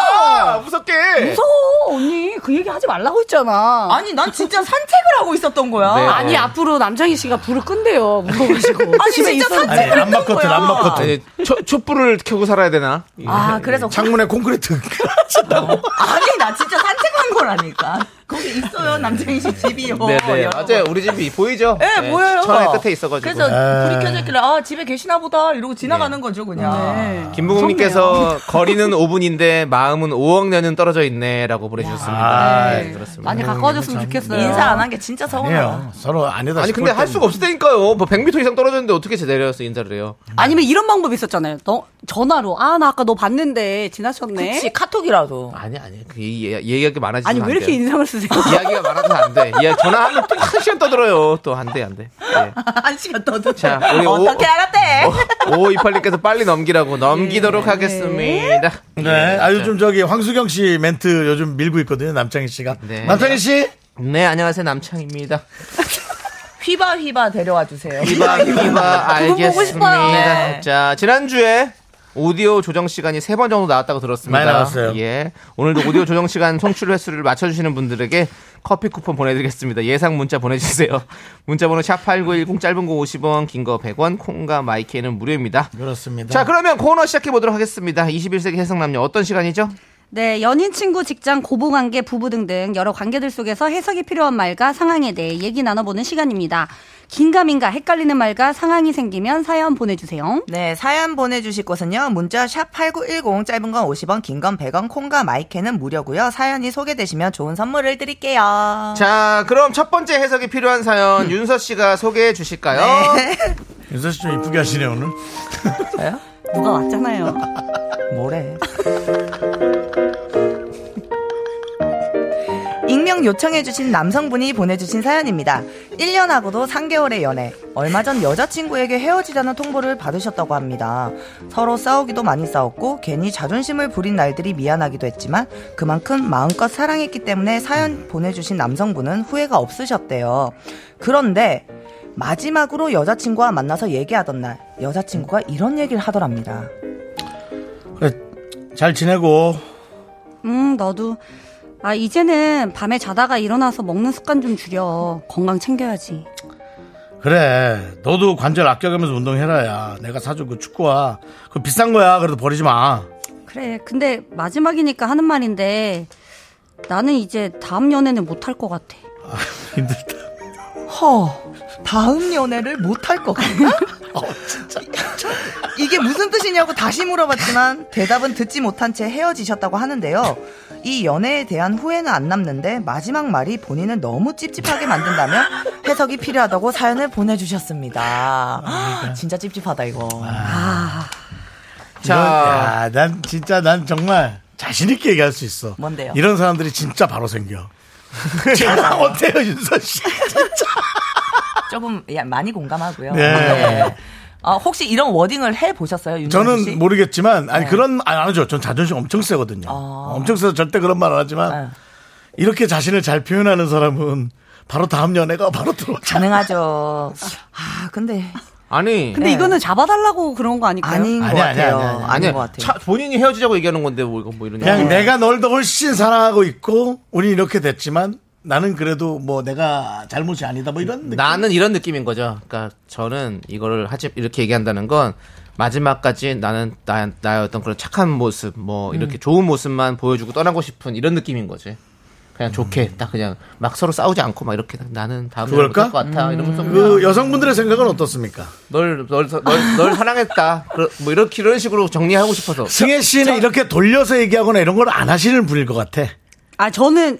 Speaker 2: 어? 무섭게
Speaker 8: 무서워 언니 그 얘기 하지 말라고 했잖아.
Speaker 9: 아니 난 진짜 산책을 하고 있었던 거야.
Speaker 2: 네.
Speaker 8: 아니 앞으로 남창희 씨가 불을 끈대요 무서워가지고.
Speaker 9: 아니
Speaker 8: 집에
Speaker 9: 진짜
Speaker 8: 있었는데.
Speaker 1: 아니,
Speaker 9: 산책을 했던
Speaker 1: 람마 커튼,
Speaker 9: 거야.
Speaker 1: 람마 커튼.
Speaker 2: 아니, 네, 초, 촛불을 켜고 살아야 되나?
Speaker 9: 아 그래서
Speaker 1: 창문에 콘크리트.
Speaker 9: 아니 나 진짜 산책한 거라니까. 거기 있어요 남창희 씨 집이요.
Speaker 2: 네네
Speaker 9: 여러분.
Speaker 2: 맞아요 우리 집이 어, 보이죠?
Speaker 9: 예, 네, 보여요.
Speaker 2: 천의 끝에 있어가지고 네.
Speaker 9: 그래서 불이 켜져 있길래 아 집에 계시나 보다 이러고 지나가는 거죠 그냥.
Speaker 2: 아. 김부국님께서 거리는 5분인데 마음은 5억 년은 떨어져 있네라고 보내주셨습니다.
Speaker 1: 아,
Speaker 2: 네, 그렇습니다.
Speaker 8: 많이 가까워졌으면 좋겠어요.
Speaker 9: 인사 안 한 게 진짜 서운하다.
Speaker 1: 아니에요. 서로 안에다
Speaker 2: 아니 근데 할 수가 없으니까요. 뭐 100m 이상 떨어졌는데 어떻게 제대로서 인사를 해요?
Speaker 8: 아니면 이런 방법이 있었잖아요. 너 전화로 아 나 아까 너 봤는데 지나쳤네.
Speaker 9: 혹시 카톡이라도.
Speaker 2: 아니 아니 그 이- 이- 얘기가 많아지지
Speaker 8: 아니 왜 이렇게 인상을 쓰세요?
Speaker 2: 이야기가 많아서 안 돼. 이야 전화하면 또 한 시간 떠들어요. 또 안 돼, 안 돼. 예.
Speaker 9: 한 시간 떠도
Speaker 2: 자, 우리 오-
Speaker 9: 어떻게 알았대?
Speaker 2: 예. 오, 528님께서 빨리 넘기라고
Speaker 9: 예, 네.
Speaker 2: 넘기도록 하겠습니다.
Speaker 1: 네. 아, 요즘 저기 황수경 씨 멘트 요즘 밀고 있거든요, 남창희 씨가.
Speaker 2: 네.
Speaker 1: 남창희 씨?
Speaker 2: 네, 안녕하세요. 남창입니다.
Speaker 9: 휘바 휘바 데려와 주세요.
Speaker 2: 휘바 휘바
Speaker 8: 보고
Speaker 2: 알겠습니다.
Speaker 9: 싶어요. 네.
Speaker 2: 자 지난주에 오디오 조정 시간이 세 번 정도 나왔다고 들었습니다.
Speaker 1: 많이 나왔어요.
Speaker 2: 예. 오늘도 오디오 조정 시간 송출 횟수를 맞춰주시는 분들에게 커피 쿠폰 보내드리겠습니다. 예상 문자 보내주세요. 문자번호 샵8910 짧은 거 50원, 긴 거 100원, 콩과 마이크는 무료입니다.
Speaker 1: 그렇습니다.
Speaker 2: 네. 자, 그러면 코너 시작해 보도록 하겠습니다. 21세기 해석남녀 어떤 시간이죠?
Speaker 8: 네, 연인, 친구, 직장, 고부관계, 부부 등등 여러 관계들 속에서 해석이 필요한 말과 상황에 대해 얘기 나눠보는 시간입니다. 긴가민가 헷갈리는 말과 상황이 생기면 사연 보내주세요.
Speaker 9: 네, 사연 보내주실 곳은요. 문자 샵 8910 짧은 건 50원, 긴 건 100원, 콩과 마이크는 무료고요. 사연이 소개되시면 좋은 선물을 드릴게요.
Speaker 2: 자, 그럼 첫 번째 해석이 필요한
Speaker 1: 음.
Speaker 2: 사연 윤서 씨가 소개해 주실까요?
Speaker 1: 네. 윤서 씨 좀 이쁘게 하시네 오늘.
Speaker 8: 누가 왔잖아요.
Speaker 9: 뭐래. 익명 요청해주신 남성분이 보내주신 사연입니다. 1년하고도 3개월의 연애. 얼마 전 여자친구에게 헤어지자는 통보를 받으셨다고 합니다. 서로 싸우기도 많이 싸웠고, 괜히 자존심을 부린 날들이 미안하기도 했지만, 그만큼 마음껏 사랑했기 때문에 사연 보내주신 남성분은 후회가 없으셨대요. 그런데, 마지막으로 여자친구와 만나서 얘기하던 날, 여자친구가 이런 얘기를 하더랍니다.
Speaker 1: 그래 잘 지내고
Speaker 8: 음, 너도. 아, 이제는 밤에 자다가 일어나서 먹는 습관 좀 줄여. 건강 챙겨야지.
Speaker 1: 그래 너도 관절 아껴가면서 운동해라야. 내가 사준 그 축구화 그 비싼 거야. 그래도 버리지 마.
Speaker 8: 그래, 근데 마지막이니까 하는 말인데 나는 이제 다음 연애는 못 할 것 같아.
Speaker 1: 아, 힘들다.
Speaker 9: 허, 다음 연애를 못할 것 같나? 이게 무슨 뜻이냐고 다시 물어봤지만 대답은 듣지 못한 채 헤어지셨다고 하는데요. 이 연애에 대한 후회는 안 남는데 마지막 말이 본인을 너무 찝찝하게 만든다며 해석이 필요하다고 사연을
Speaker 1: 아, 네.
Speaker 9: 보내주셨습니다. 진짜 찝찝하다 이거.
Speaker 1: 자,
Speaker 2: 자.
Speaker 1: 난 진짜 난 정말 자신 있게 얘기할 수 있어.
Speaker 9: 뭔데요?
Speaker 1: 이런 사람들이 진짜 바로 생겨. 제가 어때요, 윤서 씨? 진짜.
Speaker 9: 조금 야, 많이 공감하고요.
Speaker 1: 네.
Speaker 9: 아, 혹시 이런 워딩을 해 보셨어요, 윤
Speaker 1: 저는 모르겠지만
Speaker 8: 네.
Speaker 1: 아니 그런 아니, 안 하죠. 전 자존심 엄청 세거든요.
Speaker 8: 아.
Speaker 1: 엄청 세서 절대 그런 말 안
Speaker 8: 네.
Speaker 1: 하지만 이렇게 자신을 잘 표현하는 사람은 바로 다음 연애가 바로 들어오죠.
Speaker 9: 가능하죠. 아, 근데
Speaker 2: 아니,
Speaker 8: 근데 이거는 잡아달라고 그런 거 아닐까요?
Speaker 9: 네. 아닌 것
Speaker 1: 아니야, 아니야,
Speaker 9: 같아요.
Speaker 1: 아니야, 아니야.
Speaker 9: 아닌
Speaker 2: 아니
Speaker 9: 것 같아요.
Speaker 2: 차, 본인이 헤어지자고 얘기하는 건데 뭐 이거 뭐 이런
Speaker 1: 그냥
Speaker 2: 얘기.
Speaker 8: 네.
Speaker 1: 내가 널 더 훨씬 사랑하고 있고 우린 이렇게 됐지만 나는 그래도 뭐 내가 잘못이 아니다 뭐 이런 느낌.
Speaker 2: 나는 이런 느낌인 거죠. 그러니까 저는 이거를 하지 이렇게 얘기한다는 건 마지막까지 나는 나, 나의 어떤 그런 착한 모습, 뭐
Speaker 1: 음.
Speaker 2: 이렇게 좋은 모습만 보여주고 떠나고 싶은 이런 느낌인 거지. 그냥 좋게 딱 그냥 막 서로 싸우지 않고 막 이렇게 나는 다음에
Speaker 1: 음. 그럴까?
Speaker 2: 못할 것 같아 이러면서
Speaker 1: 그 여성분들의 생각은 어떻습니까?
Speaker 2: 널널널널 사랑했다. 그러- 뭐 이렇게 이런 식으로 정리하고 싶어서.
Speaker 1: 승혜 씨는 이렇게 돌려서 얘기하거나 이런 걸 안 하시는 분일 것 같아.
Speaker 8: 아, 저는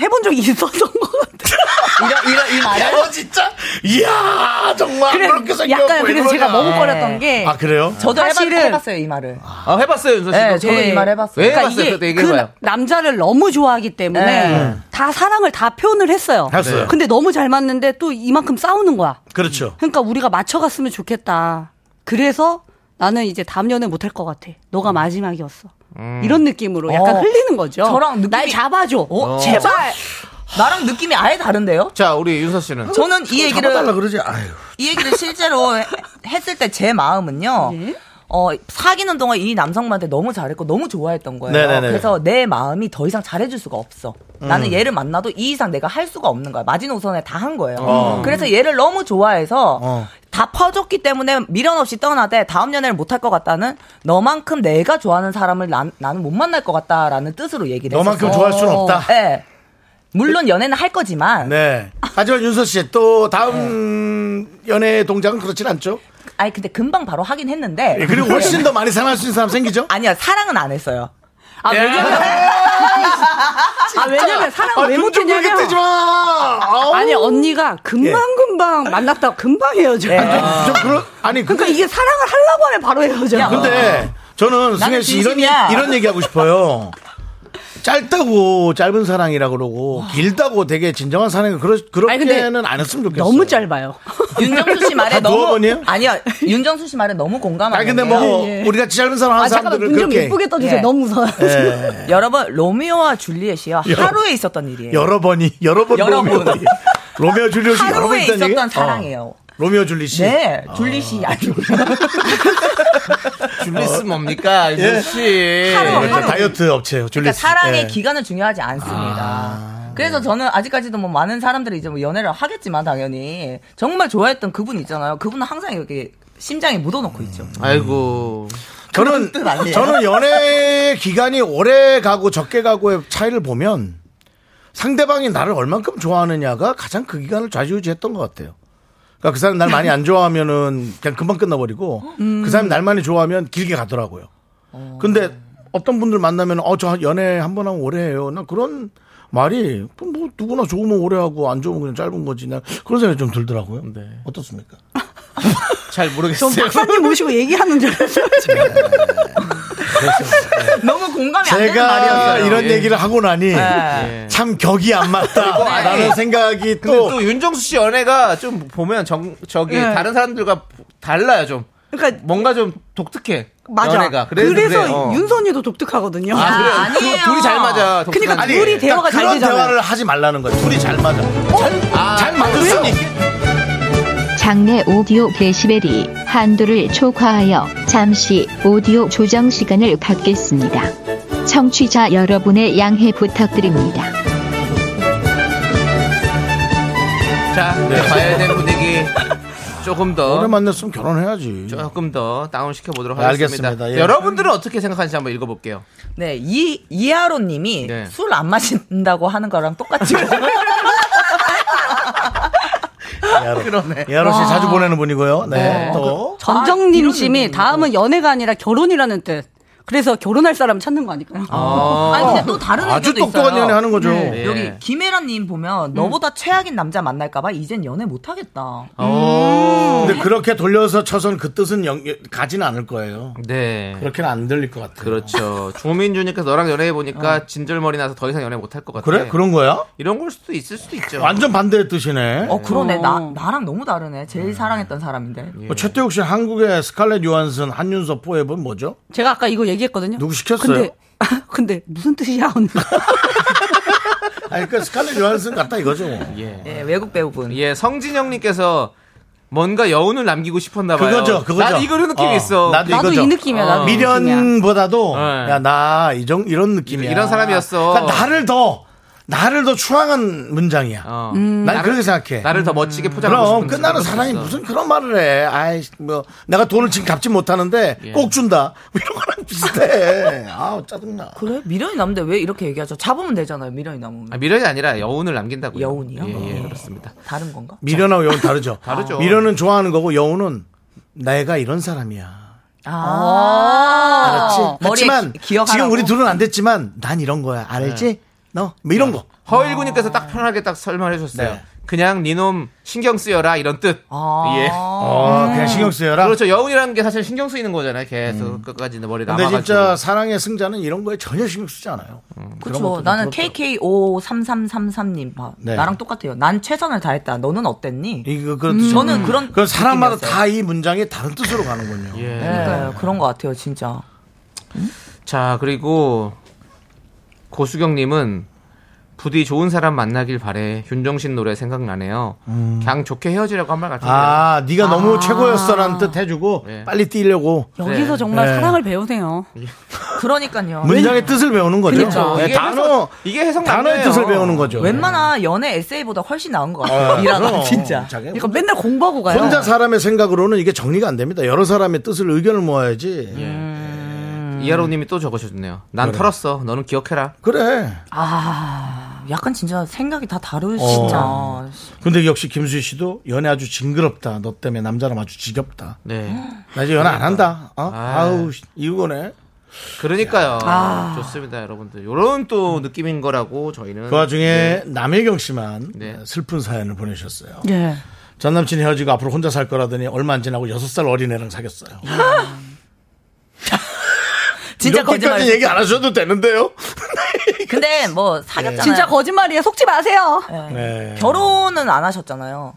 Speaker 8: 해본 적이 있었던 것 같아요.
Speaker 9: 이런 이런 이 말을
Speaker 1: 어 진짜? 이야 정말
Speaker 8: 아, 그래,
Speaker 1: 그렇게 생겼고
Speaker 8: 약간 그래서 제가
Speaker 1: 이러냐.
Speaker 9: 네.
Speaker 8: 머뭇거렸던 게
Speaker 1: 아 그래요?
Speaker 9: 저도 해봤,
Speaker 8: 사실은-
Speaker 9: 해봤어요 이 말을.
Speaker 2: 아 해봤어요 윤서 씨.
Speaker 9: 네, 저도 이 말 해봤어요.
Speaker 2: 왜
Speaker 8: 그러니까
Speaker 2: 해봤어요?
Speaker 8: 이게
Speaker 2: 그때 얘기해봐요.
Speaker 8: 그 남자를 너무 좋아하기 때문에
Speaker 9: 네.
Speaker 8: 다 사랑을 다 표현을 했어요.
Speaker 1: 했어요.
Speaker 8: 근데 너무 잘 맞는데 또 이만큼 싸우는 거야.
Speaker 1: 그렇죠.
Speaker 8: 그러니까 우리가 맞춰갔으면 좋겠다. 그래서 나는 이제 다음 연애 못할 것 같아. 너가 마지막이었어.
Speaker 1: 음.
Speaker 8: 이런 느낌으로 약간
Speaker 9: 어.
Speaker 8: 흘리는 거죠.
Speaker 9: 저랑 느낌이-
Speaker 8: 날 잡아줘.
Speaker 9: 어, 제발 나랑 느낌이 아예 다른데요.
Speaker 2: 자 우리 윤서 씨는
Speaker 9: 음. 저는 이
Speaker 1: 잡아달라
Speaker 9: 얘기를
Speaker 1: 그러지. 아유.
Speaker 9: 이 얘기를 실제로 해- 했을 때 제 마음은요. 어 사귀는 동안 이 남성한테 너무 잘했고 너무 좋아했던 거예요.
Speaker 1: 네네네. 음.
Speaker 9: 그래서 내 마음이 더 이상 잘해줄 수가 없어. 나는 얘를 만나도 이 이상 내가 할 수가 없는 거야. 마지노선에 다 한 거예요. 그래서 얘를 너무 좋아해서
Speaker 1: 어.
Speaker 9: 다 퍼줬기 때문에 미련 없이 떠나되 다음 연애를 못 할 것 같다는 너만큼 내가 좋아하는 사람을 난, 나는 못 만날 것 같다라는 뜻으로 얘기를 했어요.
Speaker 1: 너만큼 좋아할 수는 없다.
Speaker 9: 네. 물론 연애는 할 거지만
Speaker 1: 네. 하지만 윤서 씨 또 다음 연애 동작은 그렇진 않죠.
Speaker 9: 아니 근데 금방 바로 하긴 했는데
Speaker 1: 예, 그리고 훨씬 더 많이 사랑할 수 있는 사람 생기죠.
Speaker 9: 아니야 사랑은 안 했어요.
Speaker 1: 예.
Speaker 8: 아, 왜냐면, 아, 왜냐면 사랑을 왜
Speaker 1: 눈좀
Speaker 8: 못했냐면.
Speaker 1: 얘기하지 마. 아우. 예.
Speaker 8: 아니, 언니가 금방금방 만났다가 금방 헤어져요.
Speaker 9: 네.
Speaker 1: 좀 그런 아니
Speaker 8: 그러니까
Speaker 1: 근데
Speaker 8: 이게 사랑을 하려고 하면 바로 헤어져요.
Speaker 1: 근데 저는 승혜 씨 이런
Speaker 9: 진심이야.
Speaker 1: 얘기- 이런 얘기 하고 싶어요. 짧다고 짧은 사랑이라 그러고 길다고 되게 진정한 사랑이 그러,
Speaker 8: 아니, 근데
Speaker 1: 그렇게는 안 했으면 좋겠어요.
Speaker 8: 너무 짧아요.
Speaker 9: 윤정수 씨 말에
Speaker 1: 다
Speaker 9: 너무
Speaker 1: 누워보니요?
Speaker 9: 아니야 윤정수 씨 말에 너무 공감하는
Speaker 1: 아니 근데
Speaker 9: 게요.
Speaker 1: 뭐
Speaker 8: 예, 예.
Speaker 1: 우리가 짧은 사랑 하는
Speaker 8: 아, 잠깐만,
Speaker 1: 사람들을
Speaker 8: 눈 좀
Speaker 1: 그렇게
Speaker 8: 예쁘게 떠주세요.
Speaker 9: 예.
Speaker 8: 너무 무서워요.
Speaker 1: 예.
Speaker 9: 여러분 로미오와 줄리엣이요
Speaker 1: 여-
Speaker 9: 하루에 있었던 일이에요.
Speaker 1: 네. 여러 번이 여러 번
Speaker 9: 여러
Speaker 1: 보면
Speaker 9: 번.
Speaker 1: 로미오 줄리엣이 여러 번
Speaker 9: 하루에
Speaker 1: 있다는 얘기
Speaker 9: 있었던 사랑이에요.
Speaker 1: 로미오 줄리 씨.
Speaker 9: 네, 줄리 씨 아니고
Speaker 2: 줄리스 뭡니까 이준 씨.
Speaker 9: 하루,
Speaker 1: 이것도 네,
Speaker 9: 하루.
Speaker 1: 그러니까 다이어트 업체예요. 줄리
Speaker 9: 그러니까
Speaker 1: 씨.
Speaker 9: 사랑의
Speaker 1: 예. 아.
Speaker 9: 기간은 중요하지 않습니다. 그래서 저는 아직까지도 뭐 많은 사람들이 이제 뭐 연애를 하겠지만 당연히 정말 좋아했던 그분 있잖아요. 그분은 항상 이렇게 심장에 묻어놓고 있죠.
Speaker 1: 음.
Speaker 2: 아이고.
Speaker 1: 저는
Speaker 9: 뜻 아니에요?
Speaker 1: 저는 연애 기간이 오래 가고 적게 가고의 차이를 보면 상대방이 나를 얼만큼 좋아하느냐가 가장 그 기간을 좌지우지했던 것 같아요. 그러니까 그 사람이 날 많이 안 좋아하면은 그냥 금방 끝나버리고 그 사람이 날 많이 좋아하면 길게 가더라고요. 근데 어떤 분들 만나면 어 저 연애 한 번 하면 오래 해요. 나 그런 말이 뭐 누구나 좋으면 오래 하고 안 좋으면 그냥 짧은 거지. 나 그런 생각이 좀 들더라고요. 어떻습니까?
Speaker 2: 잘 모르겠어요.
Speaker 8: 박사님 모시고 얘기하는 줄 알았어요.
Speaker 1: 예.
Speaker 9: 너무 공감이 안 되는
Speaker 1: 제가
Speaker 9: 말이었어요.
Speaker 1: 이런
Speaker 2: 예.
Speaker 1: 얘기를 하고 나니
Speaker 9: 예.
Speaker 1: 참 격이 안 맞다라는 생각이
Speaker 2: 근데
Speaker 1: 네. 또
Speaker 2: 또 윤정수 씨 연애가 좀 보면 정, 저기 다른 사람들과 달라요 좀.
Speaker 10: 그러니까
Speaker 2: 뭔가 좀 독특해.
Speaker 10: 맞아.
Speaker 2: 연애가.
Speaker 10: 그래서,
Speaker 2: 그래서, 그래, 어.
Speaker 10: 윤선이도 독특하거든요.
Speaker 2: 아, 그래요?
Speaker 9: 아, 아니에요.
Speaker 2: 둘이 잘 맞아. 독특한데.
Speaker 10: 그러니까
Speaker 1: 아니,
Speaker 10: 둘이 대화가 잘
Speaker 1: 그런
Speaker 10: 되잖아요.
Speaker 1: 대화를 하지 말라는 거야. 둘이 잘 맞아. 잘, 잘 맞을 수 있게.
Speaker 11: 장내 오디오 데시벨이 한도를 초과하여 잠시 오디오 조정 시간을 받겠습니다. 청취자 여러분의 양해 부탁드립니다.
Speaker 2: 자, 봐야 될 분위기 조금 더
Speaker 1: 네. 오래 만났으면 결혼해야지.
Speaker 2: 조금 더 다운 시켜 보도록
Speaker 1: 네,
Speaker 2: 하겠습니다.
Speaker 1: 알겠습니다. 예.
Speaker 2: 여러분들은 어떻게 생각하는지 한번 읽어 볼게요.
Speaker 9: 네, 이 이하로님이
Speaker 2: 네.
Speaker 9: 술 안 마신다고 하는 거랑
Speaker 1: 어.
Speaker 9: 똑같이
Speaker 2: 그러네.
Speaker 1: 예하로 씨 자주 보내는 분이고요. 네.
Speaker 2: 네.
Speaker 1: 또. 아,
Speaker 8: 전정님 심이 다음은 연애가 아니라 결혼이라는 뜻. 그래서 결혼할 사람 찾는 거 아닐까요?
Speaker 2: 어.
Speaker 9: 아니 근데 또 다른
Speaker 1: 아주
Speaker 9: 의견도
Speaker 1: 똑똑한
Speaker 9: 있어요. 네.
Speaker 1: 연애 하는 거죠. 음.
Speaker 2: 예.
Speaker 9: 여기 김혜란님 보면 너보다 최악인 남자 만날까봐 이젠 연애 못하겠다.
Speaker 1: 어. 근데 그렇게 돌려서 쳐선 그 뜻은 영, 가진 않을 거예요.
Speaker 2: 네.
Speaker 1: 그렇게는 안 들릴 것 같아요.
Speaker 2: 그렇죠. 조민주님께서 너랑 연애해 보니까
Speaker 9: 어.
Speaker 2: 진절머리 나서 더 이상 연애 못 할 것 같아.
Speaker 1: 그래? 그런 거야?
Speaker 2: 이런 걸 수도 있을 수도 있죠.
Speaker 1: 완전 반대의 뜻이네.
Speaker 9: 어 그러네 나 나랑 너무 다르네. 제일
Speaker 1: 음.
Speaker 9: 사랑했던 사람인데.
Speaker 1: 뭐 최태욱 씨 한국의 스칼렛 요한슨 한윤서 포획은 뭐죠?
Speaker 8: 제가 아까 이거 얘기했거든요.
Speaker 1: 누구 시켰어요?
Speaker 8: 근데, 근데 무슨 뜻이야, 언니?
Speaker 1: 아니, 그러니까 스칼렛 요한슨 같다 이거죠. 뭐.
Speaker 2: 예.
Speaker 9: 예, 외국 배우분.
Speaker 2: 예, 성진영님께서 뭔가 여운을 남기고 싶었나 봐요.
Speaker 1: 그거죠, 그거죠.
Speaker 2: 난 이런 느낌이
Speaker 1: 어,
Speaker 2: 있어.
Speaker 1: 나도
Speaker 8: 나도
Speaker 1: 이거죠.
Speaker 8: 이 느낌이야, 나도. 이 느낌이야.
Speaker 1: 미련보다도
Speaker 2: 어, 네.
Speaker 1: 야나 이정 이런 느낌이야.
Speaker 2: 이런 사람이었어.
Speaker 1: 그러니까 나를 더 나를 더 추앙한 문장이야.
Speaker 2: 어.
Speaker 1: 난 그렇게 생각해.
Speaker 2: 나를 더 멋지게 포장하고
Speaker 1: 음. 그럼
Speaker 2: 싶은
Speaker 1: 끝나는
Speaker 2: 생각이
Speaker 1: 사람이
Speaker 2: 있어.
Speaker 1: 무슨 그런 말을 해. 아이 뭐 내가 돈을 지금 갚지 못하는데
Speaker 2: 예.
Speaker 1: 꼭 준다. 뭐 이런 거랑 비슷해. 아우 짜증나.
Speaker 9: 그래 미련이 남는데 왜 이렇게 얘기하죠? 잡으면 되잖아요. 미련이 남으면
Speaker 2: 아, 미련이 아니라 여운을 남긴다고요.
Speaker 9: 여운이요? 어.
Speaker 2: 예, 예, 그렇습니다.
Speaker 9: 다른 건가?
Speaker 1: 미련하고 여운 다르죠.
Speaker 2: 다르죠.
Speaker 1: 미련은 좋아하는 거고 여운은 내가 이런 사람이야.
Speaker 9: 아,
Speaker 1: 알았지?
Speaker 9: 머리에
Speaker 1: 그렇지만
Speaker 9: 기- 기억하라고?
Speaker 1: 지금 우리 둘은 안 됐지만 난 이런 거야. 알지?
Speaker 2: 네.
Speaker 1: 너 뭐
Speaker 2: 어.
Speaker 1: 이런 거.
Speaker 2: 허일구님께서 딱 편하게 딱 설명해 주셨어요.
Speaker 1: 네.
Speaker 2: 그냥 니놈 신경 쓰여라 이런 뜻.
Speaker 9: 아.
Speaker 2: 예.
Speaker 1: 어,
Speaker 9: 음.
Speaker 1: 그냥 신경 쓰여라.
Speaker 2: 그렇죠. 여운이라는 게 사실 신경 쓰이는 거잖아요. 계속 끝까지 이제 머리
Speaker 1: 음. 근데
Speaker 2: 남아가지고.
Speaker 1: 진짜 사랑의 승자는 이런 거에 전혀 신경 쓰지 않아요.
Speaker 9: 그렇죠. 나는 KK53333님 봐.
Speaker 1: 네.
Speaker 9: 나랑 똑같아요. 난 최선을 다했다. 너는 어땠니?
Speaker 1: 이거 그렇죠.
Speaker 9: 저는 그런
Speaker 1: 그럼 사람마다
Speaker 9: 느낌이었어요.
Speaker 1: 다 이 문장이 다른 뜻으로 가는군요.
Speaker 2: 예.
Speaker 9: 네, 그런 것 같아요, 진짜.
Speaker 2: 자, 그리고 고수경님은 부디 좋은 사람 만나길 바래. 윤정신 노래 생각나네요. 그냥 좋게 헤어지라고 한 말 같은데.
Speaker 1: 음.
Speaker 2: 요
Speaker 1: 아, 네가 너무 최고였어라는 뜻 해주고
Speaker 2: 네.
Speaker 1: 빨리 뛰려고
Speaker 8: 여기서 정말
Speaker 1: 네.
Speaker 8: 사랑을 배우세요. 그러니까
Speaker 9: 그러니까요.
Speaker 1: 문장의 뜻을 배우는 거죠.
Speaker 9: 아, 그렇죠.
Speaker 1: 네,
Speaker 2: 이게
Speaker 1: 단어
Speaker 2: 해석- 이게 해석
Speaker 1: 단어의
Speaker 2: 맞네요.
Speaker 1: 뜻을 배우는 거죠. 네.
Speaker 9: 웬만한 연애 에세이보다 훨씬 나은 것
Speaker 1: 아,
Speaker 9: 같아요. 일하다,
Speaker 1: 그럼.
Speaker 9: 진짜.
Speaker 1: 자기
Speaker 8: 이거 맨날 공부하고 가요.
Speaker 1: 혼자 사람의 생각으로는 이게 정리가 안 됩니다. 여러 사람의 뜻을 의견을 모아야지.
Speaker 2: 예.
Speaker 1: 음.
Speaker 2: 이하로님이 또 적으셨네요. 난 털었어. 너는 기억해라.
Speaker 1: 그래.
Speaker 9: 아, 약간 진짜 생각이 다 다르시죠.
Speaker 1: 어. 근데 역시 김수희 씨도 연애 아주 징그럽다. 너 때문에 남자랑 아주 지겹다.
Speaker 2: 네.
Speaker 1: 나 이제 연애 안 한다. 어?
Speaker 2: 아.
Speaker 1: 아우 이거네.
Speaker 2: 그러니까요.
Speaker 1: 아.
Speaker 2: 좋습니다, 여러분들. 요런 또 느낌인 거라고 저희는.
Speaker 1: 그 와중에 남혜경 씨만
Speaker 2: 네.
Speaker 1: 슬픈 사연을 보내셨어요.
Speaker 8: 예.
Speaker 1: 전 남친 헤어지고 앞으로 혼자 살 거라더니 얼마 안 지나고 여섯 살 어린애랑 사귀었어요.
Speaker 9: 진짜 거짓말.
Speaker 1: 이렇게까지 얘기 안 하셔도 되는데요.
Speaker 9: 근데 뭐 사귀었잖아요.
Speaker 8: 진짜 거짓말이에요. 속지 마세요.
Speaker 1: 네.
Speaker 9: 결혼은 안 하셨잖아요.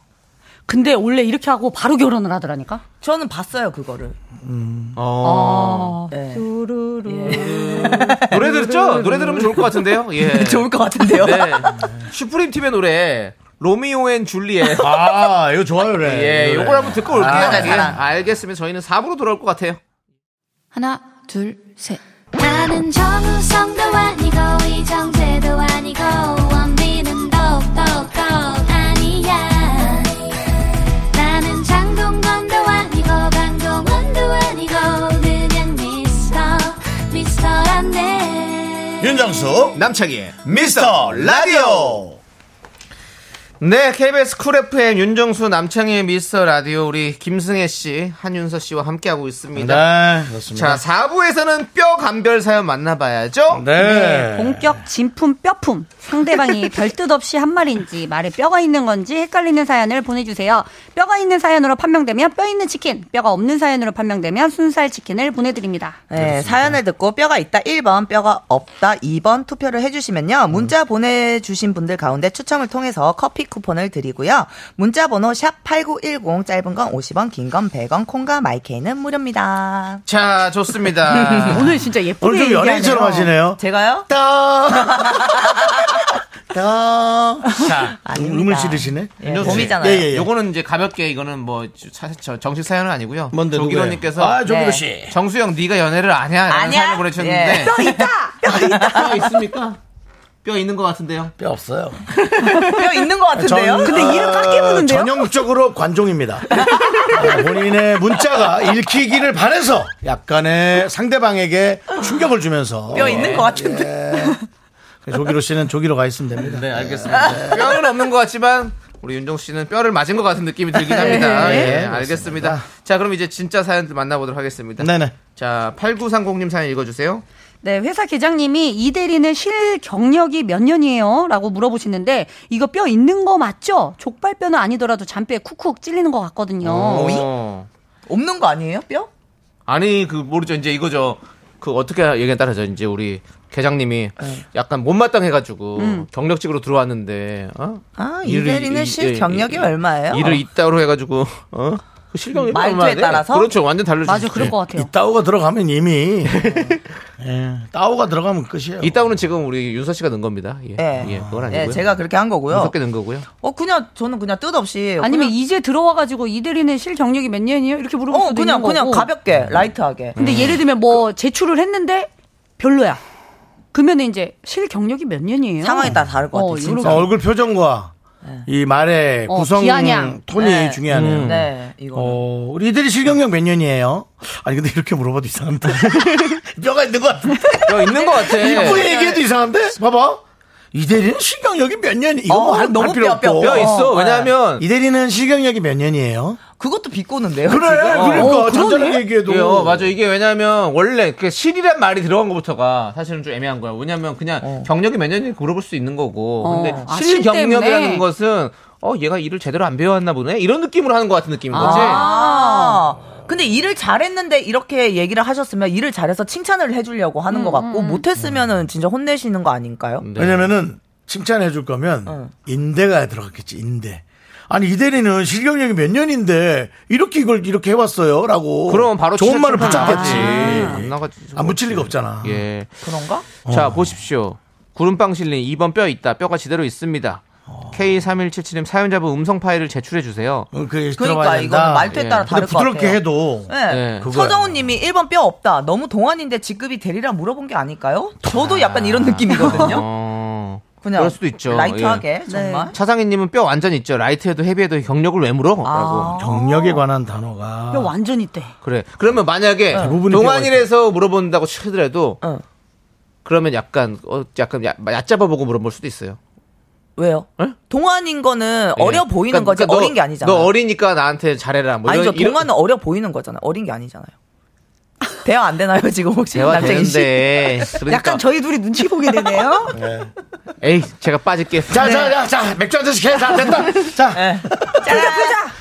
Speaker 8: 근데 원래 이렇게 하고 바로 결혼을 하더라니까.
Speaker 9: 저는 봤어요, 그거를.
Speaker 2: 어.
Speaker 9: 네.
Speaker 8: 아.
Speaker 2: 노래 들었죠? 노래 들으면 좋을 것 같은데요? 예.
Speaker 9: 좋을 것 같은데요.
Speaker 2: 네. 슈프림 팀의 노래. 로미오 앤 줄리엣.
Speaker 1: 아, 이거 좋아요,
Speaker 9: 네,
Speaker 1: 그래.
Speaker 2: 예,
Speaker 1: 이 노래.
Speaker 2: 요걸 한번 듣고 올게요.
Speaker 1: 아,
Speaker 2: 예, 알겠습니다. 저희는 4부로 돌아올 것 같아요.
Speaker 10: 하나, 둘, 셋.
Speaker 5: 나는 정우성도 아니고 이정재도 아니고 원빈은 더욱더 아니야 나는 장동건도 아니고 강동원도 아니고 그냥 미스터 미스터란데
Speaker 1: 윤정수
Speaker 2: 남창희
Speaker 1: 미스터 라디오
Speaker 2: 네 KBS 쿨 FM 윤정수 남창희의 미스터 라디오 우리 김승혜 씨 한윤서 씨와 함께하고 있습니다
Speaker 1: 네, 그렇습니다.
Speaker 2: 자 4부에서는 뼈 감별 사연 만나봐야죠
Speaker 8: 네, 본격 진품 뼈품 상대방이 별뜻 없이 한 말인지 말에 뼈가 있는 건지 헷갈리는 사연을 보내주세요. 뼈가 있는 사연으로 판명되면 뼈 있는 치킨, 뼈가 없는 사연으로 판명되면 순살 치킨을 보내드립니다.
Speaker 9: 네, 사연을 듣고 뼈가 있다 1번, 뼈가 없다 2번
Speaker 1: 음.
Speaker 9: 투표를 해주시면요. 문자 보내주신 분들 가운데 추첨을 통해서 커피 쿠폰을 드리고요. 문자 번호 샵8910 짧은 건 50원, 긴 건 100원, 콩과 마이케이는 무료입니다.
Speaker 2: 자 좋습니다
Speaker 9: 오늘 진짜 예쁘게
Speaker 1: 아. 오늘 좀 연예인처럼 하시네요.
Speaker 9: 제가요?
Speaker 1: 다.
Speaker 2: 자
Speaker 1: 음을 지르시네.
Speaker 9: 예, 봄이잖아요.
Speaker 1: 예, 예, 예.
Speaker 2: 요거는 이제 가볍게 이거는 뭐 사- 저 정식 사연은 아니고요.
Speaker 1: 뭔데,
Speaker 2: 조기로님께서
Speaker 1: 누구예요? 아, 조기로
Speaker 2: 네.
Speaker 1: 씨.
Speaker 2: 정수영 네가 연애를 아냐? 라는
Speaker 9: 아냐?
Speaker 2: 사연을 보내주셨는데
Speaker 9: 예. 뼈
Speaker 2: 있다. 뼈 있습니까? 뼈 있는 것 같은데요.
Speaker 1: 뼈 없어요.
Speaker 9: 뼈 있는 아, 것 같은데요?
Speaker 1: 어, 전형적으로 관종입니다. 네, 본인의 문자가 읽히기를 바래서 약간의 상대방에게 충격을 주면서
Speaker 9: 뼈 있는 것 같은데.
Speaker 1: 예, 조기로 씨는 조기로 가 있으면 됩니다.
Speaker 2: 네, 알겠습니다. 뼈는 없는 것 같지만 우리 윤정 씨는 뼈를 맞은 것 같은 느낌이 들긴 합니다.
Speaker 1: 예,
Speaker 2: 예,
Speaker 1: 그렇습니다.
Speaker 2: 알겠습니다. 자, 그럼 이제 진짜 사연들 만나보도록 하겠습니다.
Speaker 1: 네네.
Speaker 2: 자, 8930님 사연 읽어주세요.
Speaker 8: 네, 회사 계장님이 이 대리는 실 경력이 몇 년이에요? 라고 물어보시는데 이거 뼈 있는 거 맞죠? 족발뼈는 아니더라도 잔뼈에 쿡쿡 찔리는 것 같거든요.
Speaker 2: 어.
Speaker 9: 없는 거 아니에요? 뼈?
Speaker 2: 아니, 그, 모르죠. 이제 이거죠. 그, 어떻게 얘기에 따라서 이제 우리 계장님이
Speaker 9: 네.
Speaker 2: 약간 못마땅해가지고 경력직으로 들어왔는데, 어?
Speaker 9: 음. 아, 이
Speaker 2: 일을
Speaker 9: 대리는
Speaker 2: 이-
Speaker 9: 실
Speaker 2: 이-
Speaker 9: 경력이
Speaker 2: 이-
Speaker 9: 얼마예요?
Speaker 2: 일을 이따로 해가지고, 어? 그 실경이
Speaker 9: 말투에
Speaker 2: 얼마나 돼?
Speaker 9: 따라서?
Speaker 2: 그렇죠. 완전 달라지죠.
Speaker 8: 맞아, 그럴 것 같아요.
Speaker 1: 이 따오가 들어가면 이미 예, 따오가 들어가면 끝이에요.
Speaker 2: 이따오는 지금 우리 윤서 씨가 넣은 겁니다. 예.
Speaker 9: 예.
Speaker 2: 예, 그건 아니고요.
Speaker 9: 예, 제가 그렇게 한 거고요.
Speaker 2: 무섭게 된 거고요.
Speaker 9: 어, 그냥 저는 그냥 뜻없이
Speaker 8: 아니면
Speaker 9: 예. 그냥-
Speaker 8: 이제 들어와가지고 이 대리는 실 경력이 몇 년이에요? 이렇게 물어볼
Speaker 9: 어,
Speaker 8: 수도
Speaker 9: 그냥
Speaker 8: 있는
Speaker 9: 그냥
Speaker 8: 거고.
Speaker 9: 가볍게
Speaker 1: 음.
Speaker 9: 그- 라이트하게.
Speaker 8: 근데
Speaker 2: 음.
Speaker 8: 예를 들면 뭐 제출을 했는데 별로야. 그러면 이제 실 경력이 몇 년이에요?
Speaker 9: 상황에 따라 다를 것 같아요,
Speaker 8: 어,
Speaker 9: 진짜.
Speaker 1: 자, 얼굴 표정과 이 말의
Speaker 8: 어,
Speaker 1: 구성
Speaker 8: 기한양.
Speaker 1: 톤이
Speaker 9: 네.
Speaker 1: 중요하네요.
Speaker 9: 네, 이거.
Speaker 1: 어, 우리 이들이 실경력 몇 년이에요? 아니 근데 이렇게 물어봐도 이상합니다. 뼈가 있는 것 같은데.
Speaker 2: 야,
Speaker 9: 네.
Speaker 2: 있는 것 같아.
Speaker 9: 예. 뭐
Speaker 1: 이쁘게 얘기해도 이상한데? 봐봐. 이대리는 실경력이 몇 년? 이거 뭐
Speaker 9: 어,
Speaker 1: 할,
Speaker 9: 너무
Speaker 1: 할 필요
Speaker 9: 뼈, 뼈,
Speaker 1: 없고.
Speaker 2: 뼈 있어. 왜냐하면
Speaker 1: 이대리는 실경력이 몇 년이에요?
Speaker 9: 예, 그것도 비꼬는데요.
Speaker 1: 그래,
Speaker 9: 지금?
Speaker 1: 그러니까
Speaker 8: 어,
Speaker 1: 잔잔하게 얘기해도.
Speaker 9: 예,
Speaker 2: 이게, 어, 맞아. 이게 왜냐면 원래 그 실이란 말이 들어간 것부터가 사실은 좀 애매한 거야. 왜냐면 그냥 경력이 몇 년인지 물어볼 수 있는 거고.
Speaker 8: 어,
Speaker 2: 근데
Speaker 8: 아,
Speaker 2: 실
Speaker 8: 실 때문에.
Speaker 2: 경력이라는 것은 어 얘가 일을 제대로 안 배워왔나 보네 이런 느낌으로 하는 것 같은 느낌인 거지.
Speaker 9: 아. 근데 일을 잘했는데 이렇게 얘기를 하셨으면 일을 잘해서 칭찬을 해주려고 하는 것 같고 못했으면은 진짜 혼내시는 거 아닌가요?
Speaker 2: 네.
Speaker 1: 왜냐면은 칭찬해 줄 거면
Speaker 9: 어.
Speaker 1: 인대가 들어갔겠지, 인대. 아니 이대리는 실경력이 몇 년인데 이렇게 이걸 이렇게 해왔어요 라고
Speaker 2: 그럼 바로
Speaker 1: 좋은 말을
Speaker 2: 칭찬 안
Speaker 1: 붙였겠지
Speaker 2: 나가지.
Speaker 9: 아, 네.
Speaker 2: 안 나가지.
Speaker 1: 안 붙일 리가 없잖아
Speaker 2: 예.
Speaker 9: 그런가?
Speaker 2: 자, 보십시오. 구름빵실님 2번 뼈 있다. 뼈가 지대로 있습니다. K3177님 사연자분 음성 파일을 제출해 주세요.
Speaker 1: 어, 그게
Speaker 9: 그러니까
Speaker 1: 들어가야 된다
Speaker 9: 이거는 말투에
Speaker 2: 예.
Speaker 9: 따라
Speaker 1: 근데
Speaker 9: 다를 것 같아요.
Speaker 1: 부드럽게 해도
Speaker 9: 네.
Speaker 2: 네.
Speaker 9: 서정훈 님이 1번 뼈 없다. 너무 동안인데 직급이 대리라 물어본 게 아닐까요? 저도 약간 이런 느낌이거든요.
Speaker 2: 어.
Speaker 9: 그냥
Speaker 2: 그럴 수도 있죠.
Speaker 9: 라이트하게
Speaker 2: 예.
Speaker 9: 정말.
Speaker 2: 차상희님은 뼈 완전 있죠. 라이트해도 헤비해도 경력을 왜 물어?
Speaker 9: 아.
Speaker 2: 라고.
Speaker 9: 어.
Speaker 1: 경력에 관한 단어가
Speaker 8: 뼈 완전 있대.
Speaker 2: 그래. 그러면 만약에
Speaker 1: 네, 대부분이
Speaker 2: 동안이라서 물어본다고 치더라도
Speaker 9: 어.
Speaker 2: 그러면 약간 어, 약간 야, 얕잡아보고 물어볼 수도 있어요.
Speaker 9: 왜요?
Speaker 2: 예?
Speaker 9: 동안인 거는
Speaker 2: 예.
Speaker 9: 어려 보이는
Speaker 2: 그러니까-
Speaker 9: 거지
Speaker 2: 그러니까
Speaker 9: 어린
Speaker 2: 너-
Speaker 9: 게 아니잖아.
Speaker 2: 너 어리니까 나한테 잘해라. 뭐
Speaker 9: 아니죠.
Speaker 2: 이런- 이런-
Speaker 9: 동안은 어려 보이는 거잖아요. 어린 게 아니잖아요. 대화 안 되나요 지금 혹시
Speaker 2: 대화
Speaker 9: 남창희 씨?
Speaker 2: 되는데. 그러니까
Speaker 8: 약간 저희 둘이 눈치 보게 되네요.
Speaker 2: 에이 제가 빠질게.
Speaker 1: 자, 자, 자, 자, 맥주 한 잔씩 해. 자, 됐다. 자,
Speaker 9: 예.
Speaker 2: 네.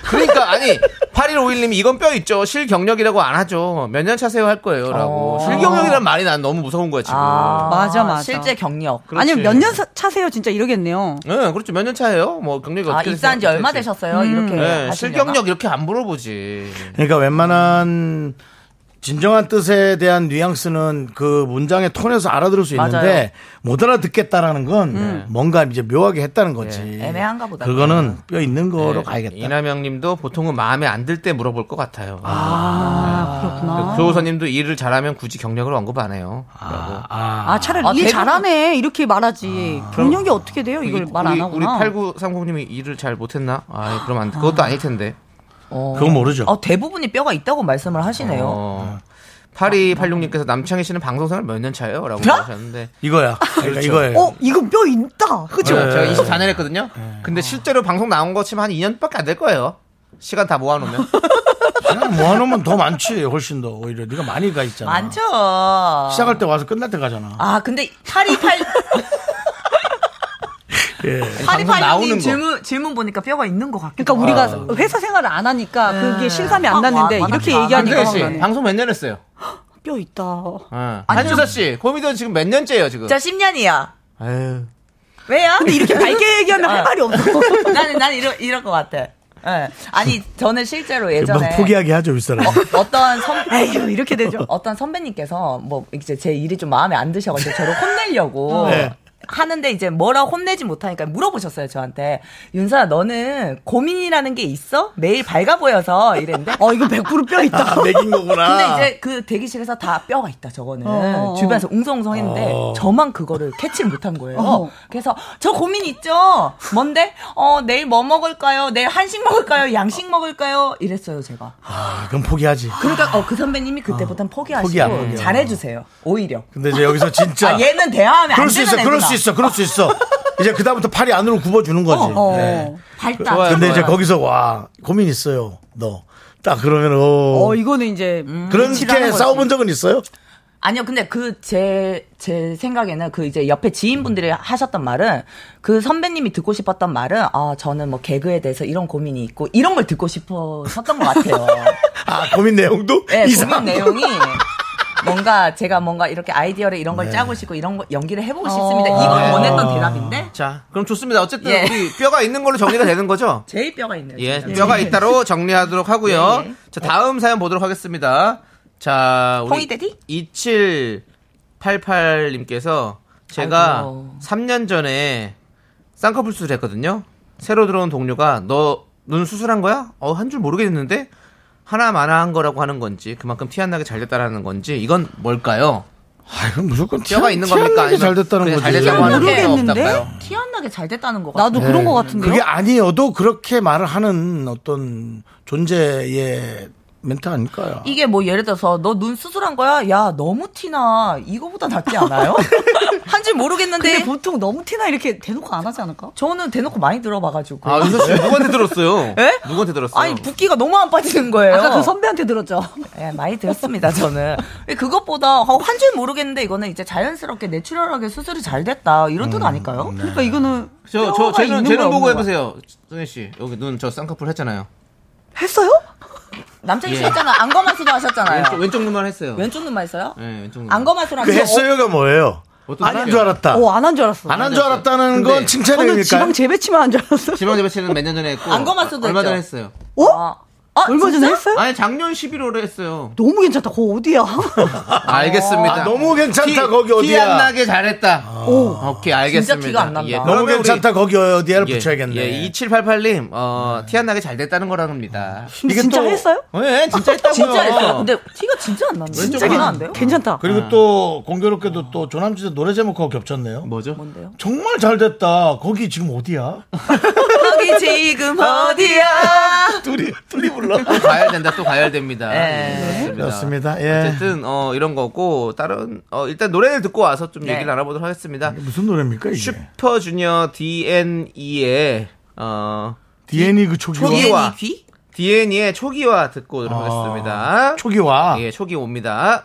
Speaker 2: 그러니까 아니 8151님이 이건 뼈 있죠. 실 경력이라고 안 하죠. 몇 년 차세요 할 거예요라고. 실 경력이란 말이 난 너무 무서운 거야 지금.
Speaker 9: 어. 아,
Speaker 8: 맞아, 맞아.
Speaker 9: 실제 경력.
Speaker 2: 그렇지.
Speaker 8: 아니면 몇 년 차세요? 진짜 이러겠네요.
Speaker 2: 네, 그렇죠. 몇 년 차예요? 뭐 경력이
Speaker 9: 아
Speaker 2: 어떻게 네,
Speaker 9: 입사한 지
Speaker 2: 되세요?
Speaker 9: 얼마
Speaker 2: 어떻게
Speaker 8: 음.
Speaker 9: 되셨어요? 이렇게
Speaker 2: 되세요? 네,
Speaker 9: 하시려나?
Speaker 2: 실경력 이렇게 안 물어보지.
Speaker 1: 그러니까 웬만한 그러니까 진정한 뜻에 대한 뉘앙스는 그 문장의 톤에서 알아들을 수 있는데
Speaker 9: 맞아요. 음.
Speaker 1: 못 알아듣겠다라는 건 뭔가 이제 묘하게 했다는 거지.
Speaker 9: 예, 애매한가 보다. 음.
Speaker 1: 그거는 뼈 있는 거로
Speaker 2: 네,
Speaker 1: 가야겠다.
Speaker 2: 이남영님도 보통은 마음에 안 들 때 물어볼 것 같아요.
Speaker 8: 아, 그렇구나.
Speaker 2: 조호선님도 일을 잘하면 굳이 경력을 언급 안 해요.
Speaker 8: 아, 차라리
Speaker 9: 아,
Speaker 8: 일
Speaker 9: 대답-
Speaker 8: 잘하네. 이렇게 말하지. 경력이 어떻게 돼요? 이걸 말 안
Speaker 2: 아, 우리,
Speaker 8: 하구나.
Speaker 2: 우리 8930님이 일을 잘 못했나? 아, 그럼 안 돼. 그것도 아닐 텐데.
Speaker 1: 그건 모르죠.
Speaker 9: 어, 대부분이 뼈가 있다고 말씀을 하시네요.
Speaker 2: 어. 8286님께서 남창희 씨는 방송생활 몇 년 차요? 라고 물으셨는데.
Speaker 1: 이거야. 그러니까
Speaker 9: 그렇죠.
Speaker 1: 이거예요.
Speaker 8: 어, 이건 뼈 있다. 그죠?
Speaker 2: 그렇죠. 제가 24년 했거든요. 네. 근데 실제로 방송 나온 거 치면 한 2년밖에 안 될 거예요. 시간 다 모아놓으면.
Speaker 1: 그냥 모아놓으면 더 많지. 훨씬 더 오히려 네가 많이 가 있잖아.
Speaker 9: 많죠.
Speaker 1: 시작할 때 와서 끝날 때 가잖아.
Speaker 9: 아, 근데 파리 팔
Speaker 1: 예.
Speaker 9: 파리
Speaker 2: 방금 나오는
Speaker 9: 팔님
Speaker 2: 거.
Speaker 9: 질문 질문 보니까 뼈가 있는 것 같기도.
Speaker 8: 그러니까 우리가 회사 생활을 안 하니까 그게 실감이 안
Speaker 9: 아,
Speaker 8: 났는데
Speaker 9: 와,
Speaker 8: 이렇게
Speaker 9: 맞다.
Speaker 8: 얘기하니까
Speaker 2: 안정현
Speaker 8: 막
Speaker 2: 씨,
Speaker 8: 나네.
Speaker 2: 방송 몇 년 했어요?
Speaker 8: 뼈 있다.
Speaker 2: 어. 한주사 씨, 고미도 지금 몇 년째예요, 지금?
Speaker 9: 저 10년이야.
Speaker 2: 에휴.
Speaker 9: 왜요? 근데
Speaker 8: 이렇게 밝게 얘기하면 할 말이 없어.
Speaker 9: 나는 난 이런 이런 것 같아. 예. 아니 저는 실제로
Speaker 1: 금방
Speaker 9: 예전에
Speaker 1: 포기하게 하죠, 윗사람.
Speaker 9: 어떤 선
Speaker 8: 에휴, 이렇게 되죠.
Speaker 9: 어떤 선배님께서 뭐 이제 제 일이 좀 마음에 안 드셔가지고 저를
Speaker 8: 어.
Speaker 9: 혼내려고
Speaker 1: 네.
Speaker 9: 하는데 이제 뭐라 혼내지 못하니까 물어보셨어요 저한테 윤서야 너는 고민이라는 게 있어? 매일 밝아 보여서 이랬는데
Speaker 8: 어, 이거 100%뼈 있다.
Speaker 1: 아, 매긴 거구나.
Speaker 9: 근데 이제 그 대기실에서 다 뼈가 있다 저거는
Speaker 8: 어.
Speaker 9: 주변에서 웅성웅성 했는데
Speaker 1: 어.
Speaker 9: 저만 그거를 캐치를 못한 거예요
Speaker 8: 어.
Speaker 9: 그래서 저 고민 있죠 뭔데 어 내일 뭐 먹을까요 내일 한식 먹을까요 양식 먹을까요 이랬어요 제가
Speaker 1: 아, 그럼 포기하지.
Speaker 9: 그러니까 어, 그 선배님이 그때부터는 포기하시고
Speaker 1: 아. 어. 포기야, 포기야.
Speaker 9: 잘해주세요 오히려
Speaker 1: 근데 이제 여기서 진짜.
Speaker 9: 아 얘는 대화하면
Speaker 1: 그럴
Speaker 9: 안
Speaker 1: 수
Speaker 9: 되는
Speaker 1: 있어, 그럴 수
Speaker 9: 애구나.
Speaker 1: 있어, 그럴 수 있어. 이제 그다음부터 팔이 안으로 굽어주는 거지.
Speaker 8: 어.
Speaker 1: 네.
Speaker 9: 발달
Speaker 2: 좋아요.
Speaker 1: 근데 이제 거기서 와 고민 있어요 너 딱 그러면 어,
Speaker 8: 어, 이거는 이제
Speaker 1: 그렇게 싸워본 적은 있어요?
Speaker 9: 아니요, 근데 그 제 제 생각에는 그 이제 옆에 지인분들이 하셨던 말은 그 선배님이 듣고 싶었던 말은 아 저는 뭐 개그에 대해서 이런 고민이 있고 이런 걸 듣고 싶으셨던 것 같아요.
Speaker 1: 아 고민 내용도
Speaker 9: 네,
Speaker 1: 이상한
Speaker 9: 고민 내용이 뭔가 제가 뭔가 이렇게 아이디어를 이런
Speaker 1: 네.
Speaker 9: 걸 짜고 싶고 이런 거 연기를 해보고 싶습니다.
Speaker 1: 어.
Speaker 9: 이걸 원했던 대답인데
Speaker 2: 자, 그럼 좋습니다. 어쨌든
Speaker 9: 예.
Speaker 2: 우리 뼈가 있는 걸로 정리가 되는 거죠?
Speaker 9: 제일 뼈가 있네요.
Speaker 2: 예,
Speaker 9: 진짜.
Speaker 2: 뼈가 있다로 정리하도록 하고요.
Speaker 9: 예, 예.
Speaker 2: 자, 다음 사연 보도록 하겠습니다. 자, 우리
Speaker 9: 콩이 대디?
Speaker 2: 2788님께서 제가
Speaker 9: 아이고.
Speaker 2: 3년 전에 쌍꺼풀 수술을 했거든요. 새로 들어온 동료가 너 눈 수술한 거야? 어, 한 줄 모르겠는데 하나 만화 한 거라고 하는 건지 그만큼 티 안 나게 잘 됐다라는 건지 이건 뭘까요?
Speaker 1: 아 이건 무조건
Speaker 2: 뼈가 있는 겁니까?
Speaker 1: 아니면
Speaker 2: 아니면
Speaker 1: 잘 됐다는
Speaker 2: 그냥
Speaker 1: 거지
Speaker 2: 잘 됐다고 하는 게
Speaker 8: 모르겠는데?
Speaker 2: 없달까요?
Speaker 9: 티 안 나게 잘 됐다는 것 같아요.
Speaker 8: 나도 그런 거 같은데요.
Speaker 1: 그게 아니어도 그렇게 말을 하는 어떤 존재의 멘트 아닐까요?
Speaker 9: 이게 뭐 예를 들어서 너 눈 수술한 거야? 야 너무 티나 이거보다 낫지 않아요? 한지
Speaker 8: 근데
Speaker 9: 모르겠는데
Speaker 8: 보통 너무 티나 이렇게 대놓고 안 하지 않을까?
Speaker 9: 저는 대놓고 많이 들어봐가지고
Speaker 2: 아, 윤서 씨 누구한테 들었어요?
Speaker 9: 에?
Speaker 2: 누구한테 들었어요?
Speaker 9: 예? 아니 붓기가 너무 안 빠지는 거예요.
Speaker 8: 아까 그 선배한테 들었죠.
Speaker 9: 예, 많이 들었습니다 저는. 그것보다 어, 한 줄 모르겠는데 이거는 이제 자연스럽게 내추럴하게 수술이 잘 됐다 이런
Speaker 2: 음,
Speaker 9: 뜻 아닐까요?
Speaker 2: 네.
Speaker 8: 그러니까 이거는
Speaker 2: 저, 저,
Speaker 8: 뼈가
Speaker 2: 쟤는,
Speaker 8: 있는
Speaker 2: 쟤는
Speaker 8: 거야,
Speaker 2: 보고
Speaker 8: 없는 거야?
Speaker 2: 해보세요. 정혜씨, 여기 눈 저 쌍꺼풀 했잖아요.
Speaker 8: 했어요?
Speaker 9: 남창희 씨
Speaker 2: 예.
Speaker 9: 했잖아 안검하수도 하셨잖아요. 예.
Speaker 2: 왼쪽, 왼쪽 눈만 했어요.
Speaker 9: 왼쪽 눈만 했어요?
Speaker 2: 예, 왼쪽 눈만.
Speaker 9: 안검하수랑
Speaker 1: 그 했어요가 뭐예요?
Speaker 2: 어떤
Speaker 1: 아닌
Speaker 2: 뜻이에요?
Speaker 1: 줄 알았다.
Speaker 8: 어, 안 한 줄 알았어.
Speaker 1: 안 한 줄 알았다는
Speaker 2: 근데
Speaker 1: 건
Speaker 8: 저는
Speaker 1: 칭찬입니까?
Speaker 8: 지방 재배치만 한 줄 알았어. 요
Speaker 2: 지방 재배치는 몇 년 전에 했고.
Speaker 9: 안 검았어도
Speaker 2: 얼마 전에
Speaker 9: 했죠.
Speaker 2: 했어요.
Speaker 8: 어?
Speaker 12: 아,
Speaker 9: 어,
Speaker 8: 얼마 전에
Speaker 9: 진짜?
Speaker 8: 했어요?
Speaker 2: 아니, 작년 11월에 했어요.
Speaker 8: 너무 괜찮다. 그거 어디야?
Speaker 2: 알겠습니다.
Speaker 1: 아, 너무 괜찮다, 거기 어디야. 아.
Speaker 2: 티안 나게 잘했다. 오. 오케이, 알겠습니다. 예,
Speaker 9: 진짜 티가 안 난다. 너무
Speaker 1: 너무
Speaker 2: 아, 그러면 우리-
Speaker 1: 괜찮다 거기 어디야를
Speaker 2: 예,
Speaker 1: 붙여야겠네.
Speaker 2: 예, 2788님, 어, 티안 나게 잘 됐다는 거랍니다.
Speaker 8: 진짜 했어요?
Speaker 2: 어, 예, 진짜 했다고요.
Speaker 9: 진짜 했어요. 근데 티가 진짜 안 나는데.
Speaker 2: 왼쪽
Speaker 9: 진짜 안 나는데요?
Speaker 8: 괜찮다.
Speaker 1: 그리고 또 공교롭게도 또 조남지대 노래 제목하고 겹쳤네요.
Speaker 2: 뭐죠?
Speaker 1: 정말 잘 됐다. 거기 지금 어디야?
Speaker 9: 거기 지금 어디야?
Speaker 1: 둘이 둘이 불러.
Speaker 2: 또 가열된다, 또 가열됩니다.
Speaker 9: 예.
Speaker 2: 예,
Speaker 1: 그렇습니다. 예.
Speaker 2: 어쨌든 어 이런 거고 다른 어 일단 노래를 듣고 와서 좀
Speaker 9: 네.
Speaker 2: 얘기를 알아보도록 하겠습니다.
Speaker 1: 무슨 노래입니까 이게?
Speaker 2: 슈퍼주니어 DNE의 어
Speaker 1: DNA 그 초기화.
Speaker 2: 초기화
Speaker 9: DNA 네 귀?
Speaker 2: DNE의 초기화 듣고 오도록
Speaker 1: 아,
Speaker 2: 하겠습니다.
Speaker 1: 초기화.
Speaker 2: 예, 초기 옵니다.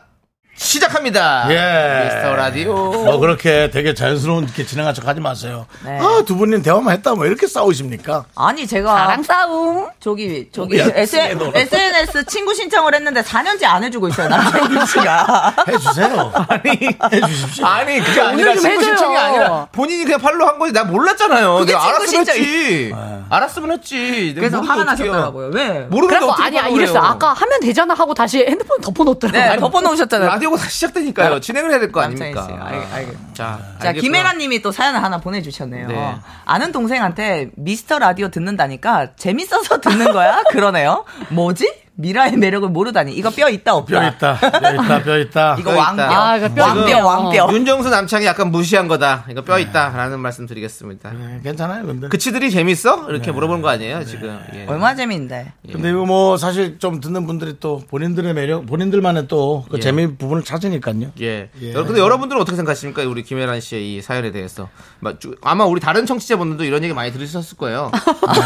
Speaker 2: 시작합니다.
Speaker 1: 예.
Speaker 2: 미스터 라디오.
Speaker 1: 뭐 그렇게 되게 자연스러운 게 진행한 척 하지 마세요.
Speaker 9: 네.
Speaker 1: 아, 두 분님 대화만 했다 뭐 이렇게 싸우십니까?
Speaker 9: 아니 제가
Speaker 8: 사랑 싸움.
Speaker 9: 저기 저기
Speaker 1: 야,
Speaker 9: SN,
Speaker 1: 너는.
Speaker 9: SNS 친구 신청을 했는데 4년째 안 해주고 있어요 남정희 씨가.
Speaker 1: 해주세요. 아니, 해주십시오.
Speaker 2: 아니 그게
Speaker 8: 오늘
Speaker 2: 아니라
Speaker 8: 좀
Speaker 2: 친구
Speaker 8: 해줘요.
Speaker 2: 신청이 아니라 본인이 그냥 팔로 한 거지 나 몰랐잖아요.
Speaker 9: 그게
Speaker 2: 내가 알았으면
Speaker 9: 친구
Speaker 2: 했지. 아. 알았으면 했지. 내가
Speaker 9: 그래서
Speaker 2: 모르는데
Speaker 9: 화가
Speaker 2: 뭐 어떡해요. 뭐
Speaker 9: 나셨더라고요. 왜?
Speaker 2: 모르는데
Speaker 12: 그래갖고
Speaker 2: 어떻게
Speaker 12: 아니야
Speaker 2: 화를
Speaker 12: 이랬어
Speaker 2: 해요.
Speaker 12: 아까 하면 되잖아 하고 다시 핸드폰 덮어놓더라고
Speaker 9: 네
Speaker 12: 요
Speaker 9: 덮어놓으셨잖아요. 그
Speaker 2: 라디오가 다시 시작되니까요. 진행을 해야 될 거
Speaker 9: 남창희
Speaker 2: 아닙니까?
Speaker 9: 씨, 알- 알겠습니다.
Speaker 2: 자,
Speaker 9: 자,
Speaker 2: 알겠고요.
Speaker 9: 김혜라님이 또 사연을 하나 보내주셨네요.
Speaker 2: 네.
Speaker 9: 아는 동생한테 미스터 라디오 듣는다니까 재밌어서 듣는 거야? 그러네요. 뭐지? 미라의 매력을 모르다니. 이거 뼈 있다 없다.
Speaker 1: 뼈 있다, 뼈 있다, 뼈 있다.
Speaker 9: 이거
Speaker 2: 뼈
Speaker 9: 왕뼈.
Speaker 2: 있다.
Speaker 12: 아, 이거 뼈
Speaker 9: 왕뼈,
Speaker 12: 있네요.
Speaker 9: 왕뼈.
Speaker 2: 윤정수 남창이 약간 무시한 거다. 이거 뼈 있다라는 말씀 드리겠습니다.
Speaker 1: 네, 괜찮아요, 근데.
Speaker 2: 그치들이 재밌어? 이렇게 물어보는 거 아니에요 지금?
Speaker 1: 네.
Speaker 2: 예.
Speaker 9: 얼마나 재미인데.
Speaker 1: 근데 이거 뭐 사실 좀 듣는 분들이 또 본인들의 매력, 본인들만의 또그
Speaker 2: 예.
Speaker 1: 재미 부분을 찾으니까요.
Speaker 2: 예.
Speaker 1: 예.
Speaker 2: 여러- 근데 여러분들은 어떻게 생각하십니까? 우리 김혜란 씨의 이 사연에 대해서. 막 쭉- 아마 우리 다른 청취자분들도 이런 얘기 많이 들으셨을 거예요. 그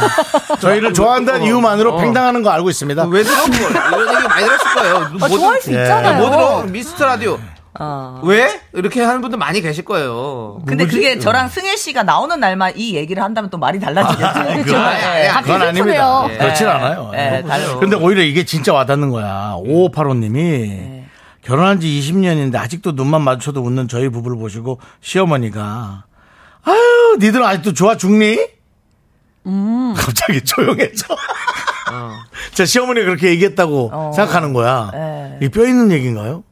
Speaker 1: 저희를 좋아한다는
Speaker 2: 어,
Speaker 1: 이유만으로
Speaker 2: 어.
Speaker 1: 팽당하는 거 알고 있습니다.
Speaker 2: 왜 들어? 뭐 이런 얘기 많이 들었을 거예요. 뭐 들-
Speaker 12: 좋아할 수
Speaker 1: 예.
Speaker 12: 있잖아요
Speaker 2: 뭐 들어? 미스터 라디오.
Speaker 9: 어.
Speaker 2: 왜? 이렇게 하는 분들 많이 계실 거예요.
Speaker 9: 근데
Speaker 1: 어.
Speaker 9: 그게 저랑 승혜 씨가 나오는 날만 이 얘기를 한다면 또 말이 달라지겠죠.
Speaker 1: 아, 그건,
Speaker 9: 예.
Speaker 1: 그건
Speaker 12: 같은
Speaker 1: 아닙니다.
Speaker 12: 슬프네요.
Speaker 1: 예. 그렇진 않아요.
Speaker 9: 예, 달라요. 예.
Speaker 1: 근데 오히려 이게 진짜 와닿는 거야. 5585님이 결혼한 지 20년인데 아직도 눈만 마주쳐도 웃는 저희 부부를 보시고 시어머니가 아유, 니들 은 아직도 좋아 죽니?
Speaker 9: 음.
Speaker 1: 갑자기 조용해져.
Speaker 9: 어.
Speaker 1: 제 시어머니가 그렇게 얘기했다고 생각하는 거야.
Speaker 9: 예.
Speaker 1: 이게 뼈 있는 얘기인가요?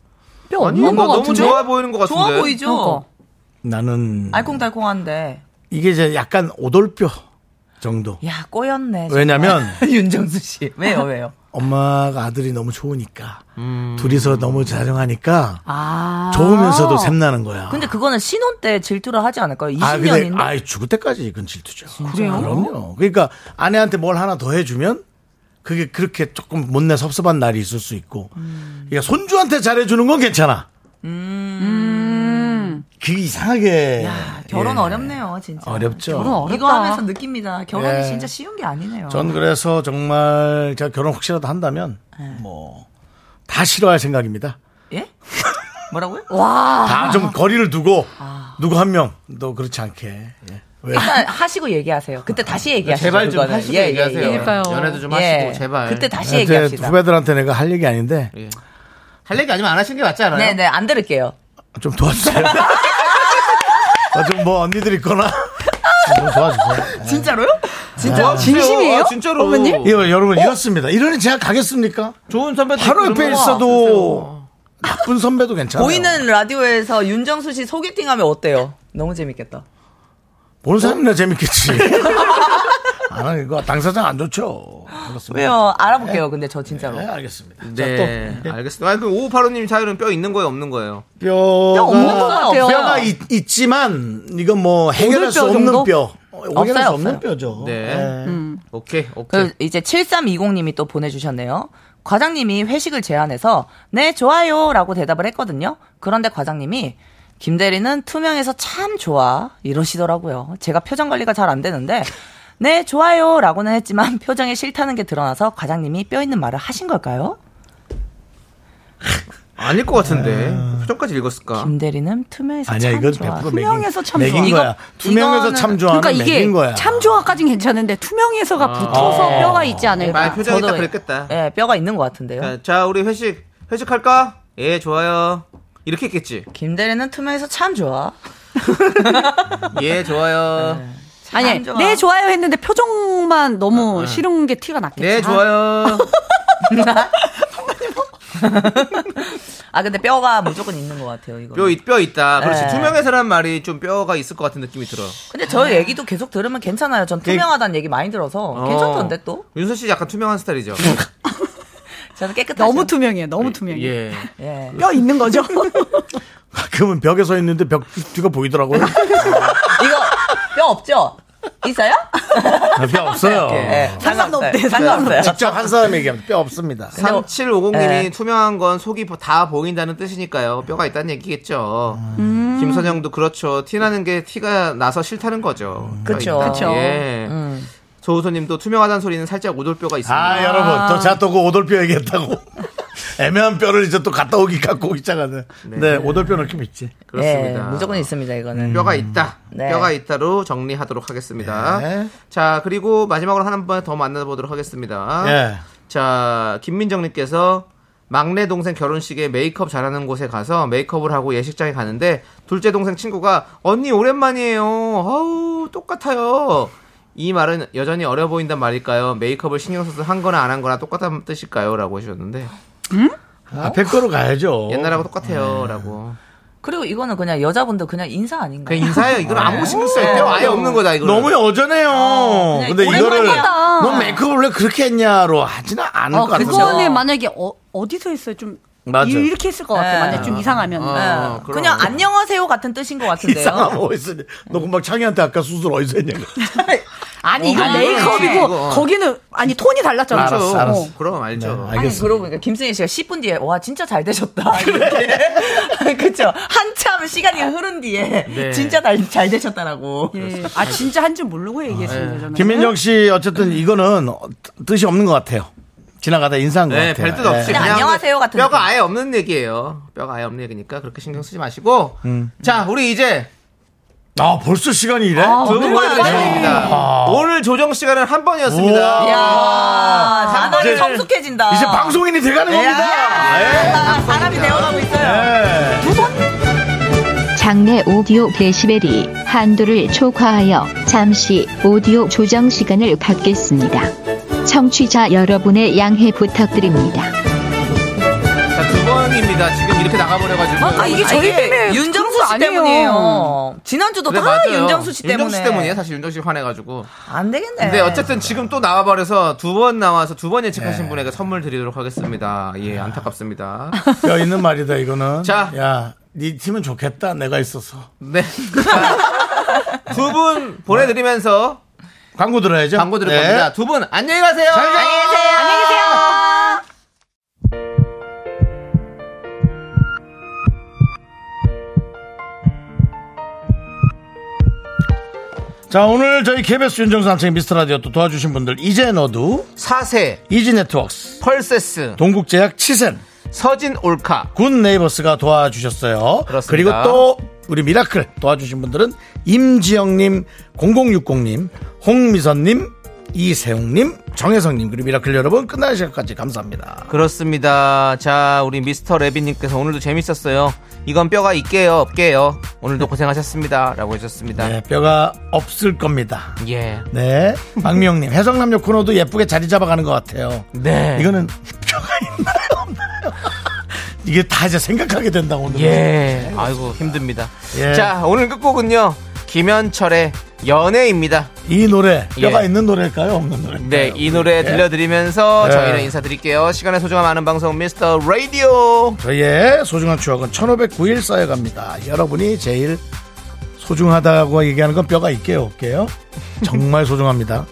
Speaker 12: 뼈 없는 거
Speaker 2: 너무
Speaker 12: 같은데
Speaker 2: 좋아 보이는 것 같은데.
Speaker 9: 좋아 보이죠?
Speaker 12: 그러니까.
Speaker 1: 나는
Speaker 9: 알콩달콩한데.
Speaker 1: 이게 이제 약간 오돌뼈 정도.
Speaker 9: 야, 꼬였네. 정말.
Speaker 1: 왜냐면
Speaker 9: 윤정수 씨. 왜요, 왜요?
Speaker 1: 엄마가 아들이 너무 좋으니까
Speaker 9: 음.
Speaker 1: 둘이서 너무 자정하니까
Speaker 12: 아
Speaker 1: 좋으면서도 샘나는 거야.
Speaker 9: 근데 그거는 신혼 때 질투를 하지 않을까요? 20년인데.
Speaker 1: 아, 근데 아, 죽을 때까지 그건 질투죠. 그래요? 그럼요. 그러니까 아내한테 뭘 하나 더 해주면 그게 그렇게 조금 못내 섭섭한 날이 있을 수 있고,
Speaker 9: 음.
Speaker 1: 그러니까 손주한테 잘해주는 건 괜찮아. 그게 이상하게
Speaker 9: 음. 아, 결혼
Speaker 1: 예.
Speaker 9: 어렵네요, 진짜.
Speaker 1: 어렵죠.
Speaker 12: 결혼 어렵다
Speaker 9: 이거 하면서 느낍니다. 결혼이
Speaker 1: 예.
Speaker 9: 진짜 쉬운 게 아니네요.
Speaker 1: 전 그래서 정말 제가 결혼 혹시라도 한다면 뭐 다 싫어할 생각입니다.
Speaker 9: 예? 뭐라고요? 아.
Speaker 1: 다 좀 거리를 두고 누구 한 명 또 그렇지 않게 예. 왜?
Speaker 9: 일단 하시고 얘기하세요. 그때 다시 얘기하시죠.
Speaker 2: 제발 좀
Speaker 9: 그거는.
Speaker 2: 하시고
Speaker 9: 예, 예,
Speaker 2: 얘기하세요.
Speaker 9: 예.
Speaker 12: 그러니까요.
Speaker 2: 연애도 좀
Speaker 9: 예.
Speaker 2: 하시고 제발.
Speaker 9: 그때 다시
Speaker 1: 네, 제
Speaker 9: 얘기합시다.
Speaker 1: 후배들한테 내가 할 얘기 아닌데
Speaker 2: 예. 할 얘기 아니면 안 하시는 게 맞지 않아요?
Speaker 9: 네, 네, 안 들을게요.
Speaker 1: 좀 도와주세요. 좀 뭐 언니들 있거나 좀뭐 도와주세요.
Speaker 9: 진짜로요?
Speaker 2: 네. 진짜
Speaker 12: 진심이에요?
Speaker 2: 아, 진짜로.
Speaker 12: 어머님?
Speaker 1: 예. 이거 여러분 이렇습니다. 이러니 제가 가겠습니까?
Speaker 2: 좋은 선배들
Speaker 1: 바로 옆에
Speaker 2: 그런 거
Speaker 1: 있어도 나쁜 선배도 괜찮아요.
Speaker 9: 보이는 라디오에서 윤정수 씨 소개팅 하면 어때요? 너무 재밌겠다.
Speaker 1: 보는 사람이나 재밌겠지. 아, 이거 당사자 안 좋죠. 그렇습니다.
Speaker 9: 왜요? 어, 알아볼게요. 근데 저 진짜로.
Speaker 1: 네, 알겠습니다.
Speaker 2: 네, 알겠습니다. 아니, 그럼 5585님 사연은 뼈 있는 거예요, 없는 거예요?
Speaker 1: 뼈가,
Speaker 9: 없는 것 같아요.
Speaker 1: 뼈가 있, 있지만 이건 뭐 해결할 수 없는
Speaker 9: 정도?
Speaker 1: 뼈. 해결할
Speaker 9: 없어요,
Speaker 1: 수 없는
Speaker 9: 없어요.
Speaker 1: 뼈죠.
Speaker 2: 네.
Speaker 1: 예.
Speaker 2: 오케이, 오케이.
Speaker 9: 그 이제 7320님이 또 보내주셨네요. 과장님이 회식을 제안해서 네 좋아요라고 대답을 했거든요. 그런데 과장님이 김 대리는 투명해서 참 좋아 이러시더라고요. 제가 표정 관리가 잘 안 되는데 네 좋아요라고는 했지만 표정이 싫다는 게 드러나서 과장님이 뼈 있는 말을 하신 걸까요?
Speaker 2: 아닐 것 같은데. 표정까지 읽었을까?
Speaker 9: 김 대리는 투명해서
Speaker 1: 어? 아니야
Speaker 9: 참
Speaker 1: 이건
Speaker 9: 좋아.
Speaker 1: 100%
Speaker 12: 투명해서
Speaker 1: 맥인,
Speaker 12: 참
Speaker 1: 맥인
Speaker 12: 좋아.
Speaker 1: 거야. 투명해서
Speaker 9: 이거는-
Speaker 1: 참 좋아하는
Speaker 12: 그러니까
Speaker 1: 맥인
Speaker 12: 이게
Speaker 1: 거야.
Speaker 12: 참 좋아까진 괜찮은데
Speaker 2: 아.
Speaker 12: 투명해서가 붙어서 뼈가 있지
Speaker 2: 말
Speaker 12: 않을까
Speaker 2: 표정이 딱
Speaker 9: 저도-
Speaker 2: 그랬겠다. 그러니까
Speaker 9: 예 뼈가 있는 것 같은데요.
Speaker 2: 자, 자, 우리 회식, 회식할까? 예, 좋아요. 이렇게 했겠지.
Speaker 9: 김 대리는 투명해서 참 좋아.
Speaker 2: 예, 좋아요.
Speaker 9: 참
Speaker 12: 아니
Speaker 9: 좋아.
Speaker 12: 네 좋아요 했는데 표정만 너무 싫은 게 티가 났겠지
Speaker 2: 네, 좋아요.
Speaker 9: 아 근데 뼈가 무조건 있는 것 같아요. 이거.
Speaker 2: 뼈, 있- 뼈 있다. 그렇지.
Speaker 9: 네.
Speaker 2: 투명해서란 말이 좀 뼈가 있을 것 같은 느낌이 들어.
Speaker 9: 근데 저 얘기도 계속 들으면 괜찮아요. 전 투명하다는 얘기 많이 들어서 괜찮던데 또
Speaker 2: 윤서 씨 약간 투명한 스타일이죠.
Speaker 9: 저는 깨끗하죠.
Speaker 12: 너무 투명해 너무 투명해
Speaker 2: 예.
Speaker 9: 네. 예.
Speaker 12: 뼈 있는 거죠
Speaker 1: 가끔은 벽에 서 있는데 벽 뒤가 보이더라고요.
Speaker 9: 이거 뼈 없죠? 있어요?
Speaker 1: 아, 뼈 없어요. 네.
Speaker 9: 예.
Speaker 12: 상관없대요.
Speaker 9: 상관없어요.
Speaker 1: 직접 한 사람 얘기하면 뼈 없습니다.
Speaker 9: 뭐, 예.
Speaker 2: 3750님이 투명한 건 속이 다 보인다는 뜻이니까요. 뼈가 있다는 얘기겠죠.
Speaker 9: 음.
Speaker 2: 김선영도 그렇죠. 티나는 게 티가 나서 싫다는 거죠. 뼈
Speaker 9: 그쵸. 음.
Speaker 2: 있다.
Speaker 9: 그쵸.
Speaker 2: 예. 조우소님도 투명하다는 소리는 살짝 오돌뼈가 있습니다.
Speaker 1: 아, 여러분, 또 제가 또그 오돌뼈 얘기했다고. 그 애매한 뼈를 이제 또 갔다 오기 갖고 오기 시작하네. 네, 오돌뼈 넣기 있지.
Speaker 2: 그렇습니다.
Speaker 9: 예,
Speaker 2: 음.
Speaker 9: 무조건 있습니다, 이거는.
Speaker 2: 뼈가 있다.
Speaker 9: 네.
Speaker 2: 뼈가 있다로 정리하도록 하겠습니다. 자, 그리고 마지막으로 하나만 더 만나보도록 하겠습니다.
Speaker 1: 예.
Speaker 2: 자, 김민정님께서 막내 동생 결혼식에 메이크업 잘하는 곳에 가서 메이크업을 하고 예식장에 가는데 둘째 동생 친구가 언니 오랜만이에요. 어우, 똑같아요. 이 말은 여전히 어려 보인단 말일까요? 메이크업을 신경 써서 한 거나 안 한 거나 똑같다는 뜻일까요? 라고 하셨는데.
Speaker 1: 앞에 거로 가야죠.
Speaker 2: 옛날하고
Speaker 1: 네.
Speaker 2: 똑같아요. 라고.
Speaker 9: 그리고 이거는 그냥 여자분들 그냥 인사 아닌가요?
Speaker 2: 그냥 인사예요. 이건 아무 신경 쓸 필요 아예 없는 거다, 이거는. 어.
Speaker 1: 너무 여전해요. 근데 이거를
Speaker 8: 오랜만이다.
Speaker 1: 넌 메이크업을 왜 그렇게 했냐로 하지는 않을
Speaker 8: 어,
Speaker 1: 것 같아요.
Speaker 8: 그거는 만약에 어, 어디서 했어요? 좀
Speaker 1: 맞아.
Speaker 8: 이렇게 했을 것 같아요.
Speaker 1: 네.
Speaker 8: 만약 좀 이상하면.
Speaker 1: 어,
Speaker 8: 네.
Speaker 1: 그럼. 그냥
Speaker 9: 안녕하세요 같은 뜻인 것 같은데요.
Speaker 1: 이상한 거 어디서 했냐. 너 금방 창희한테 아까 수술 어디서 했냐고.
Speaker 8: 아니 이건
Speaker 9: 아니,
Speaker 8: 메이크업이고
Speaker 9: 이거.
Speaker 8: 거기는 아니 톤이 달랐잖아요.
Speaker 1: 알았어, 네, 알았어.
Speaker 8: 어.
Speaker 2: 그럼
Speaker 1: 그렇죠.
Speaker 2: 알죠.
Speaker 9: 아니 그러고 보니까 김승희 씨가 10분 뒤에 와 진짜 잘 되셨다 이렇게 그쵸 한참 시간이 흐른 뒤에
Speaker 1: 네.
Speaker 9: 진짜 잘, 잘 되셨다라고
Speaker 2: 음.
Speaker 9: 네,
Speaker 8: 예. 아 진짜 한 줄 모르고 얘기했습니다. 저는.
Speaker 1: 김민정 씨 어쨌든 이거는 어, 뜻- 뜻이 없는 것 같아요. 지나가다 인사한 것
Speaker 2: 네,
Speaker 1: 같아요.
Speaker 2: 별뜻 없이
Speaker 1: 예.
Speaker 2: 그냥
Speaker 9: 안녕하세요 같은
Speaker 2: 뼈가
Speaker 9: 느낌.
Speaker 2: 아예 없는 얘기예요. 뼈가 아예 없는 얘기니까 그렇게 신경 쓰지 마시고
Speaker 1: 음.
Speaker 2: 자 우리 이제
Speaker 1: 아 벌써 시간이 이래?
Speaker 2: 두 분 보내드리겠습니다 오늘 조정 시간은 한 번이었습니다.
Speaker 1: 우와.
Speaker 9: 아, 단어를
Speaker 1: 이제-
Speaker 9: 성숙해진다
Speaker 1: 이제 방송인이 돼가는
Speaker 9: 이야,
Speaker 1: 겁니다. 네.
Speaker 9: 아, 사람이 되어가고
Speaker 2: 네.
Speaker 9: 있어요
Speaker 11: 장내 오디오 데시벨이 한도를 초과하여 잠시 오디오 조정 시간을 받겠습니다. 청취자 여러분의 양해 부탁드립니다.
Speaker 2: 자두 번입니다. 지금 이렇게 나가버려가지고
Speaker 9: 예. 아, 이게 저희 때문에 윤정수 씨 때문이에요 지난주도
Speaker 2: 그래,
Speaker 9: 다
Speaker 2: 네, 맞아요.
Speaker 9: 윤정수 씨 때문에
Speaker 2: 윤정수 때문이에요. 사실 윤정수 씨 화내가지고.
Speaker 9: 안 되겠네
Speaker 2: 근데 어쨌든 지금 또 나와버려서 두 번 나와서 두 번
Speaker 9: 네.
Speaker 2: 예측하신 분에게 선물 드리도록 하겠습니다. 예,
Speaker 9: 아.
Speaker 2: 안타깝습니다.
Speaker 1: 뼈 있는 말이다 이거는.
Speaker 2: 자.
Speaker 1: 야, 네 팀은 좋겠다. 내가 있어서.
Speaker 2: 네. 두 분 보내드리면서
Speaker 1: 광고 들어야죠.
Speaker 2: 광고 들을
Speaker 1: 네.
Speaker 2: 겁니다. 두 분 안녕히 가세요.
Speaker 1: 안녕히
Speaker 2: 계세요. 안녕히 계세요.
Speaker 1: 자, 오늘 저희 KBS 윤정수 남창 미스터 라디오 또 도와주신 분들 이제 너두
Speaker 2: 사세,
Speaker 1: 이지 네트워크스
Speaker 2: 펄세스,
Speaker 1: 동국제약 치센
Speaker 2: 서진 올카.
Speaker 1: 굿 네이버스가 도와주셨어요.
Speaker 2: 그렇습니다.
Speaker 1: 리고또 우리 미라클 도와주신 분들은 임지영님, 0060님, 홍미선님, 이세웅님, 정혜성님 그리고 미라클 여러분 끝나는 시간까지 감사합니다.
Speaker 2: 그렇습니다. 자, 우리 미스터 레빈님께서 오늘도 재밌었어요. 이건 뼈가 있게요, 없게요. 오늘도 고생하셨습니다. 라고 해주셨습니다.
Speaker 1: 네, 뼈가 없을 겁니다.
Speaker 2: 예.
Speaker 1: 네, 박미영님 해성남녀 코너도 예쁘게 자리 잡아가는 것 같아요.
Speaker 2: 네.
Speaker 1: 이거는 뼈가 있나요 없나요? 이게 다 이제 생각하게 된다 오늘.
Speaker 2: 예. 아이고, 힘듭니다.
Speaker 1: 예.
Speaker 2: 자, 오늘 끝곡은요. 김현철의 연애입니다.
Speaker 1: 이 노래 뼈가
Speaker 2: 예.
Speaker 1: 있는 노래일까요 없는 노래일까요?
Speaker 2: 네, 이 노래 들려드리면서
Speaker 1: 예.
Speaker 2: 저희는 인사드릴게요. 시간의 소중함 아는 방송 미스터 라디오.
Speaker 1: 저희의 소중한 추억은 1509일 쌓여갑니다. 여러분이 제일 소중하다고 얘기하는 건 뼈가 있게요, 없게요? 정말 소중합니다.